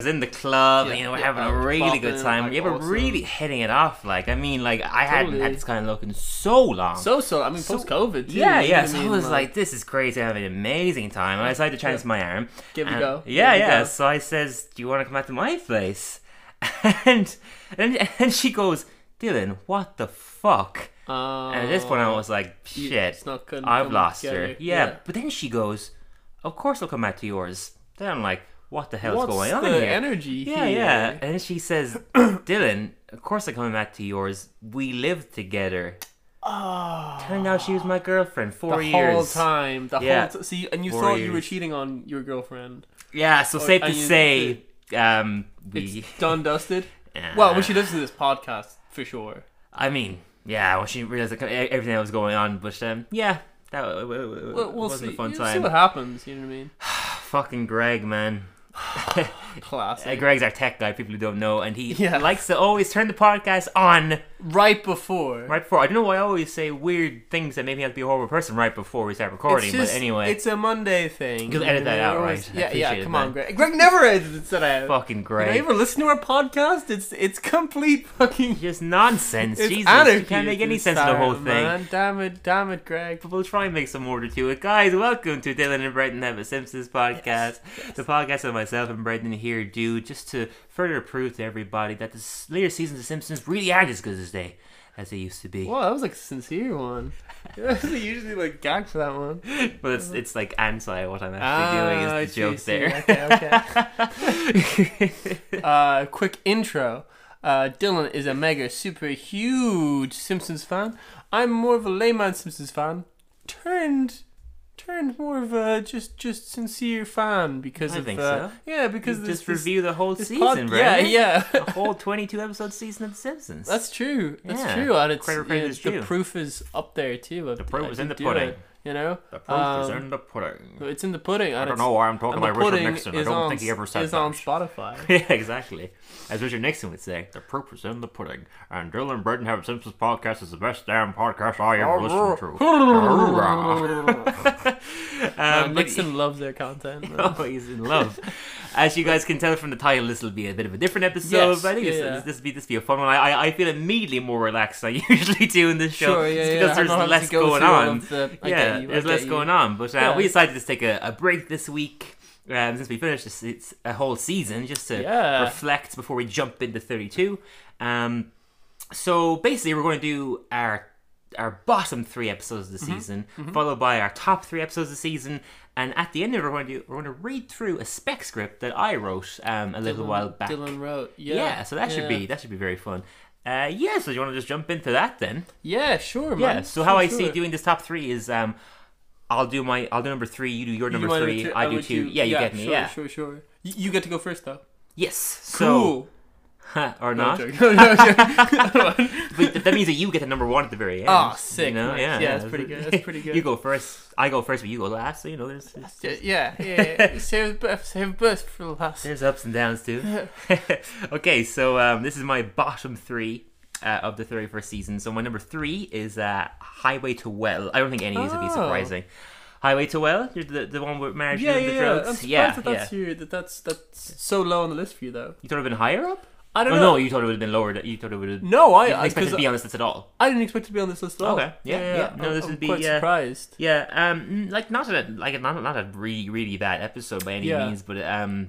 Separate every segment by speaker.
Speaker 1: was in the club,
Speaker 2: Yeah,
Speaker 1: and, you know, we're
Speaker 2: yeah,
Speaker 1: having a
Speaker 2: and
Speaker 1: really good
Speaker 2: bopping,
Speaker 1: time.
Speaker 2: like,
Speaker 1: yeah, we're
Speaker 2: awesome.
Speaker 1: really hitting it off. Like, I mean, like I hadn't had
Speaker 2: Totally.
Speaker 1: this kind of look in so long.
Speaker 2: So so. I mean,
Speaker 1: So-
Speaker 2: post COVID.
Speaker 1: yeah, yeah. So I was like, "This is crazy! I have an amazing time." And I decided to chance my arm.
Speaker 2: Give it a
Speaker 1: And-
Speaker 2: go.
Speaker 1: Yeah,
Speaker 2: Give it a
Speaker 1: yeah.
Speaker 2: go.
Speaker 1: So I says, "Do you want to come out to my place?" And and and she goes, "Dylan, what the fuck?"
Speaker 2: uh,
Speaker 1: And at this point, I was like,
Speaker 2: you-
Speaker 1: "Shit,
Speaker 2: it's not gonna
Speaker 1: I've
Speaker 2: come
Speaker 1: lost her."
Speaker 2: together."
Speaker 1: Yeah.
Speaker 2: Yeah.
Speaker 1: But then she goes, "Of course, I'll come back to yours." Then I'm like, "What the hell's
Speaker 2: what's
Speaker 1: going
Speaker 2: the
Speaker 1: on here?"
Speaker 2: energy?
Speaker 1: yeah,
Speaker 2: here?
Speaker 1: yeah. And then she says, "Dylan, of course, I'm coming back to yours. We lived together."
Speaker 2: Oh,
Speaker 1: Turned out she was my girlfriend
Speaker 2: the
Speaker 1: four
Speaker 2: whole
Speaker 1: years.
Speaker 2: time. The
Speaker 1: Yeah.
Speaker 2: whole t- see, and you
Speaker 1: Four
Speaker 2: thought you were
Speaker 1: years.
Speaker 2: cheating on your girlfriend.
Speaker 1: Yeah, so safe
Speaker 2: I
Speaker 1: to
Speaker 2: mean,
Speaker 1: say, um,
Speaker 2: It's
Speaker 1: we.
Speaker 2: done dusted.
Speaker 1: Yeah.
Speaker 2: Well, when she listens to this podcast, for sure.
Speaker 1: I mean, yeah, when she realized like, e- everything that was going on, but um, yeah, that w- w- w-
Speaker 2: We'll, we'll
Speaker 1: wasn't
Speaker 2: see.
Speaker 1: a fun
Speaker 2: You'll see
Speaker 1: time.
Speaker 2: what happens. You know what I mean?
Speaker 1: Fucking Greg, man.
Speaker 2: Classic.
Speaker 1: Uh, Greg's our tech guy. People who don't know, and he
Speaker 2: Yeah.
Speaker 1: likes to always turn the podcast on
Speaker 2: Right before.
Speaker 1: right before. I don't know why I always say weird things that make me have to be a horrible person right before we start recording.
Speaker 2: It's just-
Speaker 1: but anyway,
Speaker 2: it's a Monday thing.
Speaker 1: You'll edit that
Speaker 2: We're
Speaker 1: out,
Speaker 2: always-
Speaker 1: right? I
Speaker 2: Yeah, yeah.
Speaker 1: appreciate it,
Speaker 2: Come
Speaker 1: man.
Speaker 2: on, Greg. Greg never edits it out.
Speaker 1: fucking
Speaker 2: Did I
Speaker 1: Greg.
Speaker 2: ever listen to our podcast? It's it's complete fucking.
Speaker 1: Just nonsense.
Speaker 2: It's
Speaker 1: Jesus,
Speaker 2: anarchy.
Speaker 1: you can't make any
Speaker 2: this
Speaker 1: sense of the
Speaker 2: time,
Speaker 1: whole thing.
Speaker 2: Man. Damn it, damn it, Greg.
Speaker 1: But We'll try and make some order to it. Guys, welcome to Dylan and Brendan Have a Simpsons podcast. The podcast that myself and Brendan here do just to further prove to everybody that the s- later seasons of Simpsons really aren't as good as they as they used to be.
Speaker 2: Wow, that was like a sincere one. they usually like gag for that one.
Speaker 1: But it's, it's like anti what I'm actually doing is the
Speaker 2: Ah, I
Speaker 1: joke
Speaker 2: see,
Speaker 1: there.
Speaker 2: see, Okay, okay. uh, quick intro. Uh, Dylan is a mega, super huge Simpsons fan. I'm more of a layman Simpsons fan, turned, turned more of a just just sincere fan because
Speaker 1: I
Speaker 2: of
Speaker 1: think
Speaker 2: uh,
Speaker 1: so.
Speaker 2: yeah because this,
Speaker 1: just
Speaker 2: this,
Speaker 1: review the whole
Speaker 2: this
Speaker 1: season,
Speaker 2: pod- yeah
Speaker 1: Brendan.
Speaker 2: yeah
Speaker 1: The whole 22 episode season of The Simpsons.
Speaker 2: That's true. That's
Speaker 1: Yeah.
Speaker 2: true. And it's,
Speaker 1: Credit- credit
Speaker 2: yeah,
Speaker 1: is
Speaker 2: the
Speaker 1: due.
Speaker 2: proof is up there too. The
Speaker 1: proof is in the pudding.
Speaker 2: you know,
Speaker 1: the proof is
Speaker 2: Um,
Speaker 1: in the pudding.
Speaker 2: it's in the pudding. And
Speaker 1: I don't
Speaker 2: it's-
Speaker 1: know why I'm talking
Speaker 2: And the
Speaker 1: like Richard
Speaker 2: pudding
Speaker 1: Nixon. I
Speaker 2: is
Speaker 1: don't
Speaker 2: on,
Speaker 1: think he ever said
Speaker 2: is
Speaker 1: that.
Speaker 2: on Spotify.
Speaker 1: Yeah, exactly. As Richard Nixon would say, the proof is in the pudding. And Dylan Burton Have a Simpsons podcast is the best damn podcast I ever listened Um, to.
Speaker 2: Uh,
Speaker 1: um, but-
Speaker 2: Nixon loves their content. man.
Speaker 1: Oh, he's in love. As you guys can tell from the title, this will be a bit of a different episode.
Speaker 2: Yes,
Speaker 1: but I think
Speaker 2: yeah, yeah.
Speaker 1: this, this will be this will be a fun one. I, I I feel immediately more relaxed than I usually do in this show.
Speaker 2: Sure, yeah,
Speaker 1: just
Speaker 2: yeah.
Speaker 1: because
Speaker 2: I don't have
Speaker 1: there's
Speaker 2: to
Speaker 1: less
Speaker 2: go
Speaker 1: going
Speaker 2: through all
Speaker 1: on.
Speaker 2: of the- I
Speaker 1: yeah,
Speaker 2: get you, I
Speaker 1: there's
Speaker 2: get
Speaker 1: less
Speaker 2: you.
Speaker 1: going on. But uh,
Speaker 2: Yeah.
Speaker 1: we decided to just take a, a break this week. Um, since we finished this, it's a whole season, just to
Speaker 2: Yeah.
Speaker 1: reflect before we jump into 32. Um, so basically, we're going to do our our bottom three episodes of the
Speaker 2: Mm-hmm.
Speaker 1: season, followed by our top three episodes of the season, and at the end of it, we're going to do, we're going to read through a spec script that I wrote um, a little while back.
Speaker 2: Dylan wrote. Yeah.
Speaker 1: yeah. so that should
Speaker 2: yeah.
Speaker 1: be that should be very fun. Uh, yeah, so you want to just jump into that then?
Speaker 2: Yeah, sure, man.
Speaker 1: Yeah. So how
Speaker 2: Sure,
Speaker 1: I
Speaker 2: sure.
Speaker 1: see doing this top three is um, I'll do my I'll do number three, you do your
Speaker 2: You
Speaker 1: number
Speaker 2: want
Speaker 1: three,
Speaker 2: to-
Speaker 1: I do
Speaker 2: would
Speaker 1: two. yeah, you get me.
Speaker 2: Sure,
Speaker 1: yeah.
Speaker 2: sure, sure. You, you get to go first though.
Speaker 1: Yes. So
Speaker 2: Cool.
Speaker 1: or
Speaker 2: No, I'm
Speaker 1: not?
Speaker 2: joking. No, no, I'm joking.
Speaker 1: but th- that means that you get the number one at the very end.
Speaker 2: Ah, sick,
Speaker 1: You know?
Speaker 2: nice.
Speaker 1: Yeah,
Speaker 2: Yeah, that's pretty good, that's pretty good.
Speaker 1: you go first. I go first, but you go last. So you know, there's there's,
Speaker 2: Yeah, yeah, yeah. Save best, save best for last.
Speaker 1: there's ups and downs too. okay, so um, this is my bottom three. Uh, of the 31st season. So my number three is uh, Highway to Well. I don't think any of these would be
Speaker 2: Oh.
Speaker 1: surprising. Highway to Well, you're the, the one with marriage
Speaker 2: Yeah,
Speaker 1: and
Speaker 2: yeah,
Speaker 1: the
Speaker 2: yeah. I'm
Speaker 1: drugs.
Speaker 2: surprised that that's you. That that's that's so low on the list for you though.
Speaker 1: You thought it would have been higher up?
Speaker 2: I don't
Speaker 1: Oh,
Speaker 2: know.
Speaker 1: no, you thought it would have been lower. You thought it would have...
Speaker 2: No,
Speaker 1: I
Speaker 2: I
Speaker 1: didn't
Speaker 2: I,
Speaker 1: expect it
Speaker 2: 'cause
Speaker 1: to be on this list at all.
Speaker 2: I didn't expect to be on this list at all.
Speaker 1: Okay. Yeah, yeah. No,
Speaker 2: I'm-
Speaker 1: this
Speaker 2: I'm
Speaker 1: would be,
Speaker 2: quite
Speaker 1: yeah.
Speaker 2: surprised.
Speaker 1: Yeah, um, mm, like not a like not not a really really bad episode by any
Speaker 2: Yeah.
Speaker 1: means, but um,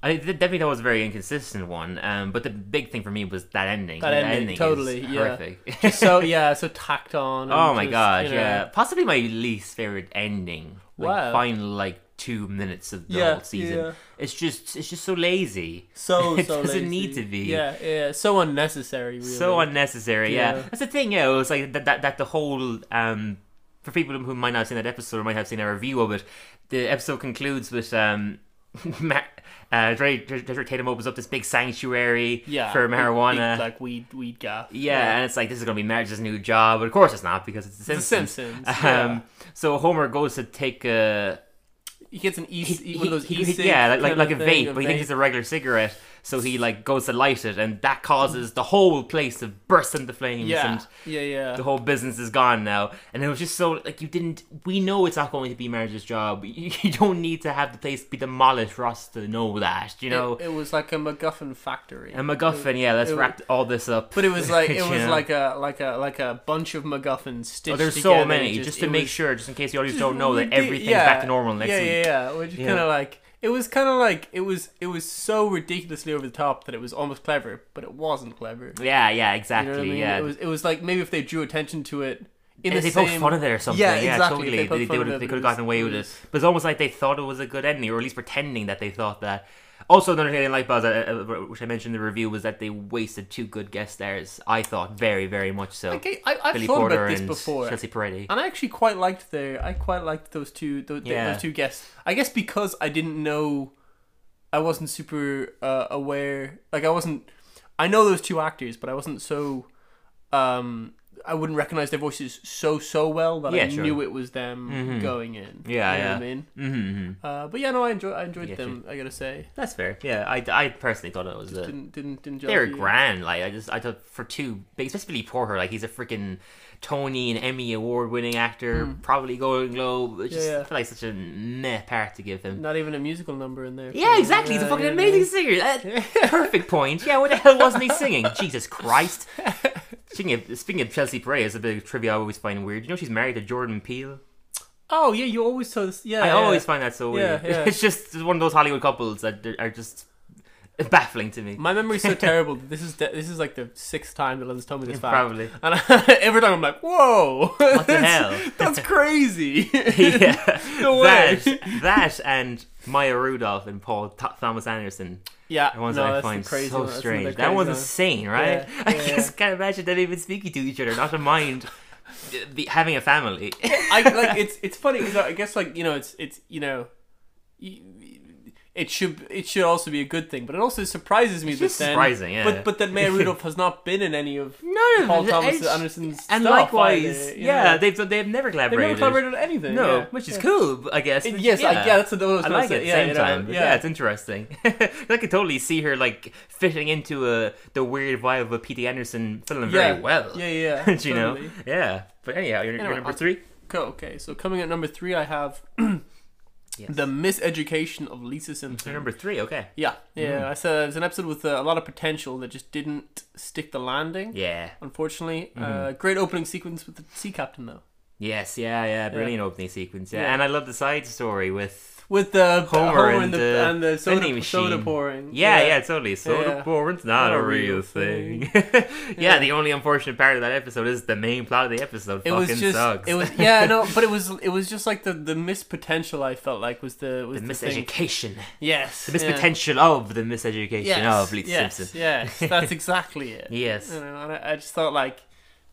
Speaker 1: I th- definitely thought it was a very inconsistent one. Um, but the big thing for me was that ending.
Speaker 2: That ending, totally,
Speaker 1: is
Speaker 2: yeah.
Speaker 1: horrific.
Speaker 2: Just so yeah, so tacked on. and
Speaker 1: oh my
Speaker 2: just,
Speaker 1: gosh,
Speaker 2: you know.
Speaker 1: yeah, possibly my least favorite ending. Like,
Speaker 2: Wow.
Speaker 1: Final like two minutes of the
Speaker 2: Yeah,
Speaker 1: whole season.
Speaker 2: yeah.
Speaker 1: It's just it's just so lazy.
Speaker 2: So
Speaker 1: It
Speaker 2: so
Speaker 1: doesn't
Speaker 2: lazy.
Speaker 1: need to be.
Speaker 2: Yeah, yeah. So unnecessary. Really.
Speaker 1: so unnecessary. Yeah.
Speaker 2: Yeah.
Speaker 1: that's the thing. Yeah, it was like that. That, that the whole um, for people who might not have seen that episode or might have seen a review of it, the episode concludes with um. Ma- uh, Dre, Dre, Dre Tatum opens up this big sanctuary
Speaker 2: yeah.
Speaker 1: for
Speaker 2: we- we-
Speaker 1: marijuana.
Speaker 2: like weed weed gas.
Speaker 1: yeah, and it's like this is gonna be marriage's new job, but of course it's not because it's The
Speaker 2: The
Speaker 1: Simpsons.
Speaker 2: Simpsons.
Speaker 1: Um,
Speaker 2: yeah.
Speaker 1: so Homer goes to take a
Speaker 2: He gets an e
Speaker 1: he-
Speaker 2: one of those
Speaker 1: he-
Speaker 2: e
Speaker 1: yeah, like like, like a vape, but he thinks it's a regular cigarette. So he like goes to light it, and that causes the whole place to burst into flames.
Speaker 2: Yeah.
Speaker 1: And
Speaker 2: Yeah, yeah.
Speaker 1: the whole business is gone now. And it was just so like you didn't. We know it's not going to be Marge's job. You, you don't need to have the place be demolished for us to know that. You know,
Speaker 2: it, it was like a MacGuffin factory.
Speaker 1: and MacGuffin. Yeah, let's
Speaker 2: it-
Speaker 1: wrap all this up.
Speaker 2: but it was like it
Speaker 1: You
Speaker 2: was
Speaker 1: know?
Speaker 2: like a like a like a bunch of MacGuffins stitched
Speaker 1: Oh, there's
Speaker 2: together.
Speaker 1: so many. Just, to
Speaker 2: it
Speaker 1: make
Speaker 2: was
Speaker 1: sure, just in case the audience
Speaker 2: just
Speaker 1: don't know that
Speaker 2: ridi-
Speaker 1: everything's
Speaker 2: yeah,
Speaker 1: back to normal next
Speaker 2: yeah,
Speaker 1: week.
Speaker 2: Yeah, yeah, Which
Speaker 1: Yeah.
Speaker 2: kind of like it was kind of like it was it was so ridiculously over the top that it was almost clever, but it wasn't clever.
Speaker 1: Yeah, yeah,
Speaker 2: You know
Speaker 1: exactly.
Speaker 2: what I mean?
Speaker 1: Yeah.
Speaker 2: It was it was like maybe if they drew attention to it in
Speaker 1: and
Speaker 2: the
Speaker 1: they
Speaker 2: same
Speaker 1: poked fun of it or something.
Speaker 2: Yeah,
Speaker 1: Yeah,
Speaker 2: exactly.
Speaker 1: totally.
Speaker 2: They
Speaker 1: They,
Speaker 2: poked
Speaker 1: they,
Speaker 2: fun
Speaker 1: would
Speaker 2: at
Speaker 1: have
Speaker 2: it,
Speaker 1: they
Speaker 2: it
Speaker 1: could have
Speaker 2: was-
Speaker 1: gotten away with
Speaker 2: it
Speaker 1: it.
Speaker 2: was-
Speaker 1: But it's almost like they thought it was a good ending, or at least pretending that they thought that. Also, another thing I didn't like about that, uh, uh, which I mentioned in the review, was that they wasted two good guest stars. I thought very, very much so.
Speaker 2: Okay, I, I've
Speaker 1: Billy
Speaker 2: thought
Speaker 1: Porter
Speaker 2: about this
Speaker 1: and
Speaker 2: before, Um,
Speaker 1: Chelsea Peretti.
Speaker 2: and I actually quite liked their. I quite liked those two. Those,
Speaker 1: Yeah.
Speaker 2: those two guests. I guess because I didn't know, I wasn't super uh, aware. Like I wasn't. I know those two actors, but I wasn't so. Um, I wouldn't recognize their voices so so well that I
Speaker 1: Yeah, sure. Mm-hmm.
Speaker 2: knew it was them going in.
Speaker 1: Yeah,
Speaker 2: you know
Speaker 1: yeah.
Speaker 2: What I mean,
Speaker 1: Mm-hmm.
Speaker 2: uh, but yeah, no, I enjoyed. I enjoyed
Speaker 1: Yeah,
Speaker 2: them. I gotta say,
Speaker 1: That's fair. Yeah, I, I personally thought it was a,
Speaker 2: didn't uh, didn't didn't.
Speaker 1: They're
Speaker 2: judge you.
Speaker 1: grand. Like I just I thought for two big, especially Porter. Like he's a freaking Tony and Emmy award winning actor, probably Golden Globe. It's just
Speaker 2: Hmm. Yeah, yeah.
Speaker 1: I feel like such a meh part to give him.
Speaker 2: Not even a musical number in there.
Speaker 1: Yeah, exactly. He's a
Speaker 2: Yeah,
Speaker 1: fucking
Speaker 2: yeah,
Speaker 1: amazing singer. That- perfect point. Yeah, what the hell wasn't he singing? Jesus Christ. Speaking of, speaking of Chelsea Peretti, it's a bit of trivia I always find weird. You know she's married to Jordan Peele.
Speaker 2: Oh yeah, you always tell this. Yeah,
Speaker 1: I
Speaker 2: Oh, yeah,
Speaker 1: always
Speaker 2: yeah.
Speaker 1: find that so
Speaker 2: Yeah,
Speaker 1: weird.
Speaker 2: yeah.
Speaker 1: It's just one of those Hollywood couples that are just baffling to me.
Speaker 2: My memory's so terrible. that This is de- this is like the sixth time that Liz told me this fact.
Speaker 1: Probably.
Speaker 2: And every time I'm like, whoa, what
Speaker 1: the hell?
Speaker 2: That's crazy.
Speaker 1: yeah,
Speaker 2: No way.
Speaker 1: that that and Maya Rudolph and Paul Th- Thomas Anderson
Speaker 2: yeah,
Speaker 1: are ones
Speaker 2: no,
Speaker 1: that I
Speaker 2: that's
Speaker 1: find
Speaker 2: the crazy
Speaker 1: so
Speaker 2: one. That's another
Speaker 1: strange. That
Speaker 2: crazy
Speaker 1: one's
Speaker 2: one.
Speaker 1: insane, right?
Speaker 2: Yeah,
Speaker 1: I
Speaker 2: yeah,
Speaker 1: just can't imagine them even speaking to each other, not to mind th- the, having a family.
Speaker 2: I like it's it's funny because I guess like you know it's it's you know. y- It should it should also be a good thing, but it also surprises me
Speaker 1: just
Speaker 2: that then,
Speaker 1: surprising, yeah.
Speaker 2: But but that Maya Rudolph has not been in any of
Speaker 1: None of
Speaker 2: Paul
Speaker 1: it-
Speaker 2: Thomas
Speaker 1: it's-
Speaker 2: Anderson's
Speaker 1: and
Speaker 2: stuff
Speaker 1: likewise,
Speaker 2: either, you
Speaker 1: yeah,
Speaker 2: know.
Speaker 1: they've they've never
Speaker 2: they've
Speaker 1: collaborated.
Speaker 2: never collaborated on anything.
Speaker 1: no,
Speaker 2: yeah.
Speaker 1: which is
Speaker 2: Yeah.
Speaker 1: cool, I guess. which-
Speaker 2: yes, I,
Speaker 1: yeah.
Speaker 2: yeah, that's what I was
Speaker 1: I
Speaker 2: gonna
Speaker 1: like
Speaker 2: say.
Speaker 1: it at the
Speaker 2: yeah,
Speaker 1: same
Speaker 2: you know,
Speaker 1: time. but Yeah. it's interesting. I could totally see her like fitting into a the weird vibe of a P.T. Anderson film very well.
Speaker 2: Yeah, yeah.
Speaker 1: you
Speaker 2: yeah,
Speaker 1: know,
Speaker 2: totally.
Speaker 1: yeah. But anyhow, you're,
Speaker 2: Anyway,
Speaker 1: you're number
Speaker 2: I'll-
Speaker 1: three.
Speaker 2: Cool, okay, so coming at number three, I have
Speaker 1: Yes.
Speaker 2: the miseducation of Lisa Simpson.
Speaker 1: You're number three. Okay.
Speaker 2: yeah,
Speaker 1: Mm.
Speaker 2: yeah. I said it was an episode with uh, a lot of potential that just didn't stick the landing.
Speaker 1: Yeah. Mm-hmm.
Speaker 2: Unfortunately, uh, great opening sequence with the sea captain though,
Speaker 1: Yes. Yeah. Yeah. Brilliant opening sequence. Yeah.
Speaker 2: Yeah.
Speaker 1: And I love the side story with.
Speaker 2: with the
Speaker 1: Homer
Speaker 2: and,
Speaker 1: and
Speaker 2: the,
Speaker 1: the
Speaker 2: and the
Speaker 1: vending
Speaker 2: soda,
Speaker 1: machine.
Speaker 2: soda pouring.
Speaker 1: Yeah, yeah, totally. Soda
Speaker 2: Yeah.
Speaker 1: pouring's not, a real thing. yeah, the only unfortunate part of that episode is the main plot of the episode.
Speaker 2: It
Speaker 1: fucking
Speaker 2: was just,
Speaker 1: sucks.
Speaker 2: it was yeah, no, but it was it was just like the the missed potential I felt like was the was
Speaker 1: the
Speaker 2: the thing.
Speaker 1: miseducation,
Speaker 2: Yes,
Speaker 1: the
Speaker 2: yeah.
Speaker 1: mispotential of the miseducation of Lisa
Speaker 2: yes,
Speaker 1: Simpson.
Speaker 2: Yes, that's exactly it.
Speaker 1: Yes.
Speaker 2: You know, and I, I just thought like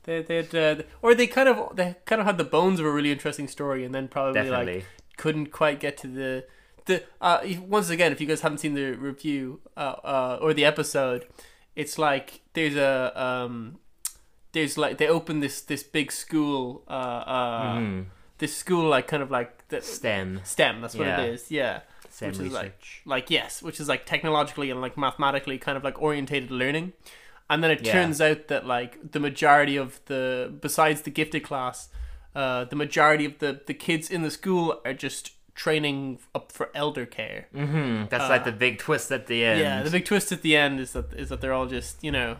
Speaker 2: they they'd uh, or they kind of they kind of had the bones of a really interesting story, and then probably
Speaker 1: Definitely.
Speaker 2: like couldn't quite get to the the uh, if- once again if you guys haven't seen the review uh, uh, or the episode, it's like there's a um there's like they open this this big school uh, uh
Speaker 1: Mhm.
Speaker 2: this school like kind of like the
Speaker 1: STEM,
Speaker 2: STEM that's what
Speaker 1: Yeah.
Speaker 2: it is yeah
Speaker 1: STEM
Speaker 2: Which is
Speaker 1: research.
Speaker 2: like- like yes which is like technologically and like mathematically kind of like orientated learning and then it
Speaker 1: Yeah.
Speaker 2: turns out that like the majority of the besides the gifted class uh, the majority of the the kids in the school are just training up for elder care
Speaker 1: Mhm, That's like the big twist at the end.
Speaker 2: Uh, yeah the big twist at the end is that is that they're all just you know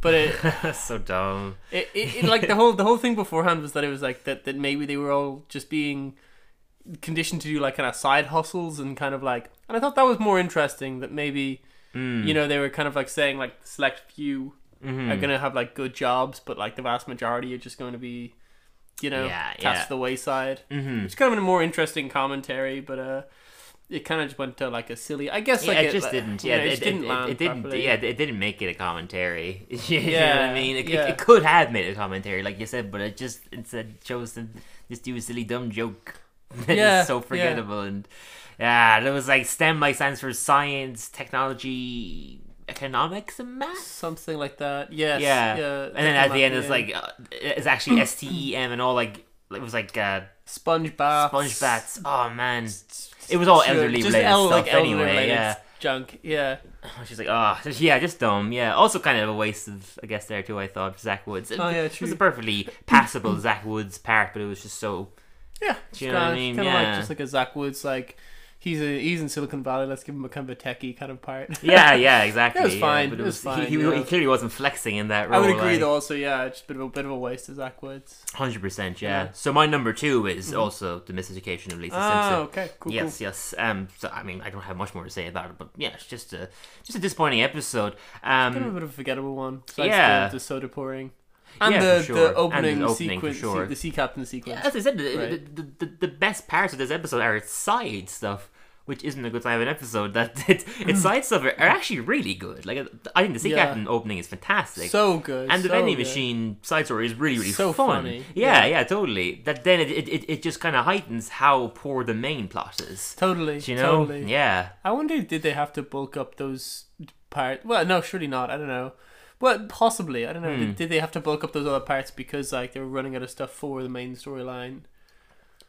Speaker 2: but it,
Speaker 1: That's so dumb.
Speaker 2: it, it, it like the whole the whole thing beforehand was that it was like that that maybe they were all just being conditioned to do like kind of side hustles and kind of like and I thought that was more interesting that maybe
Speaker 1: Hmm.
Speaker 2: you know they were kind of like saying like select few are gonna have like good jobs but like the vast majority are just going to be you know
Speaker 1: Yeah,
Speaker 2: cast
Speaker 1: yeah. Mm-hmm.
Speaker 2: to the wayside it's kind of a more interesting commentary but uh it kind of just went to like a silly I guess
Speaker 1: Yeah,
Speaker 2: like
Speaker 1: it just didn't.
Speaker 2: you
Speaker 1: Yeah,
Speaker 2: know,
Speaker 1: it,
Speaker 2: just
Speaker 1: it-
Speaker 2: didn't
Speaker 1: it-
Speaker 2: land
Speaker 1: it didn't.
Speaker 2: properly.
Speaker 1: Yeah, it didn't make it a commentary. you know what
Speaker 2: Yeah,
Speaker 1: I mean? It, it-
Speaker 2: yeah.
Speaker 1: it could have made it a commentary, like you said, but it just instead chose to just do a silly dumb joke that is
Speaker 2: Yeah,
Speaker 1: so
Speaker 2: yeah.
Speaker 1: forgettable and yeah, there was like STEM like stands for science, technology, economics, and math.
Speaker 2: something like that yes
Speaker 1: Yeah. and then at the end, it's
Speaker 2: yeah.
Speaker 1: like uh, it's actually S T E M and all like it was like uh,
Speaker 2: sponge baths.
Speaker 1: sponge bats. Oh man, it was all elderly
Speaker 2: Just
Speaker 1: related
Speaker 2: el-
Speaker 1: stuff
Speaker 2: like elder
Speaker 1: anyway.
Speaker 2: related
Speaker 1: Yeah.
Speaker 2: junk. Yeah.
Speaker 1: She's like, ah, so yeah, just dumb. Yeah, also kind of a waste of, I guess, there too. I thought for Zach Woods. It,
Speaker 2: Oh, yeah,
Speaker 1: It was
Speaker 2: true.
Speaker 1: a perfectly passable Zach Woods part, but it was just so.
Speaker 2: Yeah.
Speaker 1: Do you know what I mean?
Speaker 2: Kind of like
Speaker 1: Yeah.
Speaker 2: just like a Zach Woods like. He's, a, he's in Silicon Valley. Let's give him a kind of a techie kind of part.
Speaker 1: Yeah, yeah, exactly. yeah,
Speaker 2: fine,
Speaker 1: but
Speaker 2: it was
Speaker 1: He,
Speaker 2: fine,
Speaker 1: he,
Speaker 2: yeah.
Speaker 1: he clearly wasn't flexing in that
Speaker 2: I
Speaker 1: role.
Speaker 2: would agree,
Speaker 1: like,
Speaker 2: though. Also, yeah, it's just a bit of a bit of a waste of Zach Woods.
Speaker 1: Hundred percent, yeah.
Speaker 2: Yeah.
Speaker 1: So my number two is also the miseducation of Lisa
Speaker 2: Ah,
Speaker 1: Simpson.
Speaker 2: okay, cool.
Speaker 1: yes, yes. Um, so I mean, I don't have much more to say about it, but yeah, it's just a just a disappointing episode. Um,
Speaker 2: Kind of a bit of a forgettable one. Besides
Speaker 1: Yeah.
Speaker 2: the, the soda pouring. And
Speaker 1: Yeah,
Speaker 2: the,
Speaker 1: for sure.
Speaker 2: the
Speaker 1: And
Speaker 2: opening
Speaker 1: the opening, for
Speaker 2: sequence,
Speaker 1: sure.
Speaker 2: the sea captain sequence.
Speaker 1: As I said, the,
Speaker 2: Right.
Speaker 1: the, the, the best parts of this episode are its side stuff, which isn't a good time of an episode. That its, its side stuff are, are actually really good. Like uh, I think the Sea
Speaker 2: Hmm. Yeah.
Speaker 1: Captain opening is fantastic.
Speaker 2: so good.
Speaker 1: and the
Speaker 2: so
Speaker 1: vending
Speaker 2: good.
Speaker 1: machine side story is really, really
Speaker 2: So
Speaker 1: fun.
Speaker 2: funny,
Speaker 1: Yeah, yeah, totally. That then it, it, it- it just kind of heightens how poor the main plot is.
Speaker 2: Totally.
Speaker 1: Do you know?
Speaker 2: Totally.
Speaker 1: Yeah.
Speaker 2: I wonder did they have to bulk up those parts? Well, no, surely not. I don't know. Well, possibly. I don't know.
Speaker 1: Hmm.
Speaker 2: Did, did they have to bulk up those other parts because like they were running out of stuff for the main storyline?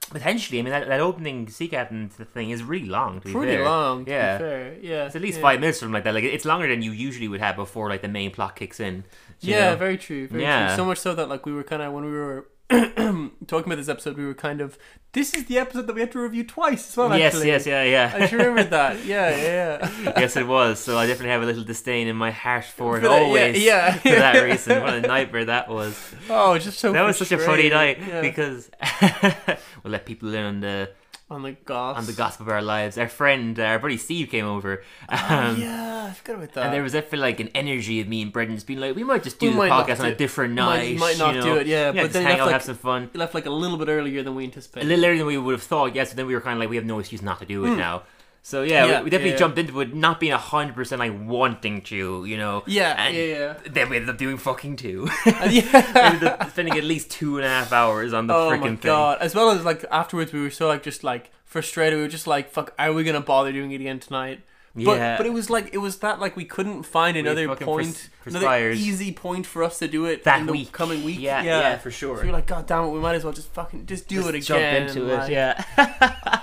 Speaker 1: Potentially, I mean, that, that opening sea captain thing is really long. To be
Speaker 2: Pretty
Speaker 1: fair.
Speaker 2: long. To
Speaker 1: Yeah.
Speaker 2: Be fair. Yeah.
Speaker 1: It's at least
Speaker 2: yeah.
Speaker 1: five minutes from like that. Like it's longer than you usually would have before like the main plot kicks in. do you
Speaker 2: Yeah,
Speaker 1: know?
Speaker 2: very true. Very
Speaker 1: Yeah.
Speaker 2: true. So much so that like we were kind of when we were talking about this episode, we were kind of this is the episode that we had to review twice as well.
Speaker 1: yes,
Speaker 2: actually.
Speaker 1: yes, yeah, yeah.
Speaker 2: I just remembered that. Yeah, yeah, yeah.
Speaker 1: yes, it was. So I definitely have a little disdain in my heart for it
Speaker 2: For that- yeah,
Speaker 1: always.
Speaker 2: yeah.
Speaker 1: for that reason, what a nightmare that was.
Speaker 2: Oh, just so
Speaker 1: That was such a funny
Speaker 2: frustrating.
Speaker 1: night
Speaker 2: Yeah.
Speaker 1: because we'll let people in on the
Speaker 2: on the goss
Speaker 1: on the gossip of our lives. Our friend, our buddy Steve, came over. Um,
Speaker 2: Oh, Yeah, I forgot about that.
Speaker 1: And there was definitely like an energy of me and Brendan just being like, we might just do
Speaker 2: We
Speaker 1: the
Speaker 2: might not
Speaker 1: podcast on
Speaker 2: do-
Speaker 1: a different
Speaker 2: might-
Speaker 1: night.
Speaker 2: might not
Speaker 1: you know?
Speaker 2: do it, yeah, but
Speaker 1: just
Speaker 2: then
Speaker 1: hang
Speaker 2: that's
Speaker 1: out,
Speaker 2: like-
Speaker 1: have some fun.
Speaker 2: left like a little bit earlier than we
Speaker 1: A
Speaker 2: anticipated.
Speaker 1: little earlier than we would have thought, yes. But then we were kind of like, we have no excuse not to do it now. So yeah,
Speaker 2: Hmm. Yeah,
Speaker 1: we, we definitely
Speaker 2: yeah.
Speaker 1: jumped into it, not being hundred percent like wanting to, you know.
Speaker 2: Yeah,
Speaker 1: And
Speaker 2: yeah,
Speaker 1: Then we ended up doing fucking two.
Speaker 2: yeah. yeah.
Speaker 1: we ended up spending at least two and a half hours on the
Speaker 2: oh
Speaker 1: frickin'
Speaker 2: my
Speaker 1: thing.
Speaker 2: god! As well as like afterwards, we were so like just like frustrated. We were just like, "Fuck, are we gonna bother doing it again tonight?" But,
Speaker 1: Yeah.
Speaker 2: but it was like it was that like we couldn't find another
Speaker 1: fucking
Speaker 2: point,
Speaker 1: pers-
Speaker 2: another
Speaker 1: perspired.
Speaker 2: easy point for us to do it
Speaker 1: That
Speaker 2: in the
Speaker 1: week.
Speaker 2: coming week.
Speaker 1: Yeah, yeah, for
Speaker 2: So
Speaker 1: sure.
Speaker 2: we were like, God damn it, we might as well just fucking just do it Uh, again.
Speaker 1: Just jump into it,
Speaker 2: like,
Speaker 1: yeah.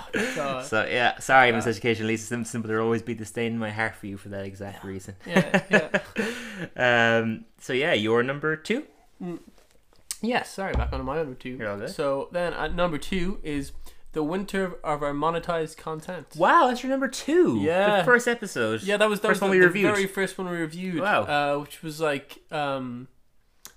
Speaker 2: God.
Speaker 1: So yeah, sorry, Miss Education, Lisa Simpson, but there'll always be disdain in my heart for you for that exact reason.
Speaker 2: yeah, yeah.
Speaker 1: Um, so yeah, you're number two.
Speaker 2: Yeah, sorry, back on to my number 2
Speaker 1: You're all good.
Speaker 2: So then at number two is the winter of our monetized content.
Speaker 1: Wow, that's your number two.
Speaker 2: Yeah.
Speaker 1: the first episode.
Speaker 2: Yeah, that was that
Speaker 1: First
Speaker 2: was
Speaker 1: one
Speaker 2: the,
Speaker 1: we
Speaker 2: the
Speaker 1: reviewed.
Speaker 2: very first one we reviewed.
Speaker 1: Wow.
Speaker 2: uh, which was like, um,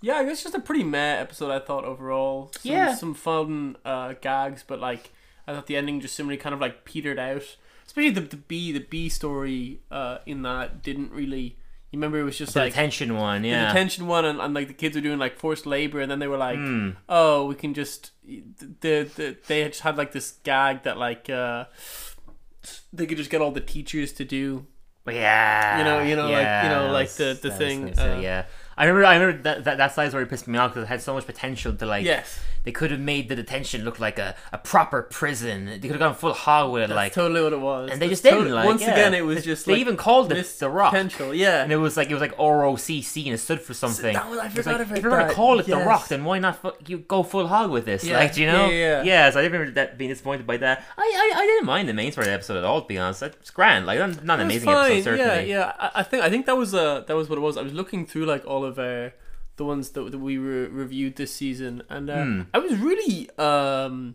Speaker 2: yeah, I guess just a pretty meh episode. I thought overall, some,
Speaker 1: Yeah.
Speaker 2: some fun uh, gags, but like I thought the ending just similarly kind of like petered out. Especially the the B the B story uh, in that didn't really. You remember it was just
Speaker 1: the
Speaker 2: like
Speaker 1: detention one.
Speaker 2: the
Speaker 1: Yeah,
Speaker 2: detention one and, and like the kids were doing like forced labor and then they were like
Speaker 1: Hmm.
Speaker 2: oh we can just the, the they had just had like this gag that like uh they could just get all the teachers to do
Speaker 1: But yeah.
Speaker 2: You know- you know, like- you
Speaker 1: yeah,
Speaker 2: know,
Speaker 1: that
Speaker 2: like
Speaker 1: was-
Speaker 2: the-
Speaker 1: that
Speaker 2: the
Speaker 1: was
Speaker 2: thing,
Speaker 1: nice,
Speaker 2: uh,
Speaker 1: yeah. I remember, I remember that that, that slide's already pissed me off because it had so much potential to like.
Speaker 2: yes
Speaker 1: They could have made the detention look like a, a proper prison. They could have gone full hog with it, like,
Speaker 2: that's totally what it was
Speaker 1: and they
Speaker 2: That's
Speaker 1: just didn't.
Speaker 2: totally-
Speaker 1: like,
Speaker 2: once
Speaker 1: yeah.
Speaker 2: again it was just
Speaker 1: they
Speaker 2: like
Speaker 1: even called it
Speaker 2: missed
Speaker 1: the rock.
Speaker 2: potential yeah
Speaker 1: And it was like it was like ROCC and it stood for something.
Speaker 2: that was- I
Speaker 1: It was
Speaker 2: forgot
Speaker 1: like,
Speaker 2: about
Speaker 1: If you're gonna
Speaker 2: that.
Speaker 1: call it the
Speaker 2: Yes.
Speaker 1: Rock, then why not fu- you go full hog with this?
Speaker 2: Yeah.
Speaker 1: Like, do you know?
Speaker 2: Yeah, yeah, yeah.
Speaker 1: so I remember that being disappointed by that. I, I, I didn't mind the main story of the episode at all. To be honest, it's grand. Like, not not an
Speaker 2: It was
Speaker 1: amazing
Speaker 2: fine.
Speaker 1: episode, certainly.
Speaker 2: Yeah, yeah. I, I think I think that was uh that was what it was. I was looking through like all of uh, the ones that, that we re- reviewed this season, and uh,
Speaker 1: Hmm.
Speaker 2: I was really um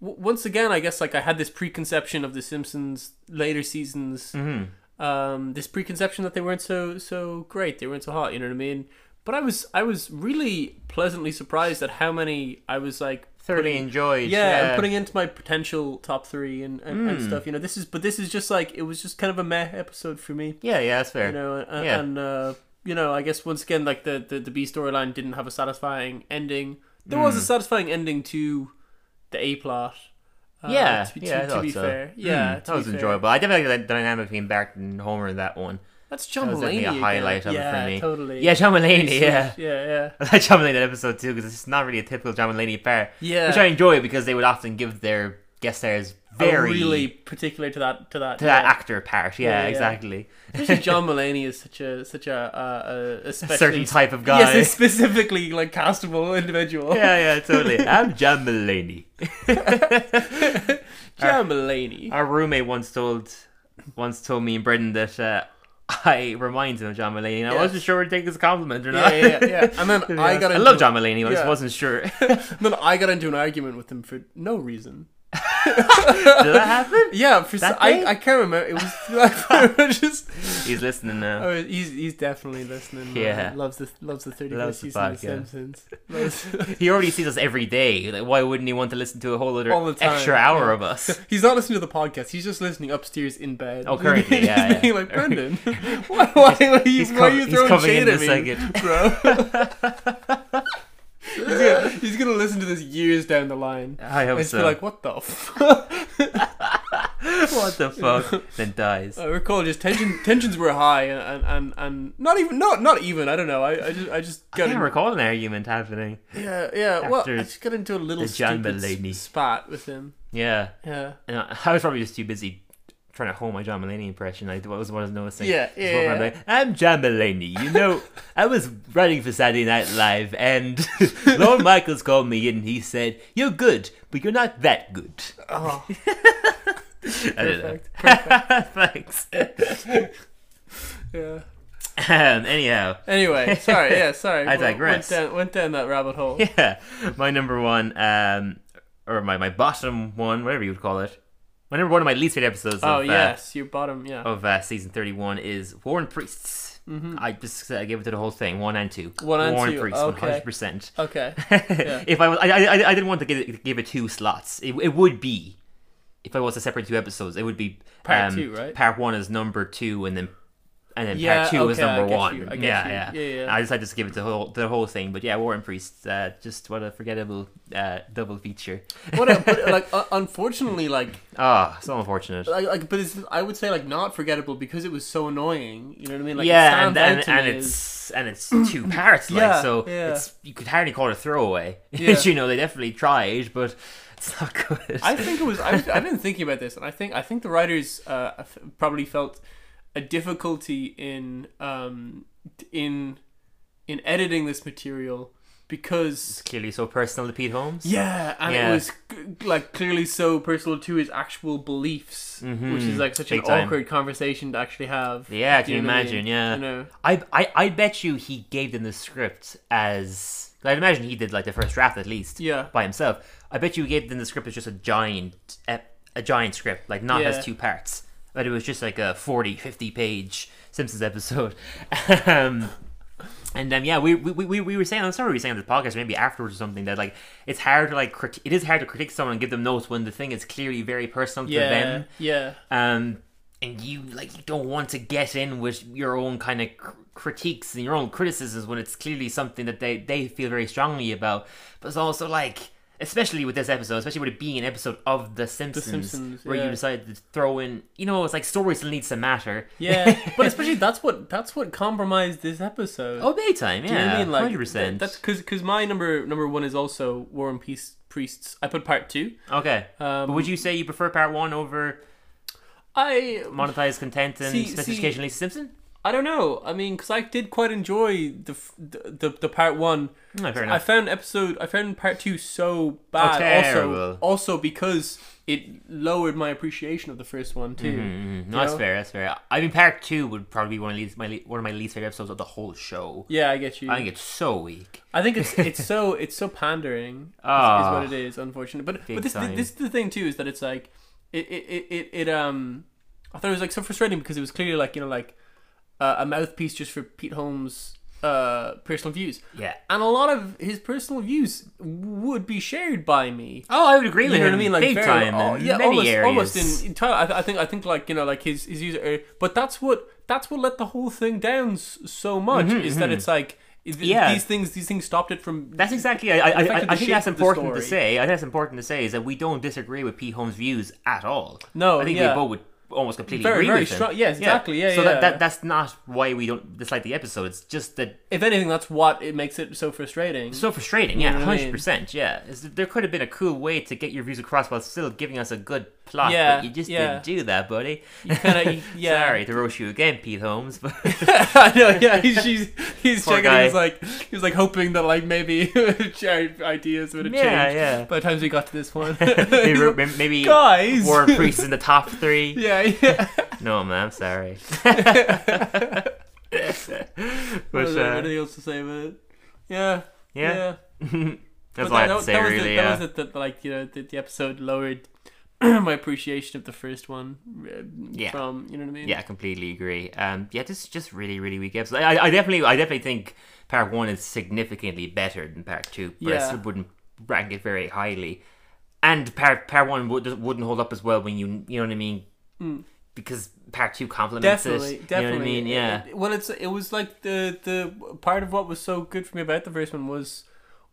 Speaker 2: w- once again, I guess like I had this preconception of the Simpsons later seasons.
Speaker 1: Mm-hmm.
Speaker 2: Um, this preconception that they weren't so so great, they weren't so hot. You know what I mean? But I was I was really pleasantly surprised at how many I was like
Speaker 1: Thoroughly
Speaker 2: putting-
Speaker 1: enjoyed.
Speaker 2: yeah, and putting into my potential top three and, and,
Speaker 1: Hmm.
Speaker 2: and stuff. You know, this is but this is just like it was just kind of a meh episode for me.
Speaker 1: yeah, yeah, that's fair.
Speaker 2: You know, and,
Speaker 1: Yeah.
Speaker 2: and uh, you know, I guess once again, like the the, the B storyline didn't have a satisfying ending. There was
Speaker 1: Hmm.
Speaker 2: a satisfying ending to the A plot. Uh,
Speaker 1: yeah,
Speaker 2: to, be-
Speaker 1: yeah, I
Speaker 2: to, to
Speaker 1: thought
Speaker 2: be
Speaker 1: so.
Speaker 2: fair,
Speaker 1: Hmm,
Speaker 2: yeah, to
Speaker 1: that was
Speaker 2: be fair.
Speaker 1: enjoyable. I definitely like the dynamic between Bart and Homer in that one.
Speaker 2: That's John
Speaker 1: That was
Speaker 2: Mulaney
Speaker 1: definitely a
Speaker 2: again.
Speaker 1: highlight of it for
Speaker 2: yeah,
Speaker 1: me.
Speaker 2: Totally.
Speaker 1: Yeah, John Mulaney.
Speaker 2: Sweet.
Speaker 1: Yeah.
Speaker 2: yeah, yeah.
Speaker 1: I like John Mulaney that episode too because it's not really a typical John Mulaney pair.
Speaker 2: Yeah.
Speaker 1: which I enjoy because they would often give their guest stars very
Speaker 2: Oh, really particular to that to that
Speaker 1: to that
Speaker 2: yeah.
Speaker 1: actor part. Yeah,
Speaker 2: Yeah, yeah.
Speaker 1: exactly.
Speaker 2: Especially John Mulaney is such a such a uh, a
Speaker 1: A
Speaker 2: especially
Speaker 1: certain type of guy.
Speaker 2: Yes, a specifically like castable individual.
Speaker 1: yeah, yeah, totally. I'm John Mulaney.
Speaker 2: John Mulaney.
Speaker 1: Our roommate once told once told me and Brendan that uh, I remind him of John Mulaney. And I
Speaker 2: Yes.
Speaker 1: wasn't sure to take this compliment or
Speaker 2: Yeah,
Speaker 1: not.
Speaker 2: yeah, yeah, yeah. And then I got.
Speaker 1: I
Speaker 2: into-
Speaker 1: love John Mulaney. I
Speaker 2: Yeah.
Speaker 1: just wasn't sure. Did
Speaker 2: Then I got into an argument with him for no reason.
Speaker 1: that happen?
Speaker 2: Yeah, for so,
Speaker 1: That day?
Speaker 2: I I can't remember. It was like we were just.
Speaker 1: He's listening now.
Speaker 2: Oh, he's he's definitely listening. man.
Speaker 1: Yeah.
Speaker 2: loves the loves the thirty
Speaker 1: Loves
Speaker 2: first
Speaker 1: the
Speaker 2: season of
Speaker 1: podcast.
Speaker 2: The Simpsons. Loves-
Speaker 1: He already sees us every day. Like, why wouldn't he want to listen to a whole other
Speaker 2: All the time,
Speaker 1: extra hour
Speaker 2: yeah.
Speaker 1: of us?
Speaker 2: he's not listening to the podcast. He's just listening upstairs in bed.
Speaker 1: Oh, currently,
Speaker 2: He's
Speaker 1: yeah, yeah.
Speaker 2: being like Brendan, why, why, are you,
Speaker 1: He's
Speaker 2: why are
Speaker 1: com-
Speaker 2: you
Speaker 1: he's
Speaker 2: throwing
Speaker 1: coming
Speaker 2: shade
Speaker 1: in
Speaker 2: at
Speaker 1: a
Speaker 2: me,
Speaker 1: second.
Speaker 2: bro? he's, gonna, he's gonna listen to this years down the line.
Speaker 1: I
Speaker 2: I
Speaker 1: hope
Speaker 2: just
Speaker 1: so.
Speaker 2: be like, what the f?
Speaker 1: what the fuck? then dies.
Speaker 2: I recall just tension tensions were high and and, and, and not even not not even I don't know I, I just I just
Speaker 1: I
Speaker 2: got
Speaker 1: can't
Speaker 2: in,
Speaker 1: recall an argument happening.
Speaker 2: yeah yeah well I
Speaker 1: After
Speaker 2: just got into a little
Speaker 1: the John
Speaker 2: stupid s-
Speaker 1: Mulaney.
Speaker 2: spat with him
Speaker 1: Yeah.
Speaker 2: yeah
Speaker 1: And I, I was probably just too busy trying to hone my John Mulaney impression. Like, what was what I was noticing?
Speaker 2: Yeah,
Speaker 1: Just walking around
Speaker 2: yeah.
Speaker 1: like, I'm John Mulaney. You know, I was writing for Saturday Night Live, and Lord Michaels called me in. and He said, "You're good, but you're not that good."
Speaker 2: oh
Speaker 1: I don't know.
Speaker 2: perfect perfect
Speaker 1: Thanks.
Speaker 2: yeah
Speaker 1: Um, anyhow,
Speaker 2: anyway sorry yeah sorry
Speaker 1: I
Speaker 2: Went-
Speaker 1: digress.
Speaker 2: went down went down that rabbit hole
Speaker 1: yeah, my number one, um, or my my bottom one, whatever you would call it. My number one of my least favorite episodes.
Speaker 2: oh
Speaker 1: of, uh,
Speaker 2: yes your bottom yeah
Speaker 1: of uh, season 31 is Warren Priests. I just uh, gave it to the whole thing, one and two.
Speaker 2: Mm-hmm. One and
Speaker 1: Warren
Speaker 2: two,
Speaker 1: Priests,
Speaker 2: okay.
Speaker 1: 100%.
Speaker 2: okay Yeah.
Speaker 1: if I was, I, I, I didn't want to give it, give it two slots. It, it would be, if I was to separate two episodes, it would be um,
Speaker 2: Part two, right?
Speaker 1: Part one is number two, and then and then
Speaker 2: Yeah,
Speaker 1: part two is
Speaker 2: okay, I
Speaker 1: number
Speaker 2: get
Speaker 1: one.
Speaker 2: you, I get you.
Speaker 1: yeah, yeah,
Speaker 2: Yeah, yeah.
Speaker 1: I decided to give it the whole the whole thing, but yeah, Warren Priests, uh, just what a forgettable uh, double feature.
Speaker 2: what a, but like uh, unfortunately like
Speaker 1: Ah, so unfortunate.
Speaker 2: like, like but it's, I would say like not forgettable because it was so annoying you know what I mean like it
Speaker 1: yeah, and,
Speaker 2: stands out
Speaker 1: and,
Speaker 2: to
Speaker 1: and
Speaker 2: me as-
Speaker 1: it's and it's two parts, like
Speaker 2: Yeah,
Speaker 1: so.
Speaker 2: yeah.
Speaker 1: It's you could hardly call it a throwaway.
Speaker 2: Yeah.
Speaker 1: you know, they definitely tried, but it's not good.
Speaker 2: I think it was. I, I've been thinking about this, and I think I think the writers uh, f- probably felt a difficulty in um, in in editing this material because
Speaker 1: clearly so personal to Pete Holmes.
Speaker 2: yeah, and
Speaker 1: Yeah.
Speaker 2: it was c- like clearly so personal to his actual beliefs, which is like such
Speaker 1: Mm-hmm. Big
Speaker 2: an
Speaker 1: time.
Speaker 2: awkward conversation to actually have.
Speaker 1: Yeah,
Speaker 2: Do
Speaker 1: can you
Speaker 2: know what I
Speaker 1: imagine?
Speaker 2: mean?
Speaker 1: Yeah,
Speaker 2: you know.
Speaker 1: I, I I bet you he gave them the script as I'd imagine he did like the first draft at least.
Speaker 2: Yeah.
Speaker 1: by himself. I bet you he gave them the script as just a giant ep- a giant script, like not
Speaker 2: Yeah.
Speaker 1: as two parts, but it was just like a 40, 50 page Simpsons episode. um, And um, yeah, we, we we we were saying I'm sorry we were saying on the podcast maybe afterwards or something that like it's hard to like crit- it is hard to critique someone and give them notes when the thing is clearly very personal to
Speaker 2: Yeah,
Speaker 1: them
Speaker 2: yeah,
Speaker 1: um, and you like you don't want to get in with your own kind of cr- critiques and your own criticisms when it's clearly something that they they feel very strongly about. But it's also like, especially with this episode, especially with it being an episode of The Simpsons,
Speaker 2: Simpsons,
Speaker 1: where
Speaker 2: yeah.
Speaker 1: you decided to throw in, you know, it's like stories still needs to matter.
Speaker 2: yeah. but especially that's what that's what compromised this episode.
Speaker 1: Oh, daytime, yeah,
Speaker 2: Do you know what I mean? Like
Speaker 1: hundred percent.
Speaker 2: That's because because my number number one is also War and Peace Priests. I put part two.
Speaker 1: okay.
Speaker 2: Um,
Speaker 1: but would you say you prefer part one over
Speaker 2: I
Speaker 1: monetized content and
Speaker 2: See-
Speaker 1: special
Speaker 2: see-
Speaker 1: education, Lisa Simpson?
Speaker 2: I don't know. I mean, because I did quite enjoy the f- the the, the part one.
Speaker 1: No, Hmm, fair
Speaker 2: I
Speaker 1: enough.
Speaker 2: found episode I found part two so bad. also,
Speaker 1: terrible.
Speaker 2: also because it lowered my appreciation of the first one too.
Speaker 1: Mm, no, that's
Speaker 2: know?
Speaker 1: fair. That's fair. I mean, part two would probably be one of least, my le- one of my least favorite episodes of the whole show.
Speaker 2: Yeah, I get you.
Speaker 1: I think it's so weak.
Speaker 2: I think it's it's so it's so pandering is-
Speaker 1: Ah.
Speaker 2: is, what it is, unfortunate. But
Speaker 1: Big
Speaker 2: but this
Speaker 1: time.
Speaker 2: this is the thing too is that it's like it it, it, it it um I thought it was like so frustrating because it was clearly like you know like uh, a mouthpiece just for Pete Holmes' uh, personal views,
Speaker 1: Yeah.
Speaker 2: and a lot of his personal views would be shared by me.
Speaker 1: Oh, I would agree with
Speaker 2: You know
Speaker 1: him.
Speaker 2: what I mean? Like
Speaker 1: big
Speaker 2: very-
Speaker 1: time.
Speaker 2: oh,
Speaker 1: in
Speaker 2: yeah,
Speaker 1: many
Speaker 2: almost,
Speaker 1: areas.
Speaker 2: almost in entirely. I, th- I think I think like you know like his his user. area- But that's what that's what let the whole thing down s- so much is that it's like. th-
Speaker 1: Yeah.
Speaker 2: These things, these things stopped it from
Speaker 1: That's exactly. I, I, I,
Speaker 2: affected the
Speaker 1: I think
Speaker 2: shape
Speaker 1: that's
Speaker 2: of the
Speaker 1: important to
Speaker 2: story.
Speaker 1: say. I think that's important to say is that we don't disagree with P. Holmes' views at all.
Speaker 2: No,
Speaker 1: I think
Speaker 2: yeah.
Speaker 1: we both would almost completely
Speaker 2: Very,
Speaker 1: agree
Speaker 2: very
Speaker 1: with him.
Speaker 2: strong- yes, exactly, yeah,
Speaker 1: so
Speaker 2: yeah.
Speaker 1: That, that that's not why we don't dislike the episode. It's just that
Speaker 2: if anything, that's what it makes it so frustrating.
Speaker 1: so frustrating. Yeah,
Speaker 2: know what I mean?
Speaker 1: hundred percent. Yeah, It's- there could have been a cool way to get your views across while still giving us a good plot.
Speaker 2: Yeah,
Speaker 1: but you just
Speaker 2: yeah.
Speaker 1: didn't do that, buddy.
Speaker 2: kinda- you- yeah.
Speaker 1: Sorry to roast you again, Pete Holmes. But
Speaker 2: I know. Yeah, he's he's, he's
Speaker 1: Poor
Speaker 2: checking.
Speaker 1: guy.
Speaker 2: He's like he's like hoping that like maybe our ideas would have
Speaker 1: Yeah,
Speaker 2: changed
Speaker 1: yeah.
Speaker 2: by the time we got to this one.
Speaker 1: maybe,
Speaker 2: He's like,
Speaker 1: maybe
Speaker 2: Guys,
Speaker 1: Warren Priest is in the top three.
Speaker 2: yeah, yeah.
Speaker 1: no, man, I'm sorry.
Speaker 2: What is
Speaker 1: But,
Speaker 2: there
Speaker 1: uh,
Speaker 2: anything else to say about it? Yeah.
Speaker 1: Yeah.
Speaker 2: But
Speaker 1: That's all I
Speaker 2: that,
Speaker 1: have to say,
Speaker 2: that was
Speaker 1: really. uh,
Speaker 2: the,
Speaker 1: yeah.
Speaker 2: that was the, the, like you know the, the episode lowered my appreciation of the first one. uh,
Speaker 1: Yeah.
Speaker 2: From you know what I mean?
Speaker 1: Yeah, I completely agree. Um, yeah, this is just really, really weak episode. I, I definitely, I definitely think part one is significantly better than part two, but I
Speaker 2: Yeah.
Speaker 1: still wouldn't rank it very highly. And part part one would, wouldn't hold up as well when you, you know what I mean, because part two complements
Speaker 2: Hmm. Definitely,
Speaker 1: it.
Speaker 2: definitely. Uh,
Speaker 1: You know what I mean? Yeah,
Speaker 2: It- it- well, it's it was like the the part of what was so good for me about the first one was,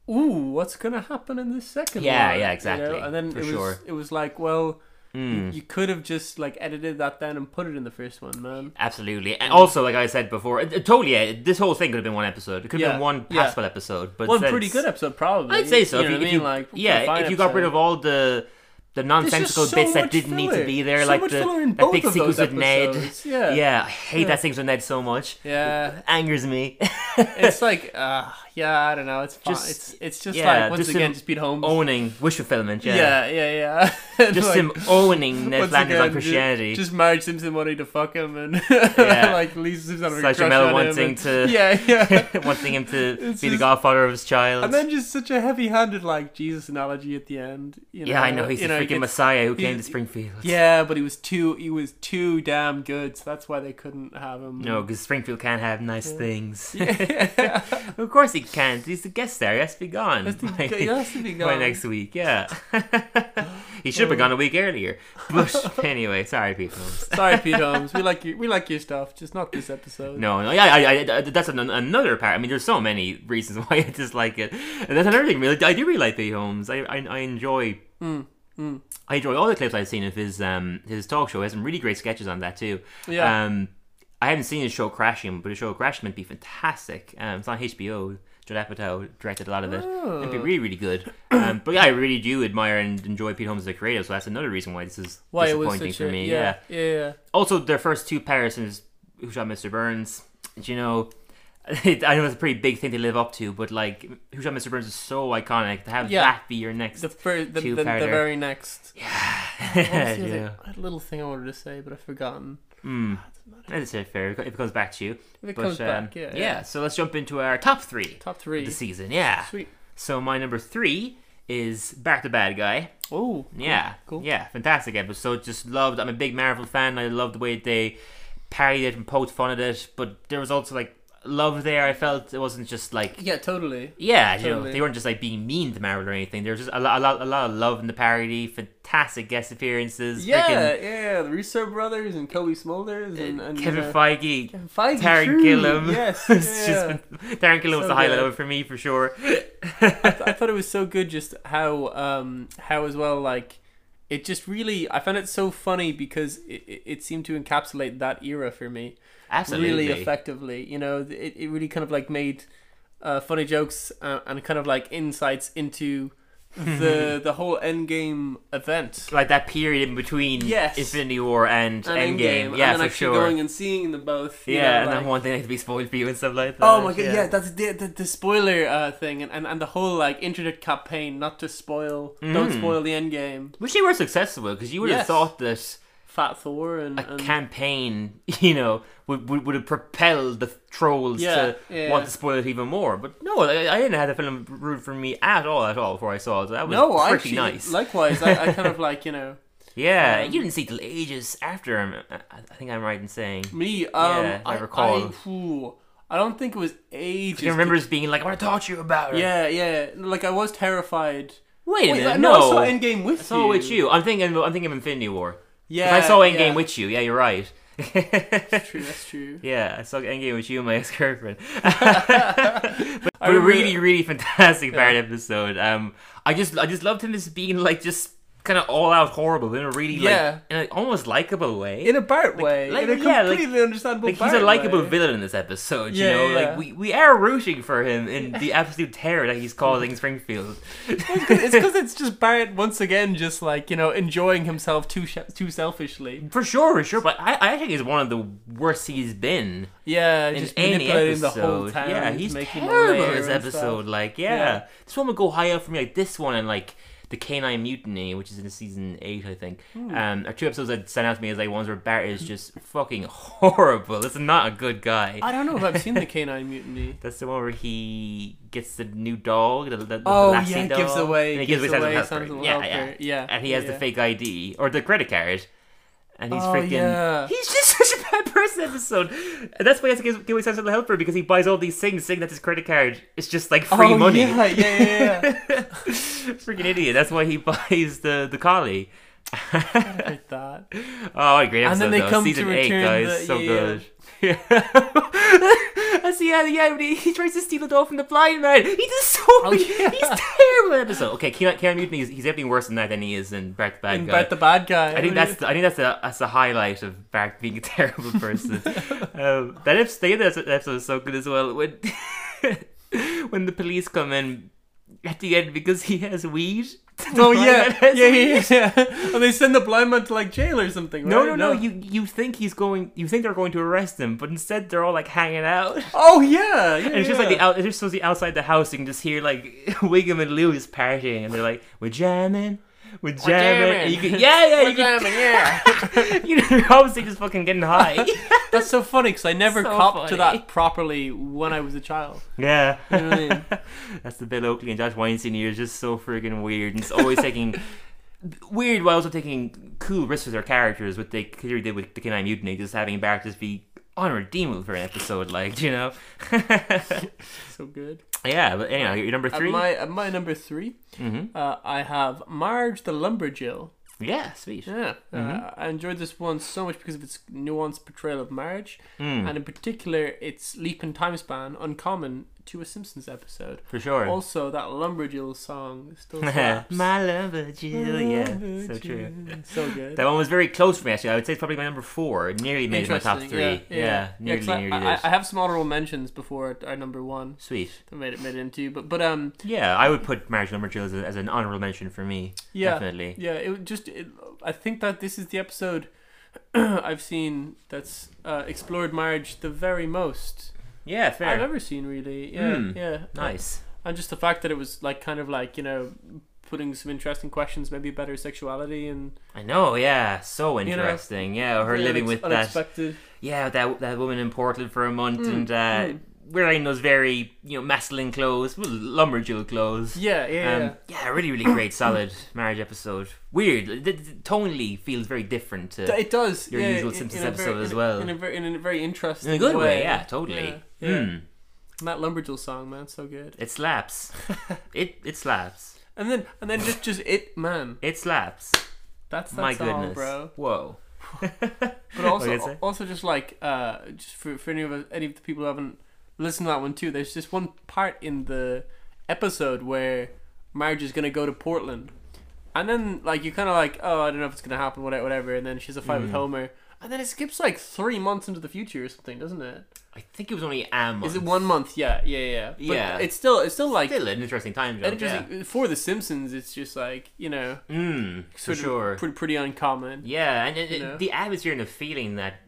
Speaker 2: ooh, what's gonna happen in the second
Speaker 1: Yeah,
Speaker 2: one?
Speaker 1: yeah,
Speaker 2: you know?
Speaker 1: exactly,
Speaker 2: And then
Speaker 1: for
Speaker 2: it was
Speaker 1: sure. Hmm.
Speaker 2: it was like, well, you, you could have just like edited that down and put it in the first one, man.
Speaker 1: absolutely. And also, like I said before, it, it totally, yeah, this whole thing could have been one episode. It could have
Speaker 2: Yeah,
Speaker 1: been one
Speaker 2: yeah.
Speaker 1: passable episode, but
Speaker 2: One
Speaker 1: since-
Speaker 2: pretty good episode, probably.
Speaker 1: I'd say so.
Speaker 2: You know
Speaker 1: if
Speaker 2: what
Speaker 1: you,
Speaker 2: I
Speaker 1: if
Speaker 2: mean?
Speaker 1: you-
Speaker 2: like,
Speaker 1: yeah, if you got rid of all the the
Speaker 2: just
Speaker 1: nonsensical
Speaker 2: so
Speaker 1: bits that
Speaker 2: much
Speaker 1: didn't need to
Speaker 2: filler.
Speaker 1: be there,
Speaker 2: So
Speaker 1: like
Speaker 2: much
Speaker 1: the
Speaker 2: filler in
Speaker 1: that
Speaker 2: both
Speaker 1: big
Speaker 2: of
Speaker 1: sequence
Speaker 2: those
Speaker 1: with Ned.
Speaker 2: episenes, yeah.
Speaker 1: I hate that sequence with Ned so much.
Speaker 2: yeah,
Speaker 1: Angers me.
Speaker 2: it's like, uh, yeah, I don't know. It's fine.
Speaker 1: Just-
Speaker 2: it's it's just
Speaker 1: yeah,
Speaker 2: like once
Speaker 1: just
Speaker 2: again,
Speaker 1: him
Speaker 2: just beat home.
Speaker 1: owning wish fulfillment. Yeah.
Speaker 2: yeah, yeah, yeah.
Speaker 1: Just
Speaker 2: Like-
Speaker 1: him owning Ned
Speaker 2: Once
Speaker 1: Flanders
Speaker 2: again,
Speaker 1: on Christianity.
Speaker 2: Just, just Marge Simpson wanting to fuck him and
Speaker 1: Yeah.
Speaker 2: like Lisa Simpson having a
Speaker 1: Sasha
Speaker 2: crush
Speaker 1: Mello
Speaker 2: on
Speaker 1: wanting
Speaker 2: him. and-
Speaker 1: to-
Speaker 2: yeah, yeah.
Speaker 1: wanting him to be
Speaker 2: It's
Speaker 1: the
Speaker 2: just-
Speaker 1: godfather of his child.
Speaker 2: and then just such a heavy-handed like Jesus analogy at the end. You know,
Speaker 1: yeah, I know he's
Speaker 2: you
Speaker 1: the
Speaker 2: know,
Speaker 1: freaking
Speaker 2: he gets-
Speaker 1: messiah who came
Speaker 2: he's-
Speaker 1: to Springfield.
Speaker 2: Yeah, but he was too he was too damn good, so that's why they couldn't have him.
Speaker 1: No, because Springfield can't have nice things.
Speaker 2: Yeah.
Speaker 1: of course he can't. He's the guest star. He has to be gone.
Speaker 2: That's the-
Speaker 1: Like-
Speaker 2: yeah, that's the big
Speaker 1: by
Speaker 2: guy.
Speaker 1: next week. Yeah, he
Speaker 2: Oh.
Speaker 1: should have been gone a week earlier. But anyway, sorry, people.
Speaker 2: Sorry, Pete Holmes. We like you. We like your stuff, just not this episode.
Speaker 1: No, no, yeah, I, I, I, that's an, another part. I mean, there's so many reasons why I dislike it, and that's another thing. Really, I do really like Pete Holmes. I, I, I enjoy.
Speaker 2: Hmm,
Speaker 1: I enjoy all the clips I've seen of his um his talk show. He has some really great sketches on that too.
Speaker 2: Yeah.
Speaker 1: Um, I haven't seen his show Crashing, but his show Crashing would be fantastic. Um, it's on HBO. Judd Apatow directed a lot of it. uh,
Speaker 2: Oh.
Speaker 1: It'd be really, really good. Um, but yeah, I really do admire and enjoy Pete Holmes as a creator. So that's another reason why this is
Speaker 2: why it was
Speaker 1: disappointing
Speaker 2: such
Speaker 1: for
Speaker 2: a
Speaker 1: me. yeah.
Speaker 2: yeah, yeah. yeah.
Speaker 1: Also, their first two Parisons who shot Mr. Burns, do you know, I know it's a pretty big thing to live up to, but like, who shot Mr. Burns is so iconic to have
Speaker 2: Yeah.
Speaker 1: that be your next.
Speaker 2: The first, the, the, the
Speaker 1: Two-parter.
Speaker 2: very next.
Speaker 1: yeah,
Speaker 2: Honestly, I was like, I had a little thing I wanted to say, but I've forgotten. Ah,
Speaker 1: Mm. That's it, fair. It comes back to you.
Speaker 2: If it
Speaker 1: But,
Speaker 2: comes
Speaker 1: um,
Speaker 2: back, yeah,
Speaker 1: yeah. So let's jump into our top three
Speaker 2: Top
Speaker 1: of
Speaker 2: three.
Speaker 1: the season. Yeah.
Speaker 2: Sweet.
Speaker 1: So my number three is Back to Bad Guy.
Speaker 2: Oh,
Speaker 1: Yeah,
Speaker 2: cool.
Speaker 1: Yeah, fantastic episode. Just loved. I'm a big Marvel fan. I loved the way they parried it and poked fun at it, but there was also like love there. I felt it wasn't just like
Speaker 2: yeah, totally.
Speaker 1: yeah, you know,
Speaker 2: Totally.
Speaker 1: they weren't just like being mean to Marvel or anything. There was just a lot, a lot, a lot of love in the parody. Fantastic guest appearances.
Speaker 2: Yeah,
Speaker 1: Frickin',
Speaker 2: yeah, the Russo brothers and Kobe Smulders and, and
Speaker 1: Eh, Kevin
Speaker 2: uh,
Speaker 1: Feige.
Speaker 2: Kevin Feige,
Speaker 1: Taron
Speaker 2: true.
Speaker 1: Gilliam.
Speaker 2: Yes,
Speaker 1: It's just-
Speaker 2: yeah.
Speaker 1: Darren Gillen was
Speaker 2: So
Speaker 1: the highlight
Speaker 2: good.
Speaker 1: of it for me for sure.
Speaker 2: I, th- I thought it was so good just how um how as well like it just really I found it so funny because it, it, it seemed to encapsulate that era for me
Speaker 1: Absolutely.
Speaker 2: really effectively you know it, it really kind of like made uh, funny jokes uh, and kind of like insights into
Speaker 1: Mm-hmm.
Speaker 2: the the whole endgame event
Speaker 1: like that period in between
Speaker 2: Yes.
Speaker 1: Infinity War and,
Speaker 2: and
Speaker 1: Endgame.
Speaker 2: Endgame,
Speaker 1: Yeah,
Speaker 2: and then
Speaker 1: for
Speaker 2: actually
Speaker 1: sure.
Speaker 2: going and seeing them both you
Speaker 1: yeah,
Speaker 2: know,
Speaker 1: and
Speaker 2: like-
Speaker 1: then one thing to be spoiled for you and stuff like that.
Speaker 2: Oh my god, yeah, that's the, the, the spoiler uh, thing and, and, and the whole like internet campaign not to spoil, don't
Speaker 1: Mm.
Speaker 2: spoil the end game.
Speaker 1: Which they were successful with, because you would have
Speaker 2: Yes.
Speaker 1: thought that
Speaker 2: Fat Thor and,
Speaker 1: a
Speaker 2: and
Speaker 1: campaign, you know, would, would, would have propelled the trolls
Speaker 2: Yeah,
Speaker 1: to
Speaker 2: yeah.
Speaker 1: want to spoil it even more. But no, I, I didn't have the film rude for me at all, at all before I saw it. So that was
Speaker 2: no, I
Speaker 1: pretty
Speaker 2: actually,
Speaker 1: nice.
Speaker 2: Likewise, I, I kind of like you know
Speaker 1: yeah,
Speaker 2: um,
Speaker 1: you didn't see it till ages after. I'm, I I think I'm right in saying.
Speaker 2: me. Um,
Speaker 1: Yeah, I
Speaker 2: I
Speaker 1: recall.
Speaker 2: I, ooh, I don't think it was ages.
Speaker 1: I remember us being like, "I want to talk to you about it."
Speaker 2: Yeah, yeah. Like I was terrified.
Speaker 1: Wait a
Speaker 2: Wait,
Speaker 1: minute.
Speaker 2: no, I
Speaker 1: No,
Speaker 2: saw Endgame with
Speaker 1: So
Speaker 2: you.
Speaker 1: it's you. I'm thinking. I'm thinking of Infinity War.
Speaker 2: Yeah,
Speaker 1: If I saw Endgame
Speaker 2: yeah.
Speaker 1: with you. Yeah, you're right.
Speaker 2: That's true. That's true.
Speaker 1: yeah, I saw Endgame with you, and my ex-girlfriend.
Speaker 2: I
Speaker 1: But a
Speaker 2: remember-
Speaker 1: really, really fantastic Barrett episode. Um, I just, I just loved him as being like just kind of all out horrible in a really,
Speaker 2: Yeah.
Speaker 1: like, in an almost likable way.
Speaker 2: in a Barrett way,
Speaker 1: like,
Speaker 2: in a
Speaker 1: yeah, like-
Speaker 2: completely understandable.
Speaker 1: like he's a
Speaker 2: Barrett
Speaker 1: likable
Speaker 2: way.
Speaker 1: villain in this episode, you
Speaker 2: Yeah,
Speaker 1: know.
Speaker 2: yeah,
Speaker 1: like
Speaker 2: yeah.
Speaker 1: we, we are rooting for him in the absolute terror that he's causing Springfield.
Speaker 2: it's because it's just Barrett once again, just like you know, enjoying himself too sh- too selfishly.
Speaker 1: For sure, for sure. But I, I think he's one of the worst he's been
Speaker 2: Yeah,
Speaker 1: in
Speaker 2: just
Speaker 1: any
Speaker 2: manipulating the
Speaker 1: episode.
Speaker 2: whole town.
Speaker 1: yeah,
Speaker 2: to
Speaker 1: he's
Speaker 2: make him a
Speaker 1: terrible
Speaker 2: layer
Speaker 1: in this
Speaker 2: and stuff.
Speaker 1: episode. Like, yeah.
Speaker 2: Yeah.
Speaker 1: this one would go high up for me. Like this one, and like the Canine Mutiny, which is in season eight, I think.
Speaker 2: Hmm.
Speaker 1: Um, are two episodes that stand out to me as like ones where Bart is just fucking horrible. This is not a good guy.
Speaker 2: I don't know if I've seen the Canine Mutiny.
Speaker 1: That's the one where he gets the new dog, the, the, the
Speaker 2: Oh
Speaker 1: Lassie
Speaker 2: yeah, it
Speaker 1: dog,
Speaker 2: gives away.
Speaker 1: and he
Speaker 2: gives,
Speaker 1: gives, away,
Speaker 2: away
Speaker 1: Sam's
Speaker 2: something.
Speaker 1: helper.
Speaker 2: to
Speaker 1: Yeah,
Speaker 2: help
Speaker 1: yeah,
Speaker 2: her. yeah.
Speaker 1: and he has
Speaker 2: yeah.
Speaker 1: the fake ID or the credit card, and he's
Speaker 2: Oh,
Speaker 1: freaking.
Speaker 2: yeah.
Speaker 1: He's just such a bad person. Episode. And that's why he has to give, give away Sam's little helper because he buys all these things, saying that his credit card is just like free
Speaker 2: oh,
Speaker 1: money.
Speaker 2: Yeah, yeah, yeah. yeah.
Speaker 1: freaking idiot. That's why he buys the the collie.
Speaker 2: I like that.
Speaker 1: Oh, what a great
Speaker 2: And
Speaker 1: episode!
Speaker 2: then they
Speaker 1: though.
Speaker 2: come to
Speaker 1: Season eight,
Speaker 2: return
Speaker 1: guys,
Speaker 2: the-
Speaker 1: so
Speaker 2: yeah.
Speaker 1: good. I see. Yeah, yeah. When he, he tries to steal a doll from the blind man. He does so.
Speaker 2: Oh, yeah.
Speaker 1: He's terrible in that episode. Okay, Karen, Karen Mutiny. Is, he's definitely worse than that than he is in Bart the Bad
Speaker 2: And
Speaker 1: Guy.
Speaker 2: Bart the bad guy.
Speaker 1: I think that's the, I think that's the, that's the highlight of Bart being a terrible person. um, that episode, the other episode episode is so good as well when when the police come in at the end because he has weed. The
Speaker 2: Oh
Speaker 1: blind man
Speaker 2: yeah, yeah,
Speaker 1: has weed.
Speaker 2: yeah, yeah. And they send the blind man to like jail or something. Right?
Speaker 1: No, no, no. You you think he's going? You think they're going to arrest him, but instead they're all like hanging out.
Speaker 2: Oh yeah, yeah.
Speaker 1: And it's just
Speaker 2: yeah.
Speaker 1: like the out, it's just supposed to be outside the house. You can just hear like Wiggum and Lewis partying, and they're like, "We're jamming, we're jamming." And you can,
Speaker 2: jamming.
Speaker 1: yeah, yeah,
Speaker 2: We're
Speaker 1: you can,
Speaker 2: jamming, yeah.
Speaker 1: you know, you're obviously just fucking getting high.
Speaker 2: That's so funny because I never
Speaker 1: So
Speaker 2: copped to
Speaker 1: funny.
Speaker 2: that properly when I was a child.
Speaker 1: yeah,
Speaker 2: You know what I mean?
Speaker 1: that's the Bill Oakley and Josh Weinstein years. Just so friggin' weird, and it's always taking. Weird while also taking cool risks with their characters, what they clearly did with the Canine Mutiny, just having Bart just be unredeemable for an episode, like, you know?
Speaker 2: So good.
Speaker 1: Yeah, but anyhow, your number
Speaker 2: At
Speaker 1: three.
Speaker 2: my at my number three,
Speaker 1: Mhm.
Speaker 2: uh, I have Marge the Lumberjill.
Speaker 1: Yeah, sweet.
Speaker 2: Yeah, uh,
Speaker 1: Mm-hmm.
Speaker 2: I enjoyed this one so much because of its nuanced portrayal of marriage,
Speaker 1: Mm,
Speaker 2: and in particular its leap in time span, uncommon to a Simpsons episode.
Speaker 1: for sure.
Speaker 2: Also, that Lumberjill song still slaps.
Speaker 1: my lover Jill, yeah, so true.
Speaker 2: So good.
Speaker 1: That one was very close for me actually. I would say it's probably my number four. It nearly made my top
Speaker 2: Interesting,
Speaker 1: three. Yeah, nearly,
Speaker 2: 'cause I-
Speaker 1: nearly
Speaker 2: I,
Speaker 1: did.
Speaker 2: I have some honorable mentions before our number one
Speaker 1: Sweet.
Speaker 2: that made it made it into, but but um
Speaker 1: Yeah, I would put Marriage Number Jill as, a- as an honorable mention for me.
Speaker 2: yeah
Speaker 1: Definitely.
Speaker 2: yeah it would just it, I think that this is the episode I've seen that's uh, explored marriage the very most
Speaker 1: Yeah,
Speaker 2: I've
Speaker 1: fair.
Speaker 2: ever seen really yeah
Speaker 1: Hmm.
Speaker 2: yeah
Speaker 1: Nice.
Speaker 2: and just the fact that it was like kind of like you know putting some interesting questions maybe better sexuality and
Speaker 1: I know, yeah. So
Speaker 2: know,
Speaker 1: interesting. yeah, Oh, her
Speaker 2: very
Speaker 1: living with
Speaker 2: unex-
Speaker 1: that
Speaker 2: unexpected
Speaker 1: yeah, that that woman in Portland for a month
Speaker 2: Mm,
Speaker 1: and uh
Speaker 2: mm.
Speaker 1: wearing those very, you know, masculine clothes, well, lumberjill clothes.
Speaker 2: yeah yeah,
Speaker 1: Um,
Speaker 2: yeah.
Speaker 1: yeah, really, really great, solid marriage episode. Weird. The, the, tonally feels very different to.
Speaker 2: It does.
Speaker 1: your
Speaker 2: yeah,
Speaker 1: usual
Speaker 2: in-
Speaker 1: Simpsons
Speaker 2: in a
Speaker 1: episode
Speaker 2: very-
Speaker 1: as
Speaker 2: in a-
Speaker 1: well.
Speaker 2: In a very, in a very interesting
Speaker 1: in a good way, yeah, totally.
Speaker 2: Yeah, yeah.
Speaker 1: Mm,
Speaker 2: And that Lumberjill song, man, so good.
Speaker 1: it slaps. it it slaps.
Speaker 2: And then and then just just it, man.
Speaker 1: It slaps.
Speaker 2: That's that
Speaker 1: My
Speaker 2: song,
Speaker 1: goodness.
Speaker 2: bro.
Speaker 1: Whoa.
Speaker 2: But
Speaker 1: What were you gonna
Speaker 2: also
Speaker 1: say?
Speaker 2: also just like uh, just for for any of us- any of the people who haven't listened to that one too. There's just one part in the episode where Marge is gonna go to Portland, and then like you kind of like oh I don't know if it's gonna happen whatever whatever, and then she's a fight with
Speaker 1: Mm.
Speaker 2: Homer. And then it skips like three months into the future or something, doesn't it?
Speaker 1: I think it was only a month.
Speaker 2: Is it one month? Yeah, yeah, yeah. But
Speaker 1: Yeah.
Speaker 2: It's still, it's still like,
Speaker 1: Still an interesting time
Speaker 2: and
Speaker 1: jump.
Speaker 2: it just- for The Simpsons, it's just like you know,
Speaker 1: yeah. Mm, for
Speaker 2: sort
Speaker 1: sure.
Speaker 2: of pretty, pretty uncommon.
Speaker 1: yeah, and it,
Speaker 2: you
Speaker 1: it-
Speaker 2: know?
Speaker 1: the atmosphere and the feeling that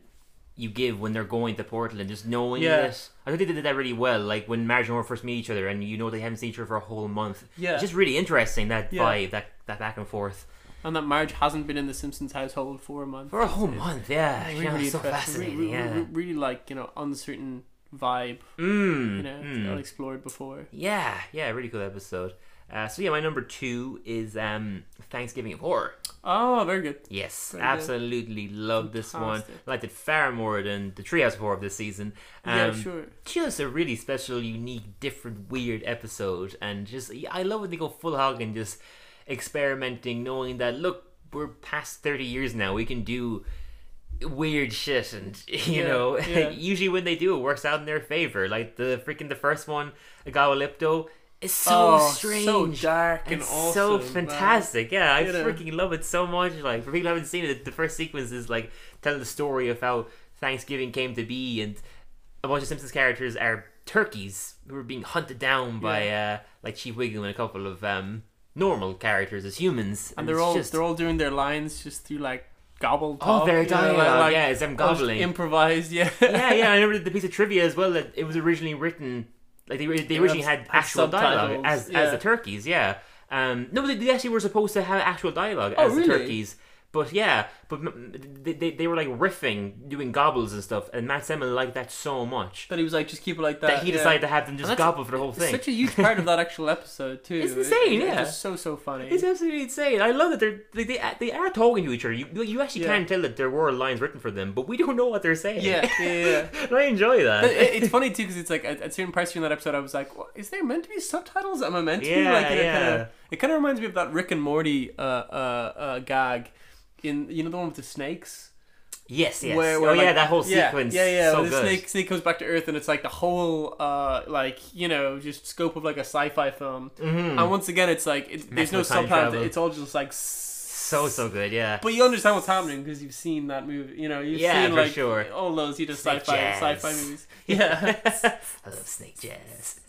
Speaker 1: you give when they're going to Portland, just knowing
Speaker 2: Yeah.
Speaker 1: this. I think they did that really well. Like when Marge and Homer first meet each other, and you know they haven't seen each other for a whole month.
Speaker 2: Yeah.
Speaker 1: It's just really interesting that
Speaker 2: Yeah.
Speaker 1: vibe, that that back and forth
Speaker 2: And that Marge hasn't been in the Simpsons household for a month.
Speaker 1: for a whole month. Uh, Yeah,
Speaker 2: Really,
Speaker 1: you know, it's so
Speaker 2: interesting. Really-
Speaker 1: fascinating.
Speaker 2: really,
Speaker 1: yeah.
Speaker 2: really, really, like you know, uncertain vibe.
Speaker 1: Mm,
Speaker 2: You know, it's
Speaker 1: mm.
Speaker 2: unexplored before.
Speaker 1: Yeah, yeah, really cool episode. Uh, so yeah, my number two is um, Thanksgiving of Horror.
Speaker 2: Oh, very good.
Speaker 1: Yes,
Speaker 2: Very good.
Speaker 1: absolutely love this one.
Speaker 2: Fantastic.
Speaker 1: Liked it far more than the Treehouse of Horror of this season. Um,
Speaker 2: yeah, sure.
Speaker 1: Just a really special, unique, different, weird episode, and just yeah, I love when they go full hog and just experimenting, knowing that look, we're past thirty years now, we can do weird shit, and you
Speaker 2: Yeah,
Speaker 1: know,
Speaker 2: yeah.
Speaker 1: usually when they do, it works out in their favor. Like the freaking the first one, Agawalipto, is so
Speaker 2: oh,
Speaker 1: strange.
Speaker 2: so dark and,
Speaker 1: It's so
Speaker 2: awesome, man.
Speaker 1: fantastic. Yeah, I
Speaker 2: You know.
Speaker 1: freaking love it so much. Like for people who haven't seen it, the first sequence is like telling the story of how Thanksgiving came to be, and a bunch of Simpsons characters are turkeys who are being hunted down by uh, like Chief Wiggum and a couple of um, normal characters as humans,
Speaker 2: And they're
Speaker 1: it's
Speaker 2: all
Speaker 1: just-
Speaker 2: they're all doing their lines just through like gobble
Speaker 1: oh,
Speaker 2: talk,
Speaker 1: their
Speaker 2: you know,
Speaker 1: dialogue,
Speaker 2: like- like,
Speaker 1: yeah, it's them
Speaker 2: almost
Speaker 1: gobbling.
Speaker 2: improvised, yeah.
Speaker 1: yeah, yeah. I remember the piece of trivia as well that it was originally written like they, they
Speaker 2: Yeah,
Speaker 1: originally
Speaker 2: that's-
Speaker 1: had
Speaker 2: that's
Speaker 1: actual dialogue
Speaker 2: subtitles,
Speaker 1: as
Speaker 2: yeah.
Speaker 1: as the turkeys, yeah. Um, no, they, they actually were supposed to have actual dialogue
Speaker 2: Oh,
Speaker 1: as the
Speaker 2: really?
Speaker 1: turkeys. But yeah, but m- they, they, they were like riffing, doing gobbles and stuff, and Matt Semmel liked that so much
Speaker 2: But he was like, just keep it like that.
Speaker 1: that he
Speaker 2: yeah.
Speaker 1: decided to have them just
Speaker 2: that's-
Speaker 1: gobble for the whole
Speaker 2: It's
Speaker 1: thing.
Speaker 2: such a huge part of that actual episode too.
Speaker 1: It's insane, yeah.
Speaker 2: It's just so so funny.
Speaker 1: It's absolutely insane. I love that they're they, they, they are talking to each other. You you actually
Speaker 2: Yeah.
Speaker 1: can tell that there were lines written for them, but we don't know what they're saying.
Speaker 2: yeah, yeah, yeah.
Speaker 1: and I enjoy that.
Speaker 2: But it- it's funny too because it's like at, at certain parts during that episode, I was like, what, "Is there meant to be subtitles? Am I meant to?" be?"
Speaker 1: Yeah,
Speaker 2: like, it
Speaker 1: yeah.
Speaker 2: Kind of, it kind of reminds me of that Rick and Morty uh, uh, uh, gag in you know the one with the snakes.
Speaker 1: yes, yes.
Speaker 2: Where, where
Speaker 1: oh yeah,
Speaker 2: like-
Speaker 1: that whole sequence.
Speaker 2: Yeah, yeah.
Speaker 1: so
Speaker 2: when the
Speaker 1: good.
Speaker 2: snake snake comes back to Earth, and it's like the whole uh, like you know just scope of like a sci-fi film.
Speaker 1: Mhm.
Speaker 2: And once again, it's like it,
Speaker 1: Messed
Speaker 2: there's no
Speaker 1: with time
Speaker 2: subtitles.
Speaker 1: travel.
Speaker 2: It's all just like so
Speaker 1: so so good. Yeah.
Speaker 2: but you understand what's happening because you've seen that movie. You know, you've
Speaker 1: Yeah,
Speaker 2: seen
Speaker 1: for
Speaker 2: like
Speaker 1: sure.
Speaker 2: all those you know
Speaker 1: Snake
Speaker 2: sci-fi
Speaker 1: jazz.
Speaker 2: sci-fi movies. Yeah,
Speaker 1: I love snake jazz.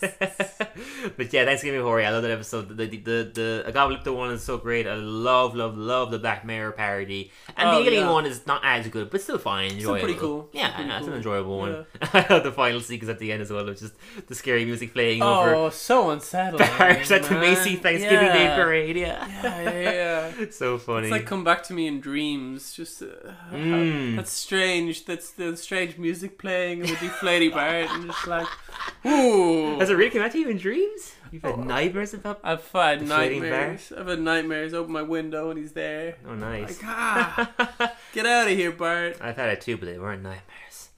Speaker 1: but yeah, Thanksgiving Horror. I love that episode. The the the, the Agabalipto one is so great. I love love love the Black Mirror parody, and
Speaker 2: Oh,
Speaker 1: the alien
Speaker 2: yeah.
Speaker 1: one is not as good, but still fine. Enjoyable.
Speaker 2: Still pretty cool.
Speaker 1: Yeah,
Speaker 2: Still pretty
Speaker 1: yeah, it's an
Speaker 2: cool.
Speaker 1: enjoyable one. I love the final sequence at the end as well of just the scary music playing over
Speaker 2: oh, so unsettling.
Speaker 1: Paris at the
Speaker 2: man.
Speaker 1: Macy Thanksgiving
Speaker 2: yeah.
Speaker 1: Day Parade. Yeah,
Speaker 2: Yeah, yeah, yeah.
Speaker 1: so funny.
Speaker 2: It's like come back to me in dreams. Just uh,
Speaker 1: Mm.
Speaker 2: that's strange. That's the strange music playing with deflating Barrett, and just like, ooh.
Speaker 1: Has it really come out to you in dreams? You've had
Speaker 2: Oh.
Speaker 1: nightmares about.
Speaker 2: I've had
Speaker 1: Deflating
Speaker 2: nightmares. I've had nightmares. Open my window and he's there.
Speaker 1: Oh, nice.
Speaker 2: Like, ah, get out of here, Bart.
Speaker 1: I've had it too, but they weren't nightmares.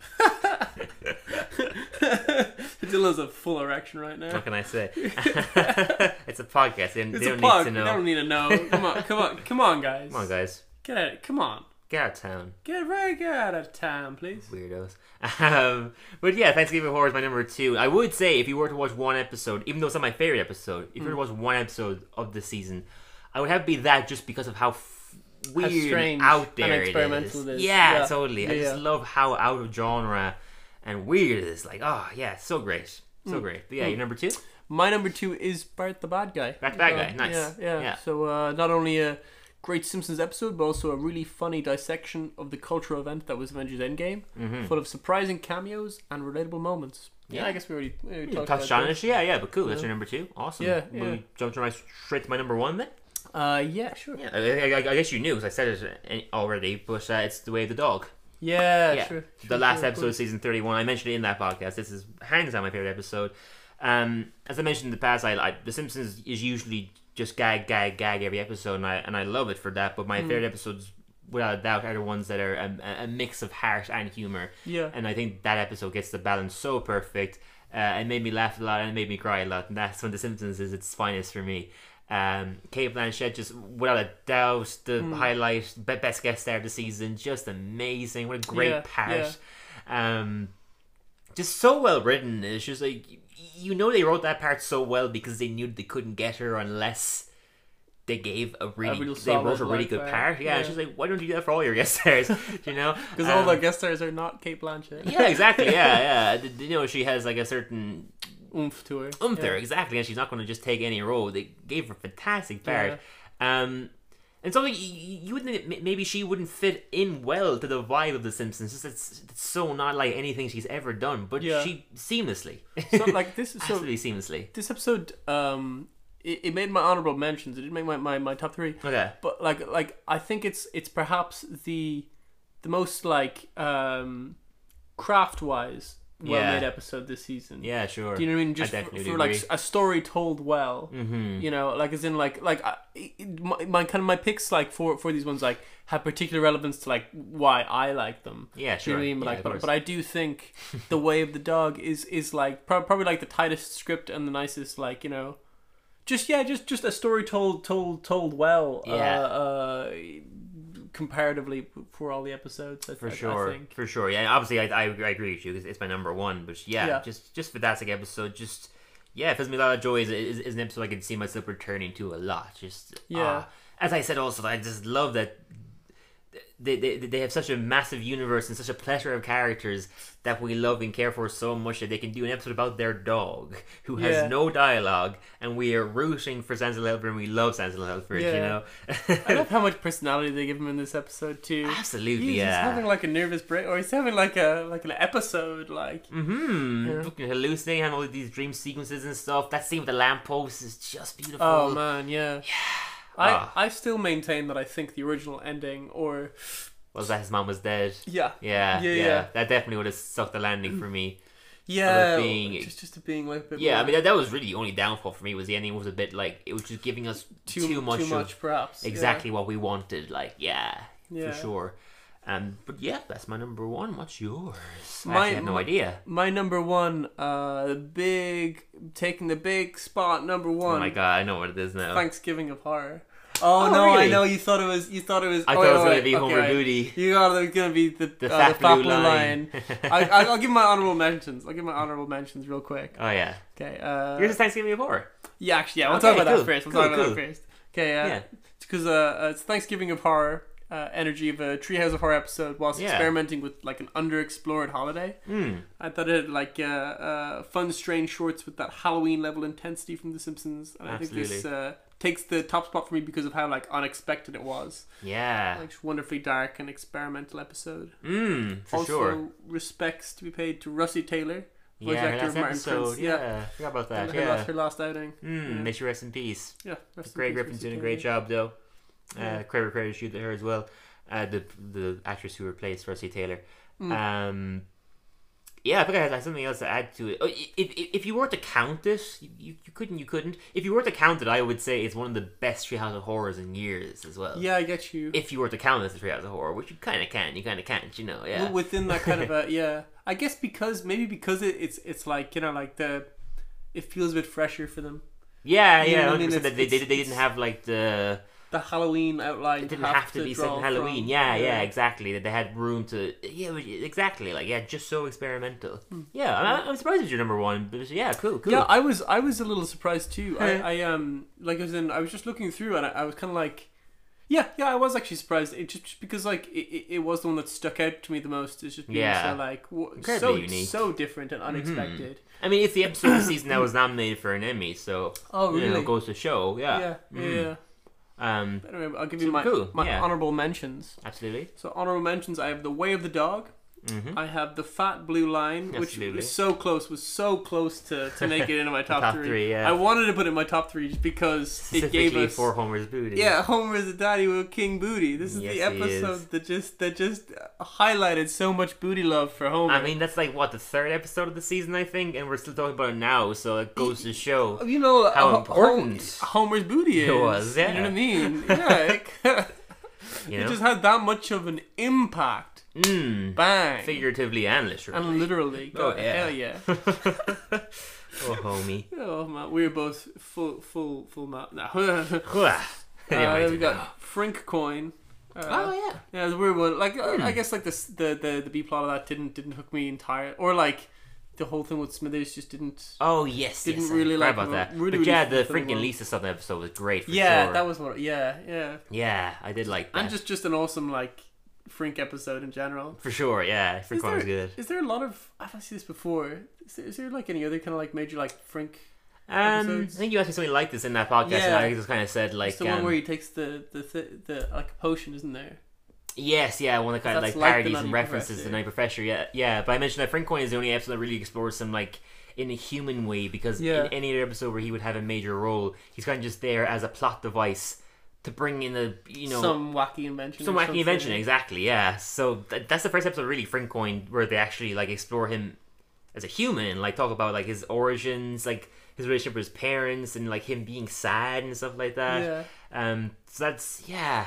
Speaker 2: Dylan's a full erection right now.
Speaker 1: What can I say? it's a podcast. They, they
Speaker 2: It's
Speaker 1: don't
Speaker 2: a pug.
Speaker 1: need to know.
Speaker 2: You don't need to know. Come on, come on, come on, guys.
Speaker 1: Come on, guys.
Speaker 2: Get out. Come on.
Speaker 1: Get out of town,
Speaker 2: Get right. Get out of town, please.
Speaker 1: weirdos. Um, but yeah, Thanksgiving Horror is my number two. I would say if you were to watch one episode, even though it's not my favorite episode, if you were to watch
Speaker 2: Mm.
Speaker 1: one episode of the season, I would have it be that just because of how f- weird and
Speaker 2: strange
Speaker 1: out there
Speaker 2: and
Speaker 1: it
Speaker 2: experimental
Speaker 1: is.
Speaker 2: it is.
Speaker 1: Yeah,
Speaker 2: Yeah.
Speaker 1: totally. I
Speaker 2: Yeah,
Speaker 1: just
Speaker 2: yeah.
Speaker 1: love how out of genre and weird it is. Like, oh, yeah, it's so great. So
Speaker 2: Mm.
Speaker 1: great. But yeah, you're number two?
Speaker 2: My number two is Bart the bad guy.
Speaker 1: Bart the bad
Speaker 2: Uh,
Speaker 1: guy, nice.
Speaker 2: Yeah, yeah.
Speaker 1: Yeah.
Speaker 2: So uh, not only a great Simpsons episode, but also a really funny dissection of the cultural event that was Avengers Endgame, full of surprising cameos and relatable moments. Yeah,
Speaker 1: Mm-hmm. Yeah.
Speaker 2: I guess we already, we already talked
Speaker 1: Touched
Speaker 2: about
Speaker 1: on
Speaker 2: this.
Speaker 1: it. Hmm, Yeah, yeah, but cool. That's your number two. Awesome.
Speaker 2: Yeah,
Speaker 1: Will
Speaker 2: yeah.
Speaker 1: we jump to my, straight to my number one then?
Speaker 2: Uh, yeah, sure.
Speaker 1: Yeah, I, I, I guess you knew because I said it uh, already, but uh, it's the way of the dog.
Speaker 2: Yeah,
Speaker 1: Yeah,
Speaker 2: sure.
Speaker 1: the
Speaker 2: sure,
Speaker 1: last
Speaker 2: sure, of
Speaker 1: episode of season thirty-one. I mentioned it in that podcast. This is hands down my favorite episode. Um, as I mentioned in the past, I, I The Simpsons is usually just gag, gag, gag every episode, and I and I love it for that. But my
Speaker 2: Hmm.
Speaker 1: favorite episodes, without a doubt, are the ones that are a, a mix of heart and humor.
Speaker 2: Yeah.
Speaker 1: and I think that episode gets the balance so perfect. Uh, it made me laugh a lot and it made me cry a lot, and that's when The Simpsons is its finest for me. Um, Kate Blanchett, just without a doubt, the
Speaker 2: Hmm.
Speaker 1: highlight, be- best guest star of the season, just amazing. What a great
Speaker 2: Yeah,
Speaker 1: part. Um, just so well written. It's just like y- you know they wrote that part so well because they knew they couldn't get her unless they gave a really
Speaker 2: real
Speaker 1: they wrote
Speaker 2: solid
Speaker 1: a really
Speaker 2: life
Speaker 1: good
Speaker 2: part.
Speaker 1: part. Yeah, it's
Speaker 2: Yeah.
Speaker 1: just like why don't you do that for all your guest stars? you know,
Speaker 2: Because
Speaker 1: Um,
Speaker 2: all the guest stars are not Kate Blanchett.
Speaker 1: yeah, exactly. Yeah, yeah. Th- You know, she has like a certain
Speaker 2: Oomph to her.
Speaker 1: oomph
Speaker 2: Yeah.
Speaker 1: there, exactly, and she's not going to just take any role. They gave her a fantastic
Speaker 2: Yeah.
Speaker 1: part. Um, and something y- y- you wouldn't m- maybe she wouldn't fit in well to the vibe of The Simpsons. Just it's, it's so not like anything she's ever done, but
Speaker 2: Yeah.
Speaker 1: she seamlessly,
Speaker 2: So like this. So
Speaker 1: absolutely seamlessly.
Speaker 2: this episode um it, it made my honorable mentions it didn't make my, my, my top three
Speaker 1: Okay.
Speaker 2: but like like i think it's it's perhaps the the most like um craft wise well made
Speaker 1: Yeah.
Speaker 2: episode this season
Speaker 1: Yeah, sure.
Speaker 2: do you know what I mean? Just for,
Speaker 1: definitely
Speaker 2: for like
Speaker 1: agree. Mm-hmm.
Speaker 2: a story told well, you know, like as in like like I, it- my, my kind of my picks like for for these ones like have particular relevance to like why I like them.
Speaker 1: Yeah,
Speaker 2: Do you know what I
Speaker 1: sure.
Speaker 2: mean?
Speaker 1: Yeah,
Speaker 2: Like,
Speaker 1: of
Speaker 2: but,
Speaker 1: course.
Speaker 2: but I do think the way of the dog is is like prob- probably like the tightest script and the nicest like you know, just yeah, just just a story told told told well. Uh,
Speaker 1: Yeah.
Speaker 2: uh, comparatively for all the episodes, I,
Speaker 1: for
Speaker 2: I- I
Speaker 1: sure,
Speaker 2: think.
Speaker 1: for sure. Yeah, and obviously, I, I, I agree with you because it's my number one. But yeah,
Speaker 2: Yeah.
Speaker 1: just just fantastic episode. Just yeah, it fills me with a lot of joy. Is, is, is an episode I can see myself returning to a lot. Just uh,
Speaker 2: Yeah.
Speaker 1: ah. as I said, also I just love that they, they, they have such a massive universe and such a plethora of characters that we love and care for so much that they can do an episode about their dog who has
Speaker 2: Yeah.
Speaker 1: no dialogue and we are rooting for Sansa Lelbridge and we love Sansa Lelbridge,
Speaker 2: Yeah.
Speaker 1: you
Speaker 2: I
Speaker 1: know?
Speaker 2: love how much personality they give him in this episode too.
Speaker 1: Absolutely,
Speaker 2: He's just
Speaker 1: yeah.
Speaker 2: having like a nervous break, or he's having like a like an episode. Like
Speaker 1: hmm
Speaker 2: Yeah.
Speaker 1: Fucking hallucinating and all of these dream sequences and stuff. That scene with the lamppost is just beautiful.
Speaker 2: oh man, yeah. I
Speaker 1: Ah.
Speaker 2: I still maintain that I think the original ending, or
Speaker 1: Was that his mom was dead?
Speaker 2: yeah,
Speaker 1: Yeah,
Speaker 2: Yeah,
Speaker 1: yeah,
Speaker 2: yeah.
Speaker 1: That definitely would have sucked the landing for me.
Speaker 2: yeah,
Speaker 1: being-
Speaker 2: just just it being like a bit
Speaker 1: Yeah, I
Speaker 2: more-
Speaker 1: mean that, that was really the only downfall for me was the ending was a bit like it was just giving us too, much,
Speaker 2: too
Speaker 1: of
Speaker 2: much perhaps. yeah.
Speaker 1: exactly what we wanted. Like, yeah,
Speaker 2: Yeah.
Speaker 1: for sure. Um, but yeah, that's my number one. What's yours? I
Speaker 2: My-
Speaker 1: actually have no
Speaker 2: my-
Speaker 1: idea.
Speaker 2: My number one, uh, the big taking the big spot number
Speaker 1: Oh
Speaker 2: one.
Speaker 1: my god, I know what it is now.
Speaker 2: Thanksgiving of horror. Oh,
Speaker 1: Oh,
Speaker 2: no, I
Speaker 1: really?
Speaker 2: know you thought it was. You thought it was.
Speaker 1: I
Speaker 2: oh,
Speaker 1: thought
Speaker 2: wait,
Speaker 1: it was
Speaker 2: oh,
Speaker 1: gonna
Speaker 2: wait,
Speaker 1: be Homer
Speaker 2: okay, wait.
Speaker 1: Booty,
Speaker 2: You thought it was gonna be the
Speaker 1: the
Speaker 2: uh,
Speaker 1: fat
Speaker 2: the fat
Speaker 1: blue line.
Speaker 2: I, I, I'll give my honorable mentions. I'll give my honorable mentions real quick.
Speaker 1: oh yeah,
Speaker 2: Okay. Uh,
Speaker 1: yours is Thanksgiving of Horror.
Speaker 2: yeah, actually, yeah. We'll
Speaker 1: Okay,
Speaker 2: talk about
Speaker 1: cool,
Speaker 2: that first. We'll
Speaker 1: cool,
Speaker 2: talk about
Speaker 1: cool.
Speaker 2: that first. Okay. Uh,
Speaker 1: Yeah.
Speaker 2: Because uh, uh, it's Thanksgiving of horror. Uh, energy of a Treehouse of Horror episode whilst
Speaker 1: Yeah.
Speaker 2: experimenting with like an underexplored holiday.
Speaker 1: Hmm.
Speaker 2: I thought it had like uh, uh, fun, strange shorts with that Halloween level intensity from The Simpsons, and I think this
Speaker 1: Absolutely.
Speaker 2: uh, takes the top spot for me because of how like unexpected it was.
Speaker 1: Yeah.
Speaker 2: Like just wonderfully dark and experimental episode.
Speaker 1: Mm, for
Speaker 2: also,
Speaker 1: sure.
Speaker 2: respects to be paid to Russi Taylor, voice
Speaker 1: Yeah, her
Speaker 2: actor
Speaker 1: last
Speaker 2: of Martin
Speaker 1: episode.
Speaker 2: Prince.
Speaker 1: yeah. forgot about
Speaker 2: Her,
Speaker 1: that.
Speaker 2: her
Speaker 1: Yeah.
Speaker 2: last, her last outing.
Speaker 1: Mm, May she rest in peace.
Speaker 2: Yeah, rest in
Speaker 1: Greg
Speaker 2: peace,
Speaker 1: Griffin's
Speaker 2: Russi
Speaker 1: doing a
Speaker 2: Taylor.
Speaker 1: great job though.
Speaker 2: Yeah.
Speaker 1: Uh, credit credit shoot to her as well. Uh, the the actress who replaced Rosie Taylor.
Speaker 2: Hmm.
Speaker 1: Um, yeah, I think I had like, something else to add to it. Oh, i- If, if, if you were to count this, you, you, you couldn't, you couldn't. If you were to count it, I would say it's one of the best Treehouse of Horrors in years as well.
Speaker 2: Yeah, I get you.
Speaker 1: If you were to count this as Treehouse of Horror, which you kind of can, you kind of can't, you know, yeah.
Speaker 2: Well, within that kind of a yeah i guess because maybe because it, it's it's like you know like the it feels a bit fresher for them
Speaker 1: yeah,
Speaker 2: You know
Speaker 1: yeah,
Speaker 2: what I
Speaker 1: 100%
Speaker 2: mean?
Speaker 1: that
Speaker 2: It's-
Speaker 1: they, they,
Speaker 2: it's-
Speaker 1: they didn't have like the...
Speaker 2: the halloween outline
Speaker 1: It didn't have, to, be set
Speaker 2: draw
Speaker 1: in Halloween.
Speaker 2: from.
Speaker 1: Yeah, yeah, exactly. That they had room to. Yeah, it was- exactly. Like, yeah, just so experimental. Yeah, I, I'm surprised it's your number one. But yeah, cool, cool.
Speaker 2: Hmm. Yeah, I was I was a little surprised too.
Speaker 1: Yeah.
Speaker 2: I, I um like I was in I was just looking through and I, I was kind of like, yeah, yeah, I was actually surprised. It just, just because like it, it, it was the one that stuck out to me the most. It's just being
Speaker 1: Yeah.
Speaker 2: so like w- so
Speaker 1: Incredibly unique. Mm-hmm.
Speaker 2: so different and unexpected.
Speaker 1: I mean, it's the episode of the season that was nominated for an Emmy, so
Speaker 2: Oh
Speaker 1: you know,
Speaker 2: really?
Speaker 1: it goes to show. Yeah.
Speaker 2: yeah, yeah.
Speaker 1: Mm. Um.
Speaker 2: But anyway, I'll give you
Speaker 1: Super
Speaker 2: my
Speaker 1: cool,
Speaker 2: my
Speaker 1: yeah.
Speaker 2: honorable mentions.
Speaker 1: Absolutely.
Speaker 2: So honorable mentions. I have the Way of the Dog.
Speaker 1: Mm-hmm.
Speaker 2: I have the Fat Blue Line, which
Speaker 1: Absolutely.
Speaker 2: was so close, was so close to, to make it into my top,
Speaker 1: top
Speaker 2: three.
Speaker 1: three, yeah.
Speaker 2: I wanted to put it in my top three just because it
Speaker 1: Specifically
Speaker 2: gave us.
Speaker 1: for Homer's booty.
Speaker 2: Yeah, Homer's a daddy with King Booty. This is the
Speaker 1: Yes, he is.
Speaker 2: episode that just that just highlighted so much booty love for Homer.
Speaker 1: I mean, that's like what the third episode of the season, I think, and we're still talking about it now. So it goes to show.
Speaker 2: you know
Speaker 1: How
Speaker 2: Ho-
Speaker 1: important
Speaker 2: Ho- Homer's booty is.
Speaker 1: it was,
Speaker 2: You know what I
Speaker 1: yeah.
Speaker 2: mean? Yeah, it,
Speaker 1: You
Speaker 2: it
Speaker 1: know,
Speaker 2: just had that much of an impact.
Speaker 1: mm,
Speaker 2: Bang.
Speaker 1: figuratively and literally.
Speaker 2: And literally, God,
Speaker 1: yeah.
Speaker 2: hell yeah.
Speaker 1: oh, homie.
Speaker 2: Oh man, we are both full, full, full mouth. No. Uh,
Speaker 1: Anyway,
Speaker 2: then we got Frink Coin. Uh,
Speaker 1: Oh yeah.
Speaker 2: yeah, it's a weird one. Like, uh,
Speaker 1: Hmm.
Speaker 2: I guess like this, the the the B plot of that didn't didn't hook me entire, or like the whole thing with Smithers just didn't.
Speaker 1: Oh yes,
Speaker 2: Didn't
Speaker 1: yes, I
Speaker 2: really
Speaker 1: forgot
Speaker 2: like
Speaker 1: about
Speaker 2: him.
Speaker 1: that.
Speaker 2: Really,
Speaker 1: but
Speaker 2: really
Speaker 1: yeah, the
Speaker 2: fulfilling
Speaker 1: freaking
Speaker 2: role.
Speaker 1: Lisa Sutton episode was great. For
Speaker 2: yeah,
Speaker 1: sure.
Speaker 2: that was what. Yeah, yeah,
Speaker 1: Yeah, I did like that
Speaker 2: and just just an awesome like Frink episode in general.
Speaker 1: for sure. Yeah,
Speaker 2: Is
Speaker 1: freaking one was
Speaker 2: there-
Speaker 1: good.
Speaker 2: Is there a lot of? I've not seen this before. Is there, is there like any other kind of like major like Frink?
Speaker 1: Um, I
Speaker 2: episodes?
Speaker 1: think you asked me something like this in that podcast, and
Speaker 2: Yeah.
Speaker 1: I just kind of said like,
Speaker 2: it's the one
Speaker 1: um,
Speaker 2: where he takes the the th- the like a potion, isn't there?
Speaker 1: yes, yeah, one that kind of
Speaker 2: That's
Speaker 1: like
Speaker 2: like The
Speaker 1: parodies
Speaker 2: Nutty
Speaker 1: and references
Speaker 2: Professor.
Speaker 1: the Night Professor. Yeah, yeah. But I mentioned that Frank Coin is the only episode that really explores some like in a human way because
Speaker 2: Yeah.
Speaker 1: in any other episode where he would have a major role, he's kind of just there as a plot device to bring in the you know
Speaker 2: some wacky invention.
Speaker 1: Some
Speaker 2: or
Speaker 1: wacky invention,
Speaker 2: something.
Speaker 1: exactly, yeah. So th- that's the first episode, really, Frincoin, where they actually like explore him as a human, and, like talk about like his origins, like his relationship with his parents, and like him being sad and stuff like that.
Speaker 2: Yeah.
Speaker 1: Um. So that's yeah.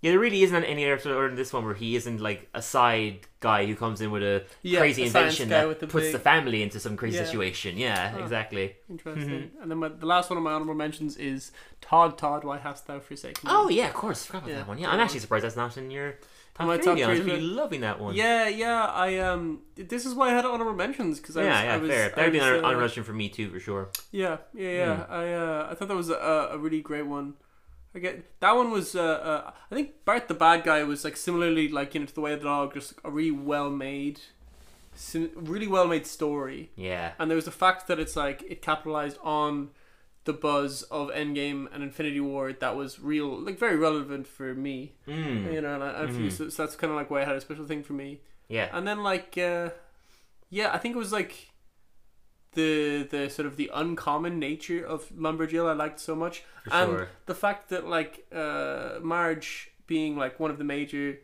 Speaker 1: Yeah, there really isn't any other episode other than this one where he isn't like a side guy who comes in with a
Speaker 2: Yeah,
Speaker 1: crazy
Speaker 2: a science
Speaker 1: invention
Speaker 2: guy
Speaker 1: that
Speaker 2: with the
Speaker 1: puts
Speaker 2: big-
Speaker 1: the family into some crazy
Speaker 2: Yeah.
Speaker 1: situation. Yeah,
Speaker 2: Huh.
Speaker 1: exactly.
Speaker 2: Interesting.
Speaker 1: Mm-hmm.
Speaker 2: And then my, the last one of my honorable mentions is Todd. Todd, why hast thou forsaken me?
Speaker 1: Oh yeah, of course. Forgot about
Speaker 2: Hmm. Yeah,
Speaker 1: that one. Yeah,
Speaker 2: that
Speaker 1: I'm
Speaker 2: one.
Speaker 1: actually surprised that's not in your top
Speaker 2: My
Speaker 1: three.
Speaker 2: top
Speaker 1: to be honest.
Speaker 2: three,
Speaker 1: I'm
Speaker 2: but-
Speaker 1: really loving that one.
Speaker 2: yeah, yeah. I um, this is why I had honorable mentions because I was,
Speaker 1: yeah, yeah,
Speaker 2: I was,
Speaker 1: fair.
Speaker 2: I
Speaker 1: That would be Mm.
Speaker 2: was,
Speaker 1: an
Speaker 2: uh,
Speaker 1: honor rushing for me too, for sure.
Speaker 2: Yeah, yeah, yeah. I uh, I thought that was a, a really great one. I get that one was. Uh, uh, I think Bart the bad guy was like similarly like you know to the way of the dog, just a really well made, sim- really well made story.
Speaker 1: Yeah.
Speaker 2: And there was the fact that it's like it capitalized on the buzz of Endgame and Infinity War that was real, like very relevant for me.
Speaker 1: Mm.
Speaker 2: You know, and, I, and for you, so, so that's kind of like why I had a special thing for me.
Speaker 1: Yeah.
Speaker 2: And then like, uh, yeah, I think it was like the the sort of the uncommon nature of Lumberjill I liked so much,
Speaker 1: For
Speaker 2: and
Speaker 1: sure.
Speaker 2: the fact that like uh, Marge being like one of the major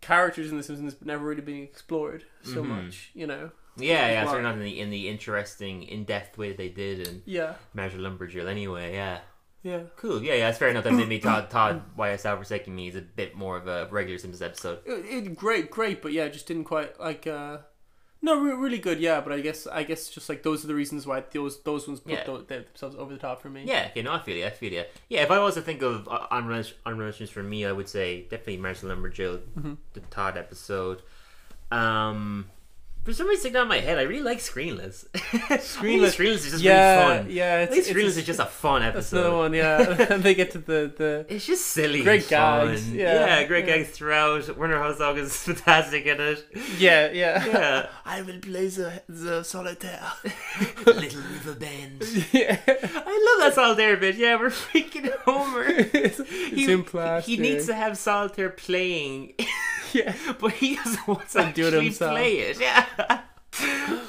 Speaker 2: characters in The Simpsons, but never really being explored so
Speaker 1: Mhm.
Speaker 2: much. You know.
Speaker 1: Yeah,
Speaker 2: as
Speaker 1: yeah.
Speaker 2: well.
Speaker 1: Certainly not in the in the interesting, in depth way they did in
Speaker 2: Yeah.
Speaker 1: Measure Lumberjill. Anyway, yeah.
Speaker 2: Yeah.
Speaker 1: Cool. Yeah, yeah. It's fair enough that maybe Todd Todd why I stop forsaking me is a bit more of a regular Simpsons episode.
Speaker 2: It, it great, great, but yeah, it just didn't quite like. uh No, re- really good, yeah. But I guess, I guess, just like those are the reasons why those those ones put
Speaker 1: Yeah.
Speaker 2: tho- themselves over the top for me.
Speaker 1: Yeah, okay, no, I feel you, I feel you. Yeah, if I was to think of uh, unrelentless Unrelentless for me, I would say definitely Marshall Lumberjill,
Speaker 2: Mm-hmm.
Speaker 1: the Todd episode. Um, for some reason, sticking out of my head, I really like Screenless. Screenless, Screenless is just
Speaker 2: yeah,
Speaker 1: really fun.
Speaker 2: yeah.
Speaker 1: I
Speaker 2: It's,
Speaker 1: think
Speaker 2: it's,
Speaker 1: Screenless is just a fun
Speaker 2: that's
Speaker 1: episode.
Speaker 2: another one. Yeah, they get to the the
Speaker 1: It's just silly.
Speaker 2: Great
Speaker 1: and fun.
Speaker 2: gags, yeah.
Speaker 1: great
Speaker 2: Yeah.
Speaker 1: gags throughout. Werner Herzog is fantastic in it.
Speaker 2: yeah yeah.
Speaker 1: Yeah.
Speaker 2: I will play the the solitaire.
Speaker 1: Little River Band.
Speaker 2: yeah,
Speaker 1: I love that solitaire bit. Yeah, we're freaking Homer.
Speaker 2: it's, it's in plastic.
Speaker 1: he needs to have solitaire playing,
Speaker 2: Yeah.
Speaker 1: but he doesn't want to
Speaker 2: And do it
Speaker 1: actually
Speaker 2: himself.
Speaker 1: play it. Yeah,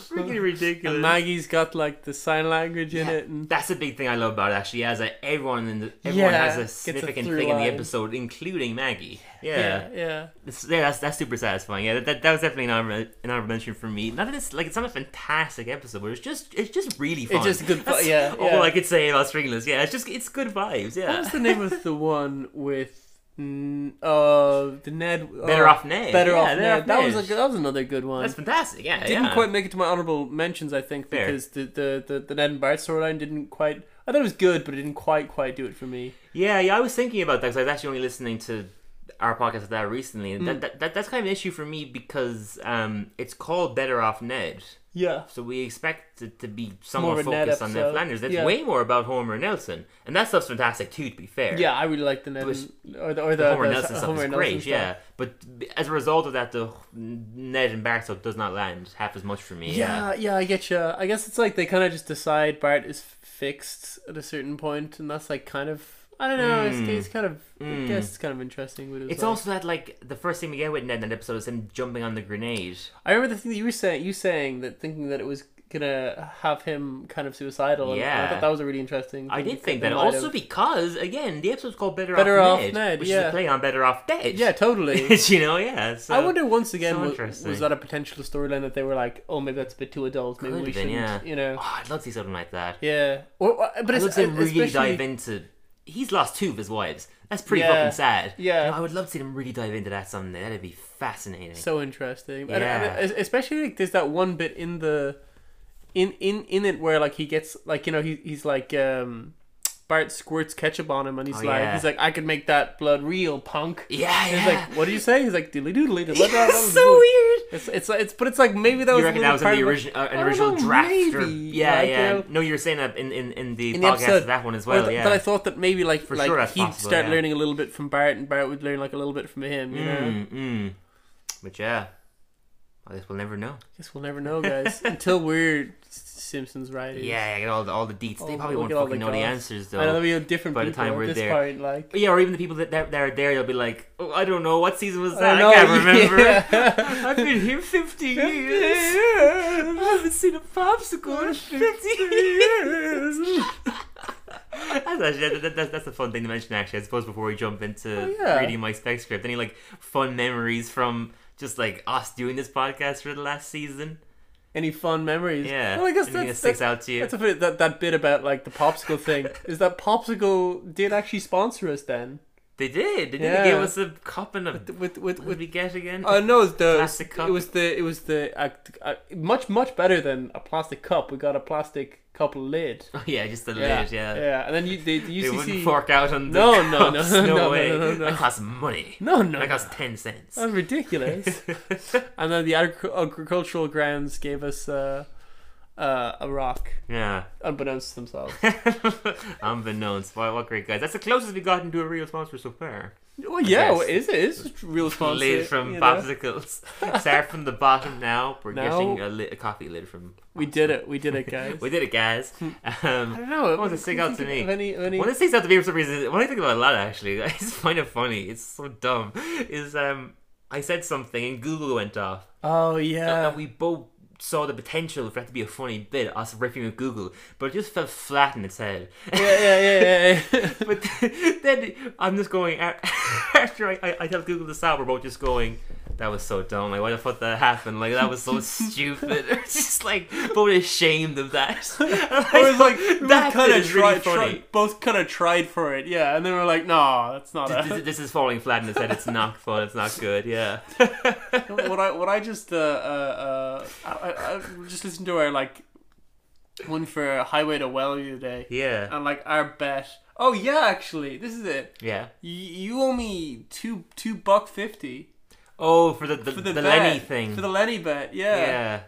Speaker 1: freaking ridiculous.
Speaker 2: And Maggie's got like the sign language in
Speaker 1: Yeah.
Speaker 2: it, and
Speaker 1: That's a big thing I love about it, actually. As a, everyone in the, everyone
Speaker 2: Yeah,
Speaker 1: has a
Speaker 2: gets a
Speaker 1: significant
Speaker 2: through
Speaker 1: thing in the
Speaker 2: line.
Speaker 1: episode, including Maggie.
Speaker 2: yeah,
Speaker 1: Yeah,
Speaker 2: yeah.
Speaker 1: It's- yeah, that's that's super satisfying. Yeah, that, that, that was definitely an honorable, an honorable mention for me. Not that it's like it's not a fantastic episode, but it's just it's just really fun.
Speaker 2: It's just good.
Speaker 1: That's
Speaker 2: yeah,
Speaker 1: all
Speaker 2: yeah.
Speaker 1: I could say about Stringless. Yeah, it's just it's good vibes. Yeah.
Speaker 2: What was the name of the one with mm, uh the Ned? oh,
Speaker 1: Better off Ned.
Speaker 2: Better
Speaker 1: Yeah,
Speaker 2: off
Speaker 1: Better
Speaker 2: Ned.
Speaker 1: Off
Speaker 2: That was
Speaker 1: Ned.
Speaker 2: a, that was another good one.
Speaker 1: That's fantastic. Yeah,
Speaker 2: didn't
Speaker 1: yeah.
Speaker 2: quite make it to my honorable mentions, I think,
Speaker 1: Fair.
Speaker 2: because the, the, the, the Ned and Bart storyline didn't quite. I thought it was good, but it didn't quite quite do it for me.
Speaker 1: Yeah, yeah. I was thinking about that because I was actually only listening to our podcast of that recently,
Speaker 2: Mm.
Speaker 1: and that, that, that that's kind of an issue for me because um, it's called Better Off Ned,
Speaker 2: Yeah,
Speaker 1: so we expect it to be somewhat
Speaker 2: of a Ned
Speaker 1: focused on Ned
Speaker 2: episode.
Speaker 1: Flanders. That's
Speaker 2: Yeah.
Speaker 1: way more about Homer and Nelson, and that stuff's fantastic too. To be fair,
Speaker 2: yeah, I really liked the Ned
Speaker 1: was-
Speaker 2: and, or the or
Speaker 1: The
Speaker 2: the
Speaker 1: Homer
Speaker 2: the
Speaker 1: Nelson stuff
Speaker 2: Homer
Speaker 1: is
Speaker 2: Nelson
Speaker 1: great,
Speaker 2: stuff.
Speaker 1: yeah. But b- as a result of that, the h- Ned and Bart stuff does not land half as much for me.
Speaker 2: yeah, yeah. I get you. I guess it's like they kind of just decide Bart is fixed at a certain point, and that's like kind of I don't know.
Speaker 1: Mm.
Speaker 2: It's, it's kind of I
Speaker 1: Mm.
Speaker 2: guess it's kind of interesting. But it was
Speaker 1: It's
Speaker 2: like-
Speaker 1: also that like the first thing we get with Ned in that episode is him jumping on the grenade.
Speaker 2: I remember the thing that you were saying, you saying that thinking that it was gonna have him kind of suicidal. And I
Speaker 1: Yeah.
Speaker 2: thought that was a really interesting.
Speaker 1: I
Speaker 2: thing
Speaker 1: did
Speaker 2: to
Speaker 1: think
Speaker 2: in
Speaker 1: that
Speaker 2: light
Speaker 1: also
Speaker 2: of-
Speaker 1: because again the episode's called Better,
Speaker 2: Better
Speaker 1: Off
Speaker 2: Off
Speaker 1: Ned,
Speaker 2: Ned,
Speaker 1: which is
Speaker 2: yeah.
Speaker 1: a play on Better Off Dead.
Speaker 2: Yeah, totally.
Speaker 1: you know, yeah. So
Speaker 2: I wonder once again
Speaker 1: so
Speaker 2: wa- was,
Speaker 1: interesting.
Speaker 2: that a potential storyline that they were like, oh, maybe that's a bit too adult. Maybe
Speaker 1: Could
Speaker 2: we
Speaker 1: have been,
Speaker 2: shouldn't.
Speaker 1: yeah.
Speaker 2: You know.
Speaker 1: Oh, I'd love to see something like that.
Speaker 2: Yeah. Or, or- but
Speaker 1: I'd
Speaker 2: it's e-,
Speaker 1: love to really
Speaker 2: especially-
Speaker 1: dive into. He's lost two of his wives. That's pretty
Speaker 2: Yeah.
Speaker 1: fucking sad.
Speaker 2: Yeah.
Speaker 1: You know, I would love to see them really dive into that someday. That'd be fascinating.
Speaker 2: so interesting And-
Speaker 1: Yeah.
Speaker 2: and, es- especially like there's that one bit in the in in in it where like he gets like you know he, he's like um bart squirts ketchup on him and he's
Speaker 1: Oh,
Speaker 2: like
Speaker 1: yeah.
Speaker 2: he's like i could make that blood real punk
Speaker 1: yeah,
Speaker 2: and
Speaker 1: yeah.
Speaker 2: he's like what do you say he's like doodly doodly
Speaker 1: Yeah, it's so e- weird.
Speaker 2: it's it's like- it's but it's like maybe that
Speaker 1: You
Speaker 2: was
Speaker 1: reckon
Speaker 2: a
Speaker 1: that
Speaker 2: little
Speaker 1: was in
Speaker 2: part
Speaker 1: the
Speaker 2: of it.
Speaker 1: origin, uh,
Speaker 2: I
Speaker 1: an
Speaker 2: don't
Speaker 1: original
Speaker 2: know,
Speaker 1: draft? Or,
Speaker 2: maybe,
Speaker 1: yeah,
Speaker 2: like,
Speaker 1: yeah.
Speaker 2: you know-
Speaker 1: no, you were saying that in, in, in the
Speaker 2: In the
Speaker 1: podcast
Speaker 2: episode.
Speaker 1: of that one as
Speaker 2: Or
Speaker 1: well.
Speaker 2: th-
Speaker 1: yeah.
Speaker 2: But I thought that maybe like
Speaker 1: For
Speaker 2: like
Speaker 1: sure that's
Speaker 2: he'd
Speaker 1: possible,
Speaker 2: start
Speaker 1: yeah.
Speaker 2: learning a little bit from Bart, and Bart would learn like a little bit from him. You know,
Speaker 1: mm, mm. But yeah, I guess we'll never know.
Speaker 2: guess we'll never know, guys, until we're S- Simpsons writers.
Speaker 1: Yeah, yeah, get all the all the deets.
Speaker 2: Oh,
Speaker 1: they probably
Speaker 2: look
Speaker 1: won't
Speaker 2: at all
Speaker 1: fucking
Speaker 2: the
Speaker 1: know the
Speaker 2: goss.
Speaker 1: answers
Speaker 2: I know
Speaker 1: though.
Speaker 2: we have different
Speaker 1: by the
Speaker 2: people
Speaker 1: time we're
Speaker 2: at this
Speaker 1: there.
Speaker 2: point. Like,
Speaker 1: But yeah, or even the people that that, that are there, they'll be like, "Oh, I don't know, what season was that? I,
Speaker 2: know,
Speaker 1: can't remember.
Speaker 2: yeah.
Speaker 1: I've been here fifty years. I
Speaker 2: Yeah.
Speaker 1: haven't seen a popsicle in fifty years." That's, actually, that, that, that's, that's a fun thing to mention, actually. I suppose before we jump into
Speaker 2: Oh, yeah.
Speaker 1: reading my spec script, any like fun memories from just like us doing this podcast for the last season?
Speaker 2: Any fun memories?
Speaker 1: Yeah,
Speaker 2: Well, I guess
Speaker 1: anything that
Speaker 2: that's,
Speaker 1: sticks
Speaker 2: that's,
Speaker 1: out to you.
Speaker 2: that's a bit, that that bit about like the popsicle thing is that popsicle did actually sponsor us then
Speaker 1: They did. They did.
Speaker 2: Yeah.
Speaker 1: They gave us a cup and a.
Speaker 2: with with
Speaker 1: What did
Speaker 2: with.
Speaker 1: we get again?
Speaker 2: Uh, no, it was the
Speaker 1: Plastic cup.
Speaker 2: it was the it was the uh, uh, much much better than a plastic cup. We got a plastic cup lid.
Speaker 1: Oh, yeah, just the lid, yeah.
Speaker 2: yeah. And then you the, the
Speaker 1: They
Speaker 2: UCC
Speaker 1: wouldn't fork out on the
Speaker 2: No, no,
Speaker 1: cups,
Speaker 2: no,
Speaker 1: no,
Speaker 2: no, no,
Speaker 1: way.
Speaker 2: no, no, no.
Speaker 1: That costs money.
Speaker 2: No, no,
Speaker 1: that
Speaker 2: no.
Speaker 1: costs ten cents.
Speaker 2: That was ridiculous. and then the agric- agricultural grounds gave us uh, uh, a rock,
Speaker 1: Yeah.
Speaker 2: unbeknownst to themselves.
Speaker 1: Unbeknownst. Wow, what great guys. That's the closest we've gotten to a real sponsor so far.
Speaker 2: well, yeah,
Speaker 1: guess.
Speaker 2: it is. It is real sponsor.
Speaker 1: lid from
Speaker 2: you know?
Speaker 1: popsicles. Start from the bottom now. We're
Speaker 2: Now-
Speaker 1: getting a, li- a coffee lid from.
Speaker 2: We did it. We did it, guys.
Speaker 1: We did it, guys.
Speaker 2: I
Speaker 1: Um,
Speaker 2: don't know.
Speaker 1: What does it stick out to me?
Speaker 2: Of any, of any...
Speaker 1: one of the things out to be for some reason, when I think about it a lot, actually, I just find it funny. It's so dumb. Is um, I said something and Google went off,
Speaker 2: Oh
Speaker 1: and-
Speaker 2: yeah.
Speaker 1: and we both saw the potential for that to be a funny bit, us ripping with Google, but it just fell flat in its head.
Speaker 2: yeah, yeah, yeah, yeah. yeah.
Speaker 1: but then I'm just going a- after I, I, I tell Google to stop. We're both just going. That was so dumb. Like, why the fuck that happened? Like, that was so stupid. It's just like both ashamed of that.
Speaker 2: I was like, we
Speaker 1: that
Speaker 2: kinda
Speaker 1: bit is really
Speaker 2: tried-
Speaker 1: funny.
Speaker 2: tried- both kind of tried for it, yeah, and then we're like, no, that's not
Speaker 1: This, this-
Speaker 2: it.
Speaker 1: this is falling flat in its head. It's not fun. It's not good. Yeah.
Speaker 2: what I what I just uh, uh, uh I, I, I just listened to our like one for Highway to Well the other day,
Speaker 1: Yeah.
Speaker 2: and like our bet. Oh yeah, actually, this is it.
Speaker 1: Yeah.
Speaker 2: You, you owe me two two buck fifty
Speaker 1: Oh, for the the,
Speaker 2: for
Speaker 1: the,
Speaker 2: the, bet,
Speaker 1: Lenny thing.
Speaker 2: for the Lenny bet.
Speaker 1: yeah.
Speaker 2: Yeah,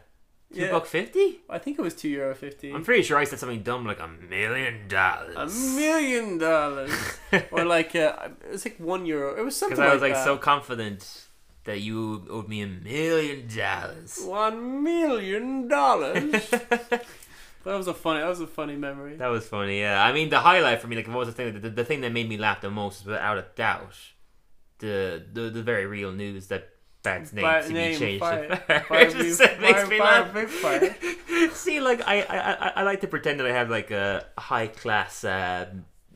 Speaker 1: Two
Speaker 2: yeah.
Speaker 1: buck fifty?
Speaker 2: I think it was two euro fifty.
Speaker 1: I'm pretty sure I said something dumb like a million dollars.
Speaker 2: A million dollars, or like uh, it was like one euro. It was something
Speaker 1: Because I was
Speaker 2: like
Speaker 1: like
Speaker 2: that.
Speaker 1: so confident that you owed me a million dollars.
Speaker 2: One million dollars. that was a funny. That was a funny memory.
Speaker 1: That was funny, yeah. I mean, the highlight for me, like, what was the thing? The, the thing that made me laugh the most was without a doubt the the, the very real news that Bart's name
Speaker 2: Bart
Speaker 1: to be
Speaker 2: name,
Speaker 1: changed.
Speaker 2: Bart-
Speaker 1: to
Speaker 2: Bart
Speaker 1: It just
Speaker 2: Big-
Speaker 1: makes
Speaker 2: Bart-
Speaker 1: me
Speaker 2: Bart
Speaker 1: laugh.
Speaker 2: Big
Speaker 1: See, like, I, I I- I like to pretend that I have like a high class, uh,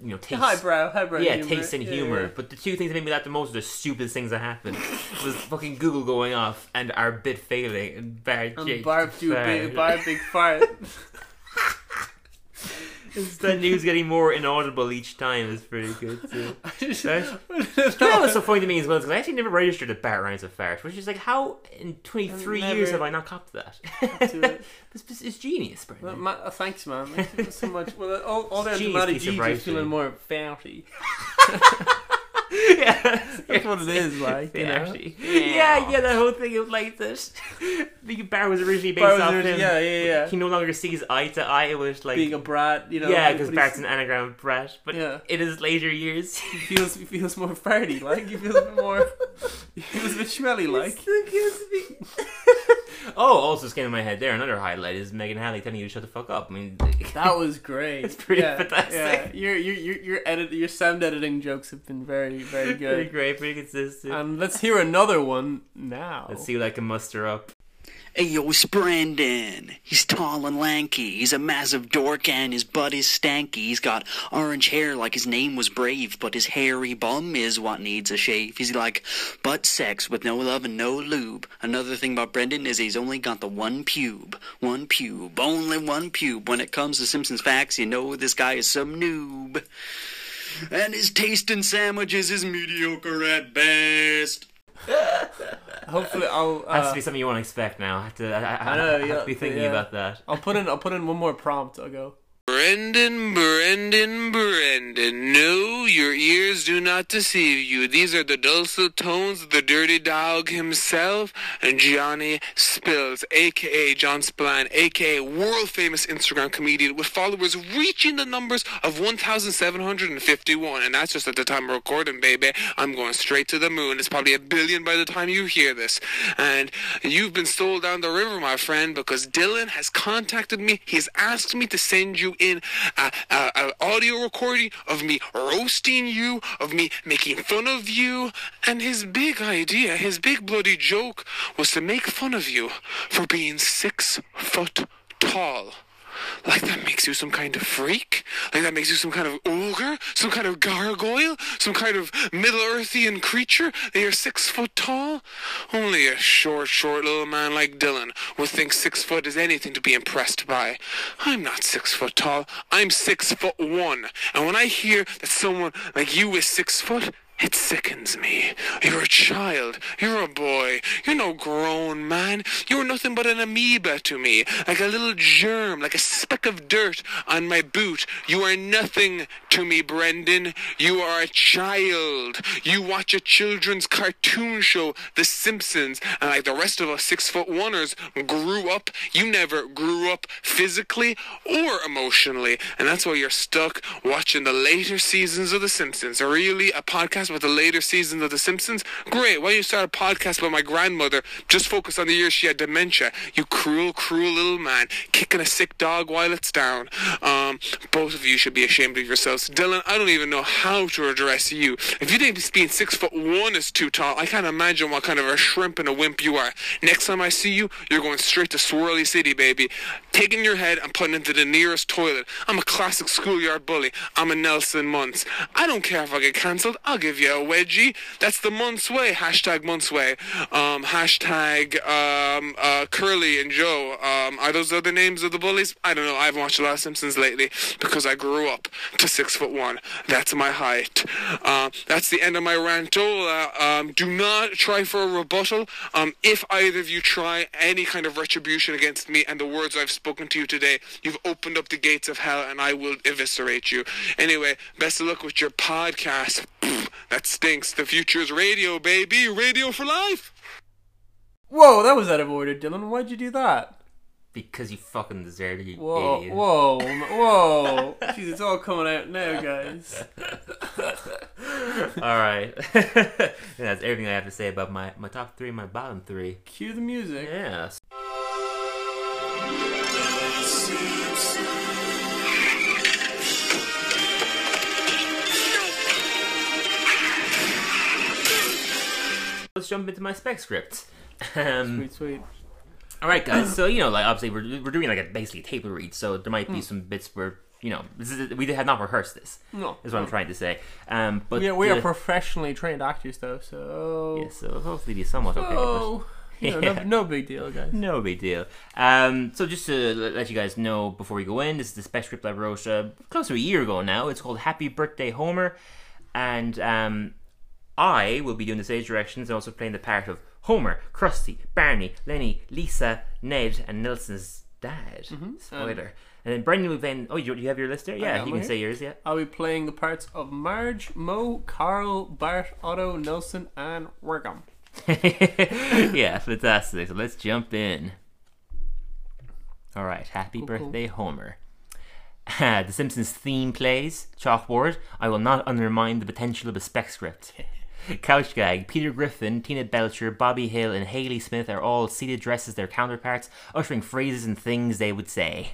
Speaker 1: you know, taste.
Speaker 2: Highbrow, highbrow.
Speaker 1: yeah,
Speaker 2: humor.
Speaker 1: taste and
Speaker 2: Yeah,
Speaker 1: humor. But the two things that made me laugh the most were the stupidest things that happened. was fucking Google going off and our bit failing and Bart
Speaker 2: yeah.
Speaker 1: changed
Speaker 2: And Barb
Speaker 1: to
Speaker 2: do big,
Speaker 1: Bart.
Speaker 2: Barb big fart.
Speaker 1: the news getting more inaudible each time is pretty good too. That's- You know
Speaker 2: that
Speaker 1: what's so funny to me as well? Because I actually never registered that Bart rhymes with fart, which is like, how in 23
Speaker 2: I've
Speaker 1: years
Speaker 2: never-
Speaker 1: have I not copped that? This this is genius, Brendan.
Speaker 2: uh, thanks, man. Thank you so much. Well, uh, all, all down to
Speaker 1: Genius
Speaker 2: Matty
Speaker 1: piece of
Speaker 2: G
Speaker 1: writing.
Speaker 2: just feeling more bounty.
Speaker 1: yeah,
Speaker 2: That's what it is, like. You
Speaker 1: Yeah,
Speaker 2: know?
Speaker 1: actually. yeah, yeah, that whole thing of like this. the Bart was originally based
Speaker 2: Barb was
Speaker 1: off
Speaker 2: originally-
Speaker 1: him.
Speaker 2: yeah, yeah, yeah.
Speaker 1: He no longer sees eye to eye. It was like,
Speaker 2: Being a brat, you know.
Speaker 1: yeah, because
Speaker 2: everybody's-
Speaker 1: Bart's an anagram of Brett. But
Speaker 2: Yeah.
Speaker 1: in his later years,
Speaker 2: he feels he feels more farty, like he feels a bit more he feels a bit smelly, like.
Speaker 1: oh, also just came to my head there. Another highlight is Megan Halley telling you to shut the fuck up. I mean,
Speaker 2: That was great.
Speaker 1: It's pretty
Speaker 2: yeah,
Speaker 1: fantastic.
Speaker 2: Yeah, your your your your edit your sound editing jokes have been very very
Speaker 1: pretty
Speaker 2: good.
Speaker 1: great, pretty consistent.
Speaker 2: And let's hear another one now.
Speaker 1: Let's see what I can muster up.
Speaker 3: Hey, yo, it's Brandon. He's tall and lanky. He's a massive dork and his butt is stanky. He's got orange hair like his name was brave, but his hairy bum is what needs a shave. He's like butt sex with no love and no lube. Another thing about Brendan is he's only got the one pube. One pube. Only one pube. When it comes to Simpsons facts, you know this guy is some noob. And his taste in sandwiches is mediocre at best.
Speaker 2: Hopefully, I'll
Speaker 1: Has
Speaker 2: uh,
Speaker 1: to be something you won't expect now. I have to, I, I, I,
Speaker 2: know,
Speaker 1: have
Speaker 2: yeah,
Speaker 1: to be thinking
Speaker 2: yeah.
Speaker 1: about that.
Speaker 2: I'll put in I'll put in one more prompt. I'll go.
Speaker 4: Brendan, Brendan, Brendan, no, your ears do not deceive you. These are the dulcet tones of the dirty dog himself, Johnny Spills, aka John Spillane, aka world famous Instagram comedian with followers reaching the numbers of 1,751. And that's just at the time of recording, baby. I'm going straight to the moon. It's probably a billion by the time you hear this. And you've been stole down the river, my friend, because Dylan has contacted me. He's asked me to send you in a, a, a audio recording of me roasting you, of me making fun of you. And his big idea, his big bloody joke, was to make fun of you for being six foot tall. Like that makes you some kind of freak? Like that makes you some kind of ogre? Some kind of gargoyle? Some kind of Middle Earthian creature? That you're six foot tall? Only a short, short little man like Dylan would think six foot is anything to be impressed by. I'm not six foot tall. I'm six foot one. And when I hear that someone like you is six foot, It sickens me. You're a child. You're a boy. You're no grown man. You're nothing but an amoeba to me, like a little germ, like a speck of dirt on my boot. You are nothing to me, Brendan. You are a child. You watch a children's cartoon show, The Simpsons, and like the rest of us six foot oneers grew up. You never grew up physically or emotionally, and that's why you're stuck watching the later seasons of The Simpsons. Really, a podcast about the later seasons of The Simpsons? Great. Why don't you start a podcast about my grandmother? Just focus on the year she had dementia. You cruel, cruel little man, kicking a sick dog while it's down. Um, both of you should be ashamed of yourselves. Dylan, I don't even know how to address you. If you think being six foot one is too tall, I can't imagine what kind of a shrimp and a wimp you are. Next time I see you, you're going straight to Swirly City, baby. Taking your head and putting it into the nearest toilet. I'm a classic schoolyard bully. I'm a Nelson Muntz. I don't care if I get cancelled. I'll give you a wedgie. That's the Muntz way. Hashtag Muntz way. Um, hashtag um, uh, Curly and Joe. Um, are those other names of the bullies? I don't know. I haven't watched a lot of Simpsons lately because I grew up to six foot one. That's my height. Uh, that's the end of my rantola. Um, do not try for a rebuttal. Um, if either of you try any kind of retribution against me and the words I've spoken to you today, you've opened up the gates of hell and I will eviscerate you. Anyway, best of luck with your podcast. Pfft, that stinks. The future is radio, baby. Radio for life.
Speaker 2: Whoa, that was out of order, Dylan. Why'd you do that?
Speaker 1: Because you fucking deserve it, you
Speaker 2: Whoa,
Speaker 1: idiot.
Speaker 2: whoa, whoa. Jeez, it's all coming out now, guys.
Speaker 1: All right. That's everything I have to say about my, my top three, my bottom three.
Speaker 2: Cue the music.
Speaker 1: Yeah. Let's jump into my spec script. Um,
Speaker 2: Sweet, sweet.
Speaker 1: all right, guys. So you know, like obviously we're, we're doing like a basically table read, so there
Speaker 2: Mm.
Speaker 1: might be some bits where you know this is, we have not rehearsed this.
Speaker 2: No.
Speaker 1: is what I'm trying to say. Um, but
Speaker 2: We are, we are
Speaker 1: the-
Speaker 2: professionally trained actors, though, so.
Speaker 1: yeah, so hopefully it's somewhat okay. but-
Speaker 2: Oh, you know, no, no big deal, guys.
Speaker 1: No big deal. Um, so just to l- let you guys know before we go in, this is the special script I wrote uh, close to a year ago now. It's called Happy Birthday Homer, and um, I will be doing the stage directions and also playing the part of Homer, Krusty, Barney, Lenny, Lisa, Ned, and Nelson's dad. Spoiler. and then Brendan will be playing. Oh, you, you have your list there? Yeah,
Speaker 2: Mm-hmm. Um, got
Speaker 1: you
Speaker 2: mine
Speaker 1: can say yours. Yeah.
Speaker 2: I'll be playing the parts of Marge, Mo, Carl, Bart, Otto, Nelson, and Wergum.
Speaker 1: yeah, fantastic. So let's jump in. All right, happy birthday, Homer. Ah, the Simpsons theme plays, chalkboard. I will not undermine the potential of a spec script. Couch gag. Peter Griffin, Tina Belcher, Bobby Hill, and Haley Smith are all seated dressed as their counterparts, uttering phrases and things they would say.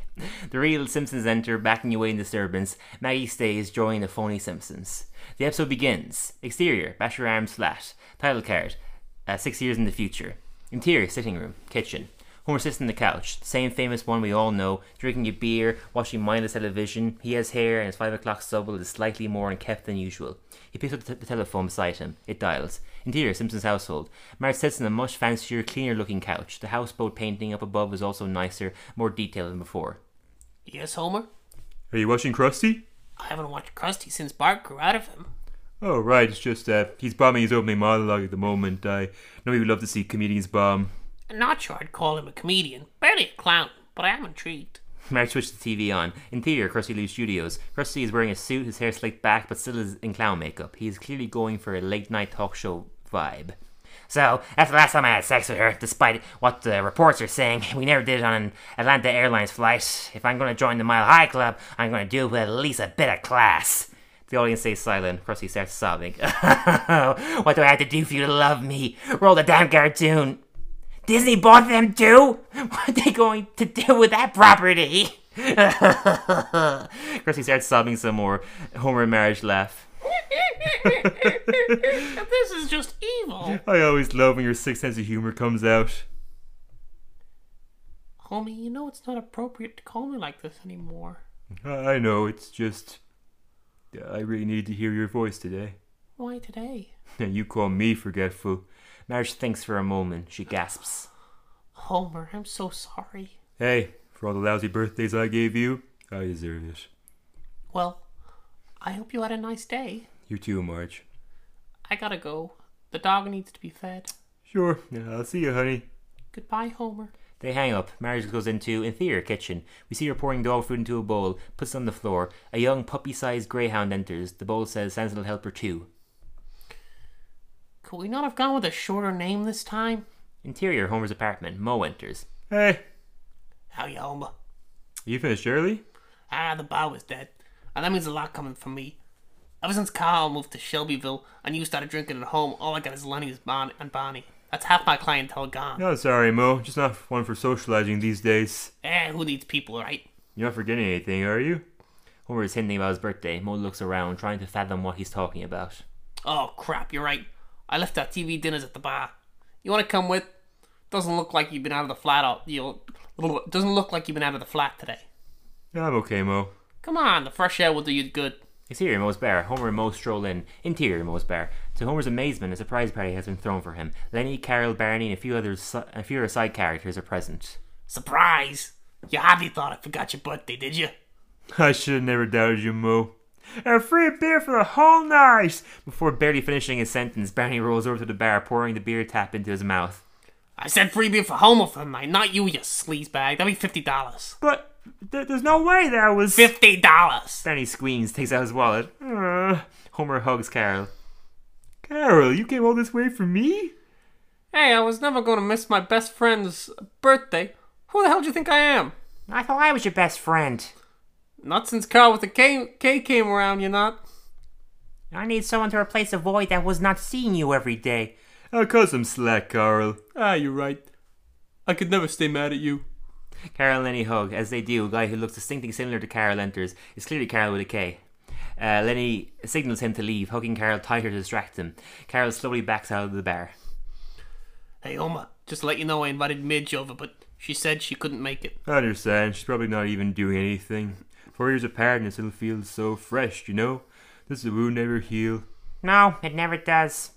Speaker 1: The real Simpsons enter, backing away in disturbance. Maggie stays, joining the phony Simpsons. The episode begins. Exterior, Basher Arms Flat. Title card, uh, six years in the future. Interior, sitting room, kitchen. Homer sits on the couch, the same famous one we all know, drinking a beer, watching mindless television. He has hair, and his five o'clock stubble is slightly more unkempt than usual. He picks up the, t- the telephone beside him. It dials. Interior, Simpson's household. Marge sits on a much fancier, cleaner-looking couch. The houseboat painting up above is also nicer, more detailed than before.
Speaker 5: Yes, Homer.
Speaker 6: Are you watching Krusty?
Speaker 5: I haven't watched Krusty since Bart grew out of him.
Speaker 6: Oh, right, it's just uh, he's bombing his opening monologue at the moment. I know you love to see comedians bomb.
Speaker 5: I'm not sure I'd call him a comedian, barely a clown, but I am intrigued.
Speaker 1: Marge switches the TV on. Interior, Krusty Lou Studios. Krusty is wearing a suit, his hair slicked back, but still is in clown makeup. He is clearly going for a late night talk show vibe. So, that's the last time I had sex with her, despite what the reports are saying. We never did it on an Atlanta Airlines flight. If I'm gonna join the Mile High Club, I'm gonna do it with at least a bit of class. The audience stays silent. Krusty starts sobbing. what do I have to do for you to love me? Roll the damn cartoon. Disney bought them too? What are they going to do with that property? Chrissy starts sobbing some more. Homer and Marge laugh.
Speaker 5: this is just evil.
Speaker 6: I always love when your sixth sense of humor comes out.
Speaker 5: Homie, you know it's not appropriate to call me like this anymore.
Speaker 6: I I know, it's just. uh, I really needed to hear your voice today.
Speaker 5: Why today?
Speaker 6: And you call me forgetful.
Speaker 1: Marge thinks for a moment. She gasps.
Speaker 5: Homer, I'm so sorry.
Speaker 6: Hey, for all the lousy birthdays I gave you, I deserve it.
Speaker 5: Well, I hope you had a nice day.
Speaker 6: You too, Marge.
Speaker 5: I gotta go. The dog needs to be fed.
Speaker 6: Sure. Yeah, I'll see you, honey.
Speaker 5: Goodbye, Homer.
Speaker 1: They hang up. Marge goes into inferior kitchen. We see her pouring dog food into a bowl, puts it on the floor. A young puppy-sized greyhound enters. The bowl says Santa's little helper two.
Speaker 5: Could we not have gone with a shorter name this time?
Speaker 1: Interior Homer's apartment. Mo enters.
Speaker 6: Hey,
Speaker 5: Howdy, Homer.
Speaker 6: you finished early?
Speaker 5: Ah, the bar was dead. And that means a lot coming from me. Ever since Carl moved to Shelbyville and you started drinking at home, all I got is Lenny's Bon and Bonnie. That's half my clientele gone.
Speaker 6: No, sorry, Mo. Just not one for socializing these days.
Speaker 5: Eh, who needs people, right?
Speaker 6: You're not forgetting anything, are you?
Speaker 1: Homer is hinting about his birthday. Mo looks around, trying to fathom what he's talking about.
Speaker 5: Oh, crap, you're right. I left our TV dinners at the bar. You want to come with? Doesn't look like you've been out of the flat all. You doesn't look like you've been out of the flat today.
Speaker 6: Yeah, I'm okay, Mo.
Speaker 5: Come on, the fresh air will do you good.
Speaker 1: Exterior Mo's bar. Homer and Mo stroll in. Interior Mo's bar. To Homer's amazement, a surprise party has been thrown for him. Lenny, Carol, Barney, and a few others, si- a few other side characters are present.
Speaker 5: Surprise! You hardly thought I forgot your birthday, did you?
Speaker 6: I should have never doubted you, Mo. And free beer for the whole night!
Speaker 1: Before barely finishing his sentence, Barney rolls over to the bar, pouring the beer tap into his mouth.
Speaker 5: I said free beer for Homer for the night, not you, you sleazebag. That'd be fifty dollars.
Speaker 6: But th- there's no way that was.
Speaker 5: Fifty dollars.
Speaker 1: Barney screams, takes out his wallet.
Speaker 6: Uh,
Speaker 1: Homer hugs Carol.
Speaker 6: Carol, you came all this way for me?
Speaker 2: Hey, I was never going to miss my best friend's birthday. Who the hell do you think I am?
Speaker 1: I thought I was your best friend.
Speaker 2: Not since Carl with the K, K came around, you're not.
Speaker 1: I need someone to replace a void that was not seeing you every day.
Speaker 6: I'll cut some slack, Carl.
Speaker 2: Ah, you're right. I could never stay mad at you.
Speaker 1: Carol and Lenny hug. As they do, a guy who looks distinctly similar to Carol enters. It's clearly Carol with a K. Uh, Lenny signals him to leave, hugging Carol tighter to distract him. Carol slowly backs out of the bar.
Speaker 5: Hey Homer, just to let you know I invited Midge over, but she said she couldn't make it.
Speaker 6: I understand. She's probably not even doing anything. Four years apart and it still feels so fresh, you know? This is a wound never heal.
Speaker 1: No, it never does.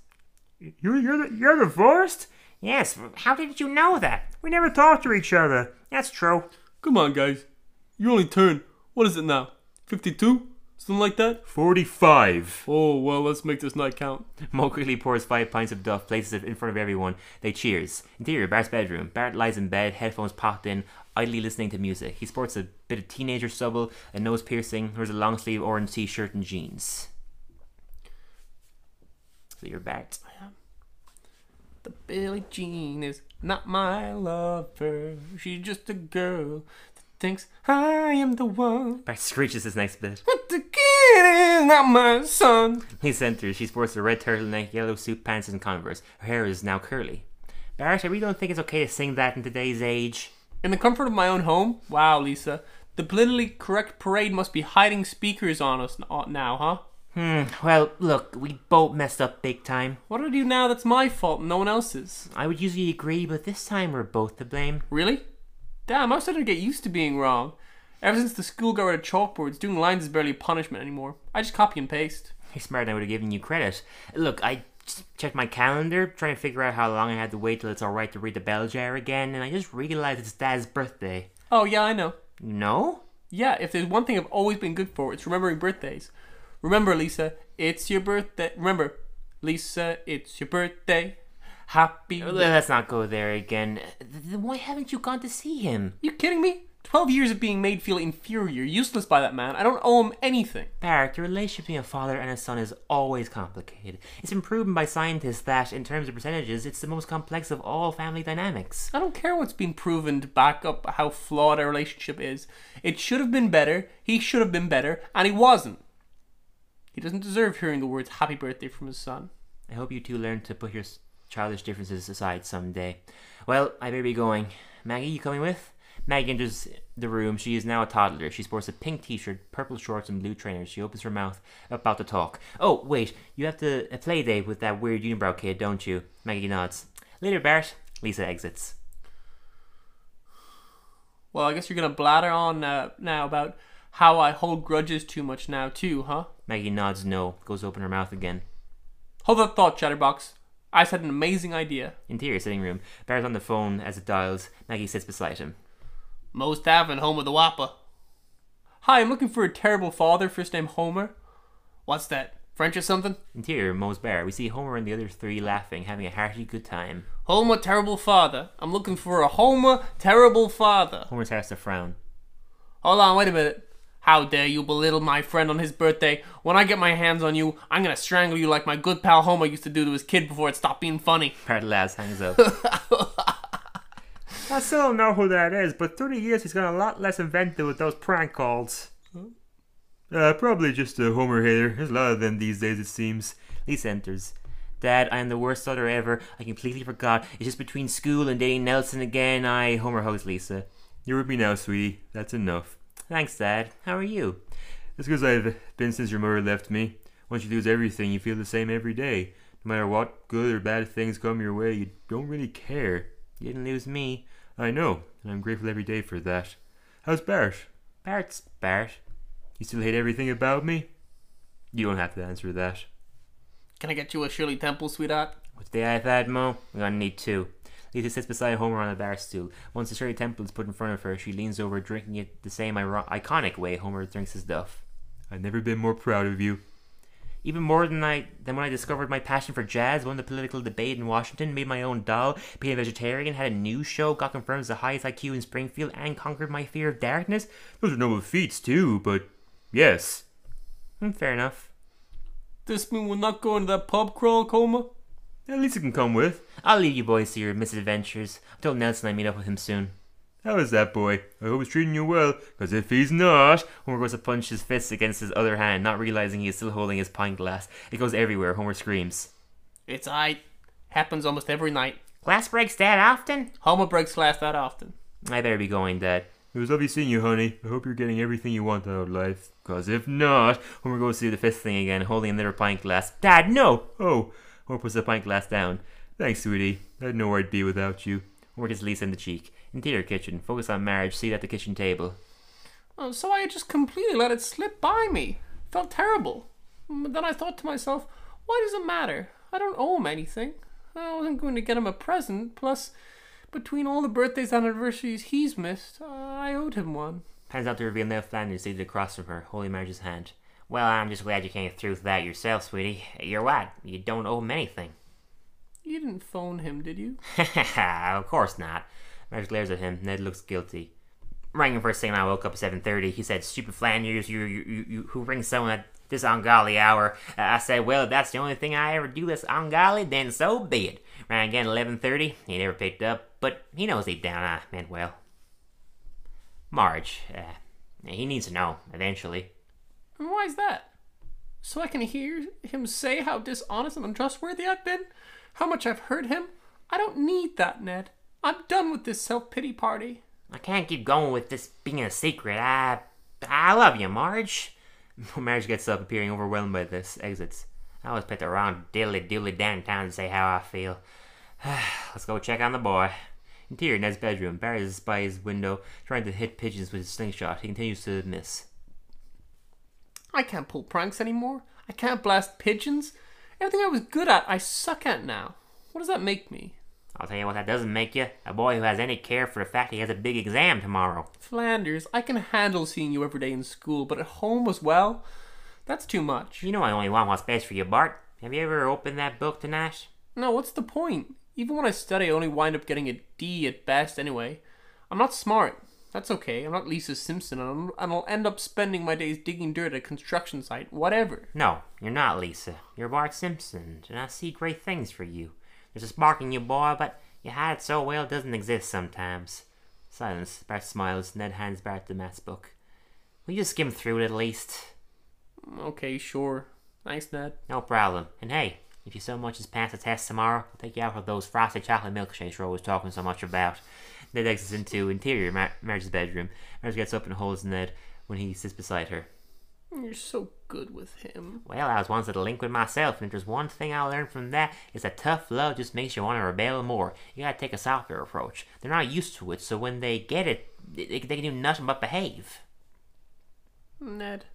Speaker 6: You're, you're, the, you're divorced?
Speaker 1: Yes, how did you know that?
Speaker 6: We never talked to each other.
Speaker 1: That's true.
Speaker 2: Come on, guys. You only turned. What is it now? 52? Something like that?
Speaker 6: 45.
Speaker 2: Oh, well, let's make this night count.
Speaker 1: Mo quickly pours five pints of Duff, places it in front of everyone. They cheers. Interior, Bart's bedroom. Bart lies in bed, headphones popped in, idly listening to music. He sports a bit of teenager stubble, a nose piercing, wears a long sleeve orange t shirt and jeans. So you're Bart.
Speaker 2: The Billie Jean is not my lover. She's just a girl that thinks I am the one.
Speaker 1: Bart screeches this next bit.
Speaker 2: But the kid is not my son.
Speaker 1: He centers. She sports a red turtleneck, yellow suit pants, and Converse. Her hair is now curly. Bart, I really don't think it's okay to sing that in today's age.
Speaker 2: In the comfort of my own home? Wow, Lisa. The politically correct parade must be hiding speakers on us n- uh, now, huh?
Speaker 1: Well, look, we both messed up big time.
Speaker 2: What do I do now that's my fault and no one else's?
Speaker 1: I would usually agree, but this time we're both to blame.
Speaker 2: Really? Damn, I'm starting to get used to being wrong. Ever since the school got rid of chalkboards, doing lines is barely a punishment anymore. I just copy and paste.
Speaker 1: You're smart and I would have given you credit. Look, I just checked my calendar, trying to figure out how long I had to wait till it's alright to read the bell jar again, and I just realized it's Dad's birthday.
Speaker 2: Oh, yeah, I know.
Speaker 1: No?
Speaker 2: Yeah, if there's one thing I've always been good for, it's remembering birthdays. Remember, Lisa, it's your birthday. Remember, Lisa, it's your birthday. Happy.
Speaker 1: Let's not go there again. Then why haven't you gone to see him?
Speaker 2: You kidding me? 12 years of being made feel inferior, useless by that man. I don't owe him anything.
Speaker 1: Barrett, the relationship between a father and a son is always complicated. It's been proven by scientists that, in terms of percentages, it's the most complex of all family dynamics.
Speaker 2: I don't care what's been proven to back up how flawed our relationship is. It should have been better, he should have been better, and he wasn't. He doesn't deserve hearing the words happy birthday from his son.
Speaker 1: I hope you two learn to put your s- childish differences aside someday. Well, I better be going. Maggie, you coming with? Maggie enters the room. She is now a toddler. She sports a pink t-shirt, purple shorts, and blue trainers. She opens her mouth, about to talk. Oh, wait, you have to a play date with that weird unibrow kid, don't you? Maggie nods. Later, Bart. Lisa exits.
Speaker 2: Well, I guess you're gonna blather on uh, now about how I hold grudges too much now, too, huh?
Speaker 1: Maggie nods no, goes to open her mouth again.
Speaker 2: Hold that thought, Chatterbox. I just had an amazing idea.
Speaker 1: Interior sitting room. Bart's on the phone as it dials. Maggie sits beside him.
Speaker 5: Most having home of the Whopper.
Speaker 2: Hi, I'm looking for a terrible father, first name Homer.
Speaker 5: What's that?
Speaker 2: French or something?
Speaker 1: Interior, Moe's bar. We see Homer and the other three laughing, having a hearty good time.
Speaker 2: Homer, terrible father. I'm looking for a Homer, terrible father.
Speaker 1: Homer starts to frown.
Speaker 2: Hold on, wait a minute. How dare you belittle my friend on his birthday? When I get my hands on you, I'm gonna strangle you like my good pal Homer used to do to his kid before it stopped being funny.
Speaker 1: Bart laughs, hangs up.
Speaker 7: I still don't know who that is, but through the years he's got a lot less inventive with those prank calls. Uh, probably just a Homer hater. There's a lot of them these days, it seems.
Speaker 1: Lisa enters. Dad, I am the worst daughter ever. I completely forgot. It's just between school and dating Nelson again. I Homer hugs Lisa.
Speaker 7: You're with me now, sweetie. That's enough.
Speaker 1: Thanks, Dad. How are you?
Speaker 7: That's because I've been since your mother left me. Once you lose everything, you feel the same every day. No matter what good or bad things come your way, you don't really care.
Speaker 1: You didn't lose me.
Speaker 7: I know, and I'm grateful every day for that. How's Bart?
Speaker 1: Bart's Bart.
Speaker 7: You still hate everything about me? You don't have to answer that.
Speaker 2: Can I get you a Shirley Temple, sweetheart?
Speaker 1: What's the eye of that, Mo? We're gonna need two. Lisa sits beside Homer on a bar stool. Once the Shirley Temple is put in front of her, she leans over, drinking it the same iro- iconic way Homer drinks his duff.
Speaker 7: I've never been more proud of you.
Speaker 1: Even more than I than when I discovered my passion for jazz, won the political debate in Washington, made my own doll, became a vegetarian, had a news show, got confirmed as the highest IQ in Springfield, and conquered my fear of darkness.
Speaker 7: Those are noble feats, too, but yes.
Speaker 1: Hmm, fair enough.
Speaker 2: This mean we're not going to that pub crawl, Homer?
Speaker 7: At least you can come with.
Speaker 1: I'll leave you boys to your misadventures. I told Nelson I meet up with him soon.
Speaker 7: How is that boy? I hope he's treating you well, because if he's not,
Speaker 1: Homer goes to punch his fist against his other hand, not realizing he is still holding his pint glass. It goes everywhere. Homer screams.
Speaker 2: It's I. Happens almost every night.
Speaker 1: Glass breaks that often?
Speaker 2: Homer breaks glass that often.
Speaker 1: I better be going, Dad.
Speaker 7: it was lovely seeing you, honey. I hope you're getting everything you want out of life, because if not,
Speaker 1: Homer goes to do the fist thing again, holding another pint glass. Dad, no!
Speaker 7: oh,
Speaker 1: Homer puts the pint glass down.
Speaker 7: thanks, sweetie. I would know where I'd be without you.
Speaker 1: Homer kisses Lisa in the cheek. Interior kitchen. Focus on marriage. Seat at the kitchen table.
Speaker 2: Oh, so I just completely let it slip by me. Felt terrible. But then I thought to myself, why does it matter? I don't owe him anything. I wasn't going to get him a present. Plus, between all the birthdays and anniversaries he's missed, I owed him one.
Speaker 1: Pans out to reveal Nell Flanders seated across from her, holding Marge's hand. Well, I'm just glad you came through with that yourself, sweetie. You're right. You don't owe him anything.
Speaker 2: You didn't phone him, did you?
Speaker 1: of course not. Marge glares at him. Ned looks guilty. Rang him first thing when I woke up at 7.30. He said, stupid Flanders, you, you, you, you who rings someone at this ungodly hour. Uh, I said, well, if that's the only thing I ever do that's ungodly, then so be it. Rang again at 11.30. He never picked up, but he knows deep down I meant well. Marge, uh, he needs to know, eventually.
Speaker 2: And why is that? So I can hear him say how dishonest and untrustworthy I've been? How much I've hurt him? I don't need that, Ned. I'm done with this self pity party.
Speaker 1: I can't keep going with this being a secret. I, I love you, Marge. Marge gets up, appearing overwhelmed by this, exits. I always put the wrong dilly dilly downtown to say how I feel. Let's go check on the boy. Interior Ned's bedroom. Barry is by his window, trying to hit pigeons with his slingshot. He continues to miss.
Speaker 2: I can't pull pranks anymore. I can't blast pigeons. Everything I was good at, I suck at now. What does that make me?
Speaker 1: I'll tell you what that doesn't make you a boy who has any care for the fact he has a big exam tomorrow.
Speaker 2: Flanders, I can handle seeing you every day in school, but at home as well? That's too much.
Speaker 1: You know I only want what's best for you, Bart. Have you ever opened that book tonight?
Speaker 2: No, what's the point? Even when I study, I only wind up getting a D at best anyway. I'm not smart. That's okay. I'm not Lisa Simpson, and I'm- and I'll end up spending my days digging dirt at a construction site, whatever.
Speaker 1: No, you're not Lisa. You're Bart Simpson, and I see great things for you. There's a spark in you, boy, but you hide it so well it doesn't exist sometimes. Silence. Bart smiles. Ned hands Bart the math book. Will you just skim through it at least?
Speaker 2: Okay, sure. Thanks, Ned.
Speaker 1: No problem. And hey, if you so much as pass the test tomorrow, I'll take you out for those frosted chocolate milkshakes you're always talking so much about. Ned exits into interior Mar- Marge's bedroom. Marge gets up and holds Ned when he sits beside her.
Speaker 2: You're so good with him.
Speaker 1: Well, I was once a delinquent myself, and if there's one thing I learned from that, is that tough love just makes you want to rebel more. You gotta take a softer approach. They're not used to it, so when they get it, they, they can do nothing but behave.
Speaker 2: Ned,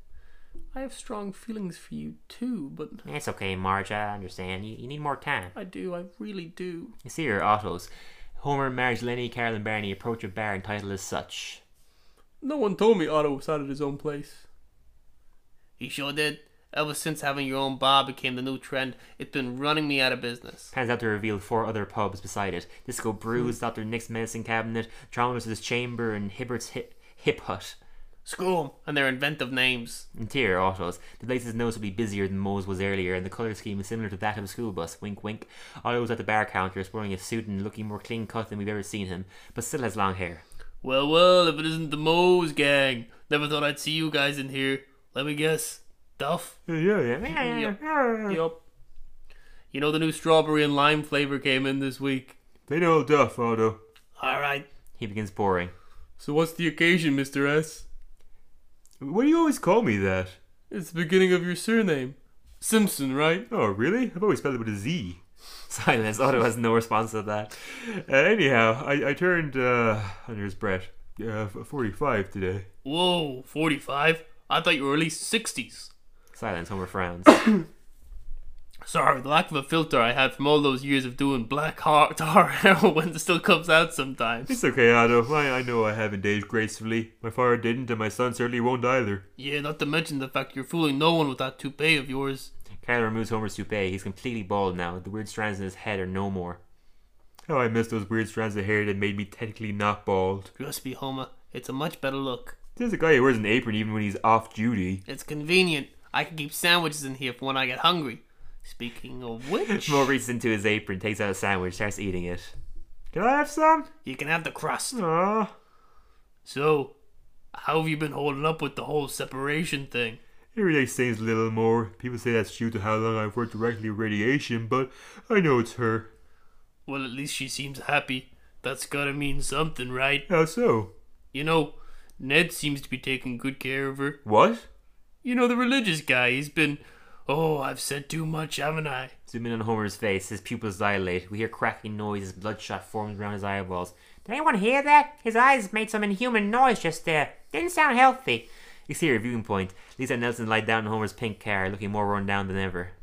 Speaker 2: I have strong feelings for you too, but
Speaker 1: It's okay, Marge, I understand. You, you need more time.
Speaker 2: I do, I really do.
Speaker 1: You see your autos. Homer, Marge, Lenny, Carol, and Barney approach a bar entitled as such.
Speaker 2: No one told me Otto was out at his own place.
Speaker 8: He sure did.
Speaker 2: Ever since having your own bar became the new trend, it's been running me out of business.
Speaker 1: Pans out to reveal four other pubs beside it. Disco Brews, Dr. Nick's Medicine Cabinet, Dramas' Chamber, and Hibbert's Hip, Hip Hut.
Speaker 2: Screw 'em and their inventive names.
Speaker 1: Interior autos. The place is noticeably busier than Moe's was earlier, and the colour scheme is similar to that of a school bus. Wink, wink. Otto was at the bar counter, sporting a suit and looking more clean cut than we've ever seen him, but still has long hair.
Speaker 2: Well, well, if it isn't the Moe's gang. Never thought I'd see you guys in here. Let me guess. Duff?
Speaker 9: Yeah, yeah.
Speaker 2: Yup. You know the new strawberry and lime flavor came in this week.
Speaker 9: They know Duff, Otto.
Speaker 2: Alright.
Speaker 1: He begins pouring.
Speaker 2: So what's the occasion, Mr. S?
Speaker 9: Why do you always call me that?
Speaker 2: It's the beginning of your surname. Simpson, right?
Speaker 9: Oh, really? I've always spelled it with a Z.
Speaker 1: Silence. Otto has no response to that.
Speaker 9: Uh, anyhow, I, I turned, uh, under his breath, uh, f- 45 today.
Speaker 2: Whoa, 45? I thought you were at least 60s.
Speaker 1: Silence. Homer frowns.
Speaker 2: Sorry, the lack of a filter I had from all those years of doing black har- tar heroin still comes out sometimes.
Speaker 9: It's okay, Otto. I, I know I haven't aged gracefully. My father didn't, and my son certainly won't either.
Speaker 2: Yeah, not to mention the fact you're fooling no one with that toupee of yours.
Speaker 1: Kyle removes Homer's toupee. He's completely bald now. The weird strands in his head are no more.
Speaker 9: How I miss those weird strands of hair that made me technically not bald.
Speaker 2: Trust me, Homer, it's a much better look.
Speaker 9: There's a guy who wears an apron even when he's off duty.
Speaker 2: It's convenient. I can keep sandwiches in here for when I get hungry. Speaking of which,
Speaker 1: Mo reaches into his apron, takes out a sandwich, starts eating it.
Speaker 9: Can I have some?
Speaker 2: you can have the crust.
Speaker 9: Aw.
Speaker 2: So, how have you been holding up with the whole separation thing?
Speaker 9: It really stings a little more. People say that's due to how long I've worked directly with radiation, but I know it's her.
Speaker 2: Well, at least she seems happy. That's gotta mean something, right?
Speaker 9: How so?
Speaker 2: You know, Ned seems to be taking good care of her.
Speaker 9: What?
Speaker 2: You know, the religious guy, he's been. Oh, I've said too much, haven't I?
Speaker 1: Zoom in on Homer's face. His pupils dilate. We hear cracking noises, bloodshot forms around his eyeballs. Did anyone hear that? His eyes made some inhuman noise just there. Didn't sound healthy. Exterior viewing point. Lisa and Nelson lie down in Homer's pink car, looking more run down than ever.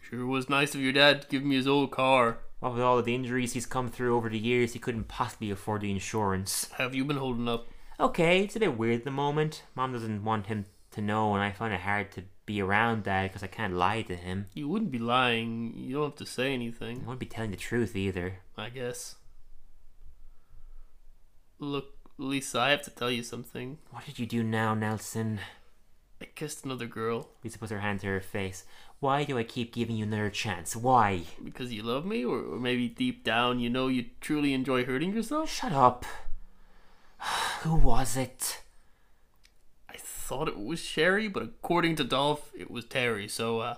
Speaker 2: Sure was nice of your dad to give me his old car.
Speaker 1: What with all of the injuries he's come through over the years, he couldn't possibly afford the insurance.
Speaker 2: Have you been holding up?
Speaker 1: Okay, it's a bit weird at the moment. Mom doesn't want him to know, and I find it hard to be around Dad because I can't lie to him.
Speaker 2: You wouldn't be lying. You don't have to say
Speaker 1: I
Speaker 2: anything,
Speaker 1: wouldn't be telling the truth either.
Speaker 2: I guess. Look, Lisa, I have to tell you something.
Speaker 1: What did you do now, Nelson?
Speaker 2: I kissed another girl
Speaker 1: Lisa puts her hand to her face. Why do I keep giving you another chance? Why?
Speaker 2: because you love me, or, or maybe deep down you know you truly enjoy hurting yourself?
Speaker 1: Oh, Shut up. Who was it?
Speaker 2: I thought it was Sherry, but according to Dolph, it was Terry, so, uh,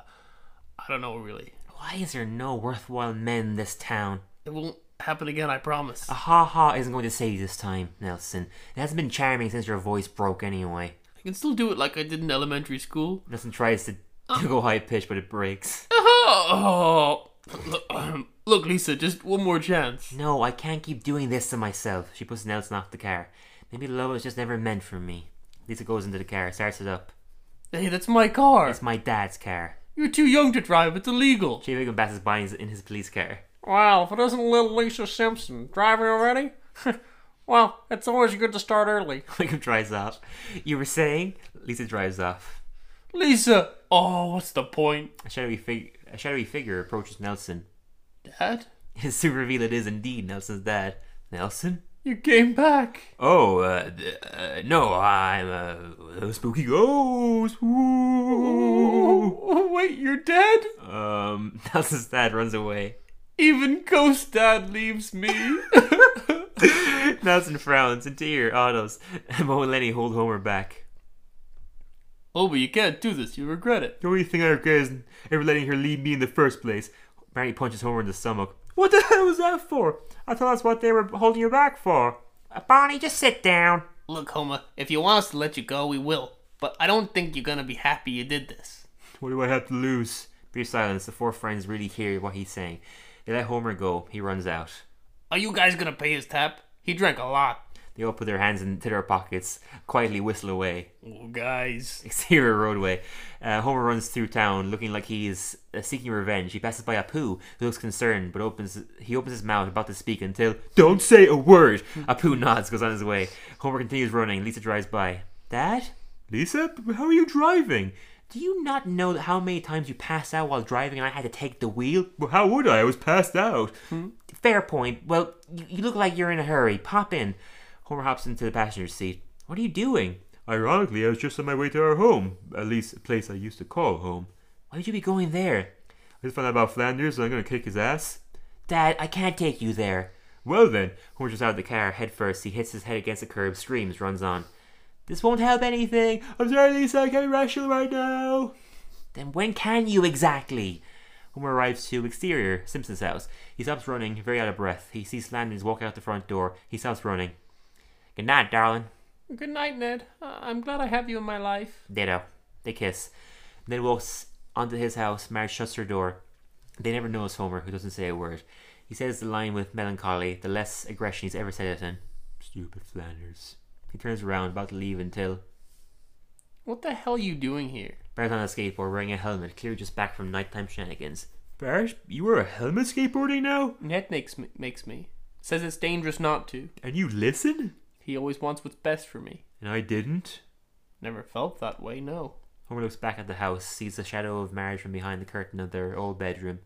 Speaker 2: I don't know really.
Speaker 1: Why is there no worthwhile men in this town?
Speaker 2: It won't happen again, I promise.
Speaker 1: A ha ha isn't going to save you this time, Nelson. It hasn't been charming since your voice broke anyway.
Speaker 2: I can still do it like I did in elementary school.
Speaker 1: Nelson tries to to go high pitch, but it breaks.
Speaker 2: Oh, look, look, Lisa, just one more chance.
Speaker 1: No, I can't keep doing this to myself. She pushes Nelson off the car. Maybe love was just never meant for me. Lisa goes into the car, starts it up.
Speaker 2: Hey, that's my car.
Speaker 1: It's my dad's car.
Speaker 2: You're too young to drive. It's illegal.
Speaker 1: Chief Wiggum passes by in his police car.
Speaker 10: Wow, if it isn't little Lisa Simpson driving already? well, it's always good to start early.
Speaker 1: Wiggum drives off. You were saying? Lisa drives off.
Speaker 2: Lisa. Oh, what's the point?
Speaker 1: A shadowy, fig- a shadowy figure approaches Nelson.
Speaker 2: Dad,
Speaker 1: It is soon revealed it is indeed Nelson's dad. Nelson?
Speaker 2: you came back.
Speaker 1: Oh, uh, d- uh no, I'm uh, a spooky ghost. Ooh.
Speaker 2: Oh, wait, you're dead.
Speaker 1: Um, Nelson's dad runs away.
Speaker 2: Even Ghost Dad leaves me.
Speaker 1: Nelson frowns. Interior autos. Mo and Lenny hold Homer back.
Speaker 2: oh, but you can't do this. You regret it.
Speaker 9: The only thing I regret is ever letting her leave me in the first place.
Speaker 1: Barney punches Homer in the stomach.
Speaker 9: What the hell was that for? I thought that's what they were holding you back for.
Speaker 1: Uh, Barney, just sit down.
Speaker 2: Look, Homer, if you want us to let you go, we will. But I don't think you're gonna be happy you did this.
Speaker 9: What do I have to lose?
Speaker 1: Brief silence. The four friends really hear what he's saying. They let Homer go. He runs out.
Speaker 2: Are you guys gonna pay his tap? He drank a lot.
Speaker 1: They all put their hands into their pockets, quietly whistle away.
Speaker 2: Oh, guys.
Speaker 1: exterior roadway. Uh, Homer runs through town, looking like he is uh, seeking revenge. He passes by Apu, who looks concerned, but opens he opens his mouth about to speak until don't say a word. Apu nods, goes on his way. Homer continues running. Lisa drives by. Dad,
Speaker 9: Lisa, how are you driving?
Speaker 1: Do you not know how many times you passed out while driving and I had to take the wheel? Hmm?
Speaker 3: Well, how would I? I was passed out.
Speaker 1: Fair point. Well, you, you look like you're in a hurry. Pop in. Homer hops into the passenger seat. What are you doing?
Speaker 3: Ironically, I was just on my way to our home, at least a place I used to call home.
Speaker 1: Why would you be going there?
Speaker 3: I just found out about Flanders, and I'm gonna kick his ass.
Speaker 1: Dad, I can't take you there.
Speaker 3: Well then,
Speaker 1: Homer jumps out of the car head first. He hits his head against the curb, screams, runs on. This won't help anything.
Speaker 3: I'm sorry, Lisa. I can't rational right now.
Speaker 1: Then when can you exactly? Homer arrives to exterior Simpson's house. He stops running, very out of breath. He sees Flanders walk out the front door. He stops running. Good night, darling.
Speaker 2: Good night, Ned. Uh, I'm glad I have you in my life.
Speaker 1: Ditto. They kiss. Ned walks onto his house. Marge shuts her door. They never notice Homer, who doesn't say a word. He says the line with melancholy, the less aggression he's ever said it in.
Speaker 3: Stupid Flanders.
Speaker 1: He turns around, about to leave until
Speaker 2: What the hell are you doing here?
Speaker 1: Bart's on a skateboard wearing a helmet, clearly just back from nighttime shenanigans.
Speaker 3: Bart, you were a helmet skateboarding now,
Speaker 2: Ned makes me, makes me. Says it's dangerous not to.
Speaker 3: and you listen,
Speaker 2: He always wants what's best for me.
Speaker 3: and I didn't.
Speaker 2: Never felt that way, no.
Speaker 1: Homer looks back at the house, sees the shadow of marriage from behind the curtain of their old bedroom.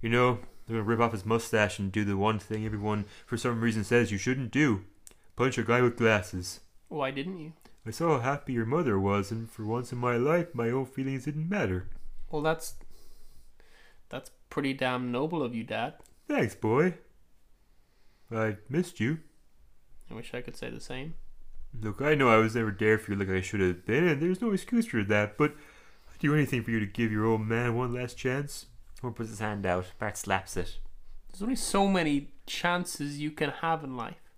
Speaker 3: You know, they're gonna rip off his mustache and do the one thing everyone, for some reason, says you shouldn't do: punch a guy with glasses.
Speaker 2: Why didn't you?
Speaker 3: I saw how happy your mother was, and for once in my life, my own feelings didn't matter.
Speaker 2: Well, that's. That's pretty damn noble of you, Dad.
Speaker 3: Thanks, boy. I missed you.
Speaker 2: I wish I could say the same.
Speaker 3: Look, I know I was never there for you like I should have been, and there's no excuse for that, but I'd do anything for you to give your old man one last chance.
Speaker 1: Homer puts his hand out. Bart slaps it.
Speaker 2: There's only so many chances you can have in life.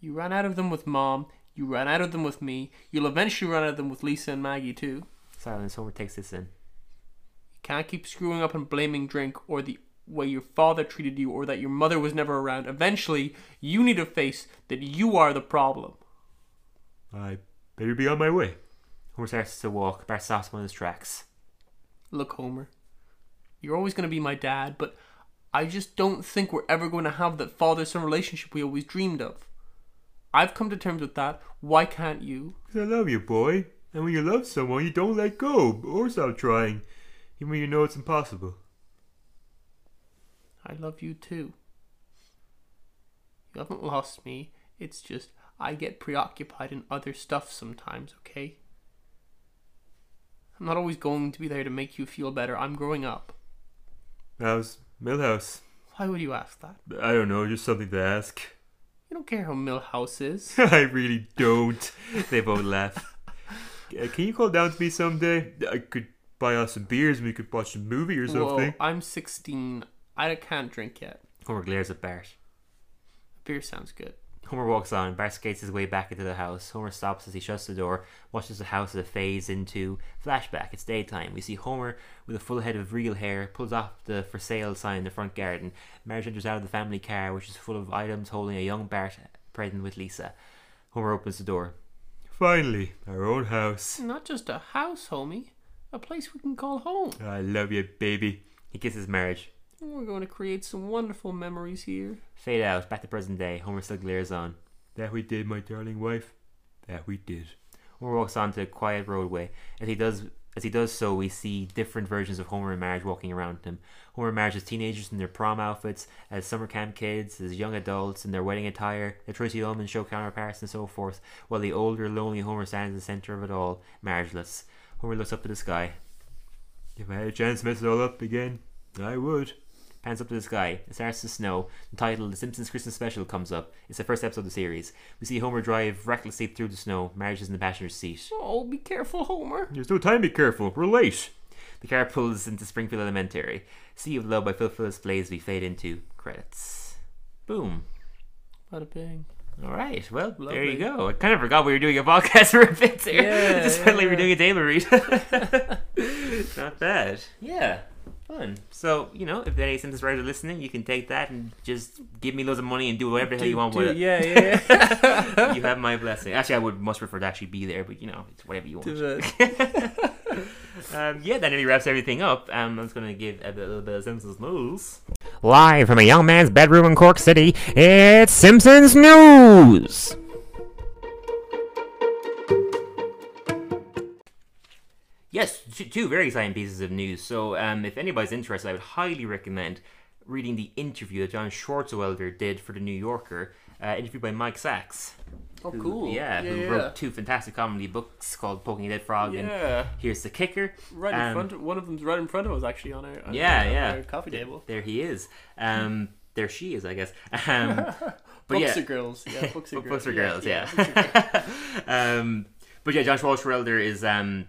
Speaker 2: You ran out of them with Mom, you ran out of them with me, you'll eventually run out of them with Lisa and Maggie, too.
Speaker 1: Silence. Homer takes this in.
Speaker 2: You can't keep screwing up and blaming drink or the way your father treated you or that your mother was never around. Eventually, you need to face that you are the problem.
Speaker 3: I better be on my way.
Speaker 1: Homer starts to walk. Bart stops him on his tracks.
Speaker 2: Look, Homer, you're always going to be my dad, but I just don't think we're ever going to have that father son relationship we always dreamed of. I've come to terms with that. Why can't you?
Speaker 3: 'Cause I love you, boy. And when you love someone, you don't let go or stop trying, even when you know it's impossible.
Speaker 2: I love you too. You haven't lost me. It's just I get preoccupied in other stuff sometimes, okay? I'm not always going to be there to make you feel better. I'm growing up.
Speaker 3: How's Millhouse?
Speaker 2: Why would you ask that?
Speaker 3: I don't know, just something to ask.
Speaker 2: You don't care how Millhouse is.
Speaker 3: I really don't. They both laugh. Uh, Can you call down to me someday? I could buy us some beers and we could watch a movie or something.
Speaker 2: Whoa, I'm 16. I can't drink yet.
Speaker 1: Homer glares at Bart.
Speaker 2: Beer sounds good.
Speaker 1: Homer walks on. Bart skates his way back into the house. Homer stops as he shuts the door, watches the house as it fades into flashback. It's daytime. We see Homer with a full head of real hair pulls off the for sale sign in the front garden. Marge enters out of the family car, which is full of items holding a young Bart pregnant with Lisa. Homer opens the door.
Speaker 3: Finally, our own house.
Speaker 2: Not just a house, homie. A place we can call home.
Speaker 3: I love you, baby.
Speaker 1: He kisses Marge.
Speaker 2: We're going to create some wonderful memories here.
Speaker 1: Fade out. Back to present day. Homer still glares on.
Speaker 3: That we did, my darling wife. That we did.
Speaker 1: Homer walks onto a quiet roadway. As he does as he does so, we see different versions of Homer and Marge walking around him. Homer and Marge as teenagers in their prom outfits, as summer camp kids, as young adults in their wedding attire, the Tracy Ullman show counterparts and so forth, while the older, lonely Homer stands in the center of it all, margeless. Homer looks up to the sky,
Speaker 3: If I had a chance to mess it all up again, I would.
Speaker 1: pans up to the sky. It starts to snow. The title, The Simpsons Christmas Special, comes up. It's the first episode of the series. We see Homer drive recklessly through the snow. Marge is in the passenger seat.
Speaker 2: Oh, be careful, Homer.
Speaker 3: There's no time to be careful. We're late.
Speaker 1: The car pulls into Springfield Elementary. Sea of Love by Phil Phillips plays. We fade into credits. Boom.
Speaker 2: Bada bing.
Speaker 1: All right. Well, there
Speaker 2: Lovely.
Speaker 1: you go. I kind of forgot we were doing a podcast for a bit there.
Speaker 2: Yeah,
Speaker 1: Just felt like we were doing a daily read. Not bad. Yeah. Fun. So you know, if any Simpsons writers are listening, you can take that and just give me loads of money and do whatever the hell Oh, you want with it.
Speaker 2: yeah, yeah, yeah.
Speaker 1: You have my blessing. Actually, I would much prefer to actually be there, but you know, it's whatever you want.
Speaker 2: Do the-
Speaker 1: Um, yeah, that nearly wraps everything up. Um, I'm just going to give a, bit- a little bit of Simpsons news. Live from a young man's bedroom in Cork City, it's Simpsons news. Yes, two, two very exciting pieces of news. So, um, if anybody's interested, I would highly recommend reading the interview that John Swartzwelder did for The New Yorker, uh, interviewed by Mike Sachs.
Speaker 2: Oh,
Speaker 1: who-
Speaker 2: cool.
Speaker 1: Yeah, who
Speaker 2: yeah.
Speaker 1: wrote two fantastic comedy books called Poking a Dead Frog and
Speaker 2: Yeah.
Speaker 1: Here's the Kicker.
Speaker 2: Right in
Speaker 1: Um,
Speaker 2: front. Of, one of them's right in front of us, actually, on our on
Speaker 1: Yeah,
Speaker 2: our,
Speaker 1: yeah.
Speaker 2: our coffee table.
Speaker 1: There he is.
Speaker 2: Hmm.
Speaker 1: Um, there she is, I guess. Um, but
Speaker 2: Books
Speaker 1: yeah,
Speaker 2: are girls. Yeah, books are
Speaker 1: Book-
Speaker 2: girls.
Speaker 1: Books for girls, yeah. um, but yeah, Josh Walsh-Relder is um,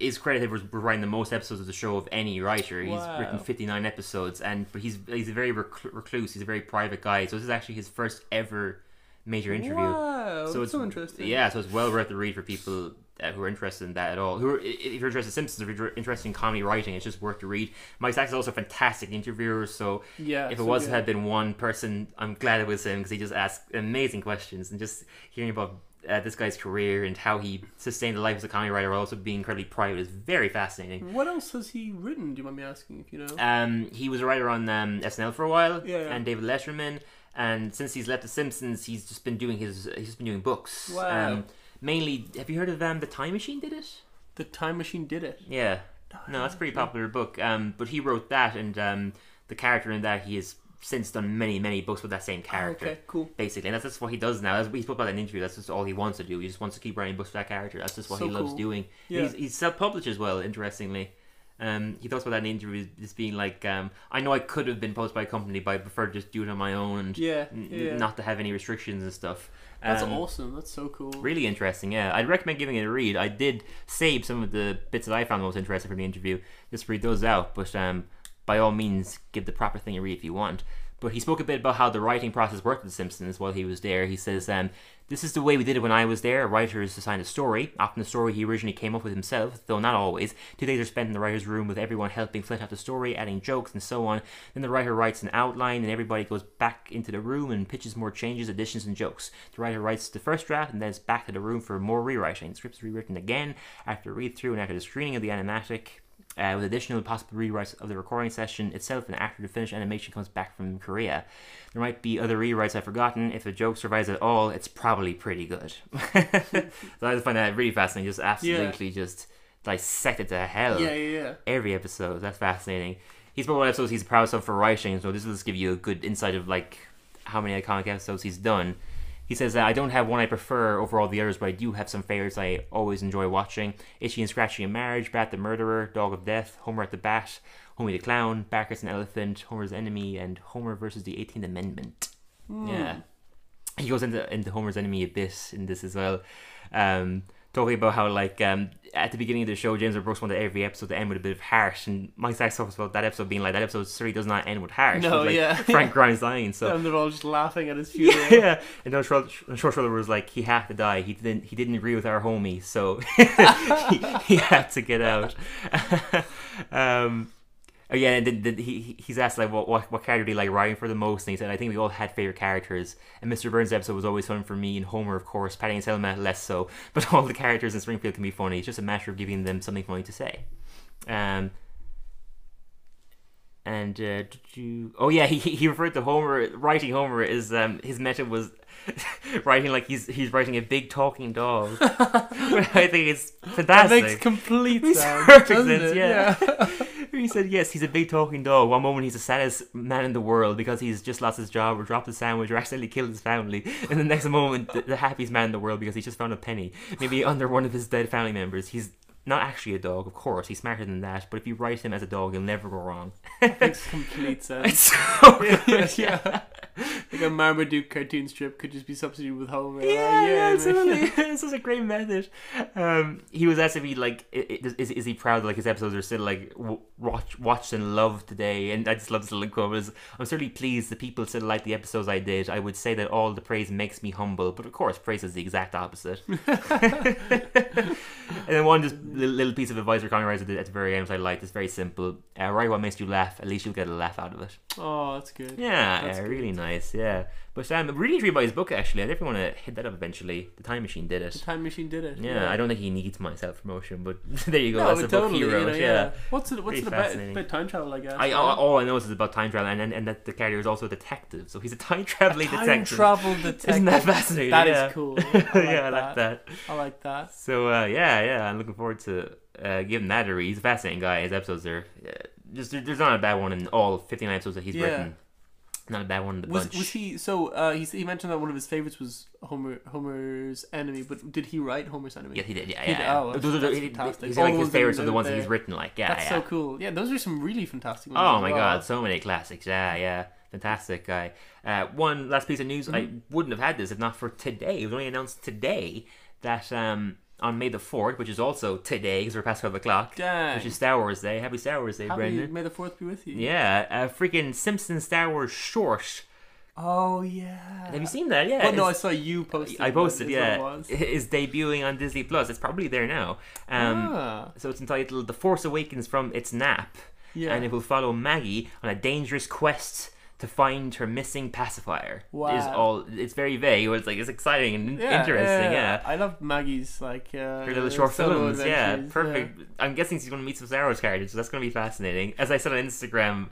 Speaker 1: is credited with with writing the most episodes of the show of any writer. He's written
Speaker 2: Wow.
Speaker 1: 59 episodes, and but he's he's a very recl- recluse. He's a very private guy. So this is actually his first ever major interview.
Speaker 2: Wow, that's so interesting.
Speaker 1: Yeah, so it's well worth the read for people uh, who are interested in that at all. Who are, i- if you're interested in Simpsons, if you're interested in comedy writing, it's just worth to read. Mike Sachs is also a fantastic interviewer. So
Speaker 2: Yeah,
Speaker 1: if it
Speaker 2: so
Speaker 1: was
Speaker 2: good.
Speaker 1: had been one person, I'm glad it was him because he just asked amazing questions and just hearing about. Uh, this guy's career and how he sustained a life as a comedy writer while also being incredibly private is very fascinating.
Speaker 2: What else has he written? Do you mind me asking if you know?
Speaker 1: Um, he was a writer on um, SNL for a while,
Speaker 2: Yeah, yeah.
Speaker 1: and David Letterman. And since he's left The Simpsons, he's just been doing his he's just been doing books.
Speaker 2: Wow.
Speaker 1: Um, mainly, have you heard of um, the Time Machine? Did it?
Speaker 2: the Time Machine did it.
Speaker 1: Yeah. No, that's a pretty popular book. Um, but he wrote that, and um, the character in that he has since done many many books with that same character.
Speaker 2: Oh, okay, cool.
Speaker 1: Basically, and that's, that's what he does now. That's what he spoke about in an interview. That's just all he wants to do. He just wants to keep writing books with that character. That's just what
Speaker 2: So
Speaker 1: he loves
Speaker 2: cool.
Speaker 1: doing.
Speaker 2: Yeah.
Speaker 1: He's, he's self published as well. Interestingly. Um, he talks about that in an interview as being like, um, I know I could have been published by a company, but I prefer to just do it on my own and
Speaker 2: Yeah,
Speaker 1: n-
Speaker 2: yeah.
Speaker 1: not to have any restrictions and stuff.
Speaker 2: That's
Speaker 1: Um,
Speaker 2: awesome. That's so cool.
Speaker 1: really interesting. Yeah, I'd recommend giving it a read. I did save some of the bits that I found most interesting from the interview. Just read those out, but um, by all means, give the proper thing a read if you want. But he spoke a bit about how the writing process worked at The Simpsons while he was there. He says, um, "This is the way we did it when I was there. A writer is assigned a story, often a story he originally came up with himself, though not always. Two days are spent in the writer's room with everyone helping flesh out the story, adding jokes and so on. Then the writer writes an outline, and everybody goes back into the room and pitches more changes, additions, and jokes. The writer writes the first draft, and then it's back to the room for more rewriting. The script's rewritten again after read through and after the screening of the animatic. Uh, with additional possible rewrites of the recording session itself and after the finished animation comes back from Korea. There might be other rewrites I've forgotten. If the joke survives at all, it's probably pretty good. so I just find that really fascinating. Just absolutely just dissected to hell
Speaker 2: Yeah, yeah, yeah.
Speaker 1: every episode. That's fascinating. He's about what episodes he's proud of for writing, so this will just give you a good insight of like how many iconic episodes he's done. He says that I don't have one I prefer over all the others, but I do have some favorites I always enjoy watching: Itchy and Scratchy in Marriage, Bat the Murderer, Dog of Death, Homer at the Bat, Homie the Clown, Bacchus and Elephant, Homer's Enemy, and Homer versus the Eighteenth Amendment. Yeah Hmm. he goes into into Homer's enemy a bit in this as well, um, talking about how like um, at the beginning of the show, James Earl Brooks wanted every episode to end with a bit of heart, and Mike Sachs talks about that episode being like that episode three does not end with heart.
Speaker 2: No,
Speaker 1: It's like
Speaker 2: yeah.
Speaker 1: Frank Grimes lying. So
Speaker 2: And they're all just laughing at his funeral.
Speaker 1: yeah, and then Short Shortfellow was like, he had to die. He didn't. He didn't agree with our homie, so he, he had to get out. um, oh yeah, and then, then he he- he's asked like, what, what what character do you like writing for the most? And he said, I think we all had favorite characters. And Mr. Burns' episode was always fun for me, and Homer, of course, Patty and Selma less so. But all the characters in Springfield can be funny. It's just a matter of giving them something funny to say. Um, and uh, did you? Oh yeah, he he referred to Homer writing Homer as um his method was writing like he's he's writing a big talking dog. I think it's
Speaker 2: That
Speaker 1: fantastic.
Speaker 2: makes complete sense.
Speaker 1: Perfect
Speaker 2: doesn't
Speaker 1: sense,
Speaker 2: it?
Speaker 1: yeah. he said yes, he's a big talking dog. One moment he's the saddest man in the world because he's just lost his job or dropped his sandwich or accidentally killed his family, and the next moment the, the happiest man in the world because he just found a penny, maybe under one of his dead family members. He's not actually a dog, of course. He's smarter than that. But if you write him as a dog, you'll never go wrong.
Speaker 2: Makes complete sense.
Speaker 1: It's so good.
Speaker 2: yeah, yeah. Like a Marmaduke cartoon strip could just be substituted with Homer.
Speaker 1: Yeah,
Speaker 2: Like,
Speaker 1: yeah,
Speaker 2: man.
Speaker 1: absolutely. this is a great method. Um, he was asked if he like i- i- is, is he proud that like his episodes are still like w- watch, watched and loved today, and I just love this little quote. Is, I'm certainly pleased that people still like the episodes I did. I would say that all the praise makes me humble, but of course, praise is the exact opposite. And then one just li- little piece of advice for Conrad at the at the very end, which I liked. It's very simple. Uh, write what makes you laugh. At least you'll get a laugh out of it.
Speaker 2: Oh, that's good.
Speaker 1: Yeah,
Speaker 2: That's
Speaker 1: yeah, really nice. Yeah, but um, I'm really intrigued by his book actually. I definitely want to hit that up eventually. The Time Machine did it.
Speaker 2: Time Machine did it.
Speaker 1: Yeah, I don't think he needs my self promotion, but there you go.
Speaker 2: No,
Speaker 1: That's a
Speaker 2: but
Speaker 1: book
Speaker 2: totally.
Speaker 1: he
Speaker 2: you
Speaker 1: wrote.
Speaker 2: know,
Speaker 1: yeah.
Speaker 2: yeah. What's it? What's
Speaker 1: Pretty
Speaker 2: it about? It's
Speaker 1: fascinating.
Speaker 2: about time travel, I guess.
Speaker 1: I,
Speaker 2: right?
Speaker 1: all, all I know is it's about time travel, and, and, and that the character is also a detective, so he's a time traveling
Speaker 2: time
Speaker 1: detective.
Speaker 2: travel detective.
Speaker 1: oh, Isn't that fascinating?
Speaker 2: That is
Speaker 1: Yeah.
Speaker 2: cool. I like
Speaker 1: yeah, I
Speaker 2: that.
Speaker 1: like that.
Speaker 2: I like that.
Speaker 1: So uh, yeah, yeah, I'm looking forward to uh, Uh, give him that a read. He's a fascinating guy. His episodes are uh, just there- there's not a bad one in all 59 episodes that he's
Speaker 2: Yeah.
Speaker 1: written. Not a bad one in the
Speaker 2: Was
Speaker 1: bunch.
Speaker 2: was he so? Uh, he s- he mentioned that one of his favorites was Homer Homer's enemy, but did he write Homer's enemy?
Speaker 1: Yeah, he did. Yeah,
Speaker 2: He
Speaker 1: yeah.
Speaker 2: did.
Speaker 1: yeah.
Speaker 2: Oh, that's-
Speaker 1: Those are the-
Speaker 2: that's
Speaker 1: he-
Speaker 2: fantastic. Oh,
Speaker 1: He's
Speaker 2: All
Speaker 1: like
Speaker 2: those
Speaker 1: his
Speaker 2: that he
Speaker 1: favorites are the
Speaker 2: wrote
Speaker 1: ones that
Speaker 2: there.
Speaker 1: he's written. Like, yeah,
Speaker 2: That's
Speaker 1: yeah.
Speaker 2: so cool. Yeah, those are some really fantastic ones.
Speaker 1: Oh
Speaker 2: as
Speaker 1: my
Speaker 2: well.
Speaker 1: god, so many classics. Yeah, yeah. Fantastic guy. Uh, one last piece of news. I
Speaker 2: Mm-hmm.
Speaker 1: wouldn't have had this if not for today. It was only announced today that um, on May the 4th, which is also today because we're past 12 o'clock,
Speaker 2: Dang.
Speaker 1: which is Star Wars Day. Happy Star Wars Day,
Speaker 2: Happy-
Speaker 1: Brendan.
Speaker 2: May the fourth be with you.
Speaker 1: Yeah, a freaking Simpson Star Wars short.
Speaker 2: Oh yeah.
Speaker 1: Have you seen that? Yeah.
Speaker 2: Oh no, I
Speaker 1: it's-
Speaker 2: saw you posted.
Speaker 1: I posted,
Speaker 2: that is what it
Speaker 1: yeah.
Speaker 2: was.
Speaker 1: Is debuting on Disney Plus. It's probably there now. Um,
Speaker 2: Ah.
Speaker 1: So it's entitled The Force Awakens from Its Nap.
Speaker 2: Yeah.
Speaker 1: And it will follow Maggie on a dangerous quest to find her missing pacifier. Is
Speaker 2: Wow.
Speaker 1: all it's very vague, but it's like it's exciting and interesting, yeah.
Speaker 2: I love Maggie's like uh,
Speaker 1: Her little short
Speaker 2: solo
Speaker 1: films, yeah,
Speaker 2: adventures,
Speaker 1: perfect. I'm guessing she's going to meet some Star Wars characters, so that's going to be fascinating. As I said on Instagram,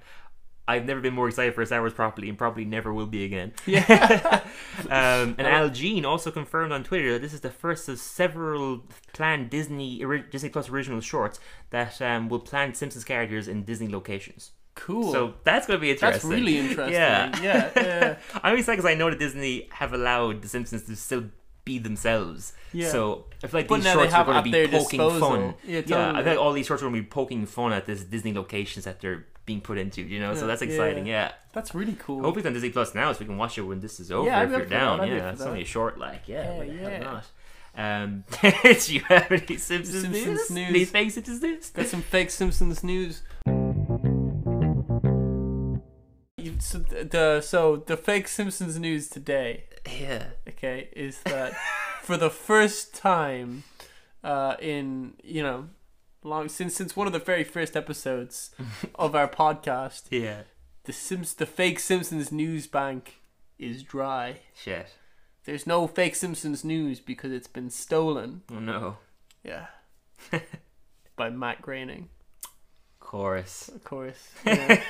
Speaker 1: I've never been more excited for Star Wars properly, and probably never will be again. Yeah. um, and Al Jean also confirmed on Twitter that this is the first of several planned Disney ori- Disney Plus original shorts that um, will plan Simpsons characters in Disney locations.
Speaker 2: Cool.
Speaker 1: So that's going to be
Speaker 2: that's
Speaker 1: interesting.
Speaker 2: really interesting.
Speaker 1: Yeah.
Speaker 2: yeah. yeah.
Speaker 1: I'm excited because I know that Disney have allowed The Simpsons to still be themselves.
Speaker 2: Yeah.
Speaker 1: So I feel like
Speaker 2: But
Speaker 1: these
Speaker 2: now they
Speaker 1: shorts
Speaker 2: have
Speaker 1: are
Speaker 2: at
Speaker 1: going to
Speaker 2: their
Speaker 1: be poking
Speaker 2: disposal.
Speaker 1: fun.
Speaker 2: Yeah,
Speaker 1: I
Speaker 2: totally.
Speaker 1: feel like all these shorts are going to be poking fun at this Disney locations that they're being put into. You know, so
Speaker 2: Yeah,
Speaker 1: that's exciting.
Speaker 2: yeah.
Speaker 1: Yeah.
Speaker 2: That's really cool.
Speaker 1: Hopefully it's on Disney Plus now, so we can watch it when this is over.
Speaker 2: Yeah, I'd
Speaker 1: if
Speaker 2: be up
Speaker 1: you're
Speaker 2: for that,
Speaker 1: down,
Speaker 2: I'd be up
Speaker 1: yeah,
Speaker 2: for
Speaker 1: it's
Speaker 2: that.
Speaker 1: only a short. Like, yeah, why the hell
Speaker 2: yeah.
Speaker 1: not? Um, do you have any Simpsons,
Speaker 2: Simpsons
Speaker 1: news?
Speaker 2: news.
Speaker 1: Any fake Simpsons news?
Speaker 2: Got some fake Simpsons news. You- So the so the fake Simpsons news today,
Speaker 1: Yeah.
Speaker 2: okay, is that for the first time uh, in you know long since since one of the very first episodes of our podcast,
Speaker 1: Yeah.
Speaker 2: the Sims the fake Simpsons news bank is dry.
Speaker 1: Shit.
Speaker 2: There's no fake Simpsons news because it's been stolen.
Speaker 1: Oh no.
Speaker 2: Yeah, by Matt Groening.
Speaker 1: Chorus.
Speaker 2: Of course. yeah.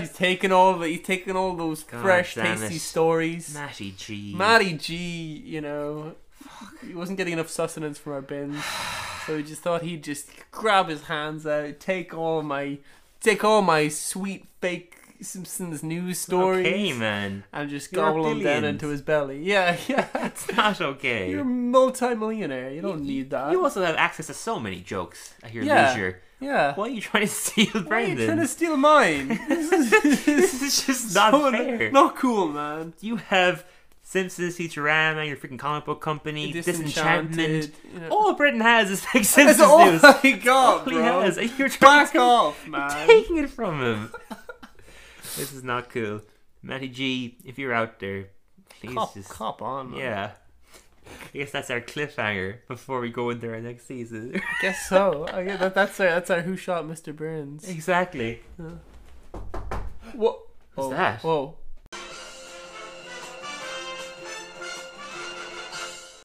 Speaker 2: he's taking all the he's taking all those fresh,
Speaker 1: damn
Speaker 2: tasty
Speaker 1: it.
Speaker 2: stories.
Speaker 1: Matty G.
Speaker 2: Matty G, you know, he wasn't getting enough sustenance from our bins, so he just thought he'd just grab his hands out, take all my, take all my sweet fake Simpsons news stories,
Speaker 1: Okay, man.
Speaker 2: and just
Speaker 1: You're a
Speaker 2: gobble them down
Speaker 1: billions.
Speaker 2: into his belly. Yeah, yeah.
Speaker 1: Not okay.
Speaker 2: You're a multi-millionaire. You don't need that.
Speaker 1: You also have access to so many jokes at your
Speaker 2: Yeah.
Speaker 1: leisure.
Speaker 2: yeah.
Speaker 1: Why are you trying to steal
Speaker 2: Why are
Speaker 1: Brandon?
Speaker 2: you trying to steal mine?
Speaker 1: this is just not
Speaker 2: So-
Speaker 1: fair.
Speaker 2: Not cool, man.
Speaker 1: You have Simpsons, Futurama, your freaking comic book company,
Speaker 2: Disenchanted,
Speaker 1: Disenchantment.
Speaker 2: you know.
Speaker 1: All Britain has is fake
Speaker 2: Uh, That's
Speaker 1: Simpsons
Speaker 2: all
Speaker 1: news.
Speaker 2: I got,
Speaker 1: All he
Speaker 2: bro.
Speaker 1: has. And You're trying
Speaker 2: Back
Speaker 1: to-
Speaker 2: off,
Speaker 1: you're
Speaker 2: man.
Speaker 1: taking it from him. this is not cool. Matty G, if you're out there, please
Speaker 2: Cop,
Speaker 1: just
Speaker 2: cop on, man.
Speaker 1: yeah. I guess that's our cliffhanger before we go into our next season.
Speaker 2: Guess so. I guess that, that's our that's our who shot Mr. Burns.
Speaker 1: exactly.
Speaker 2: Whoa. What's
Speaker 1: that?
Speaker 2: oh, Whoa.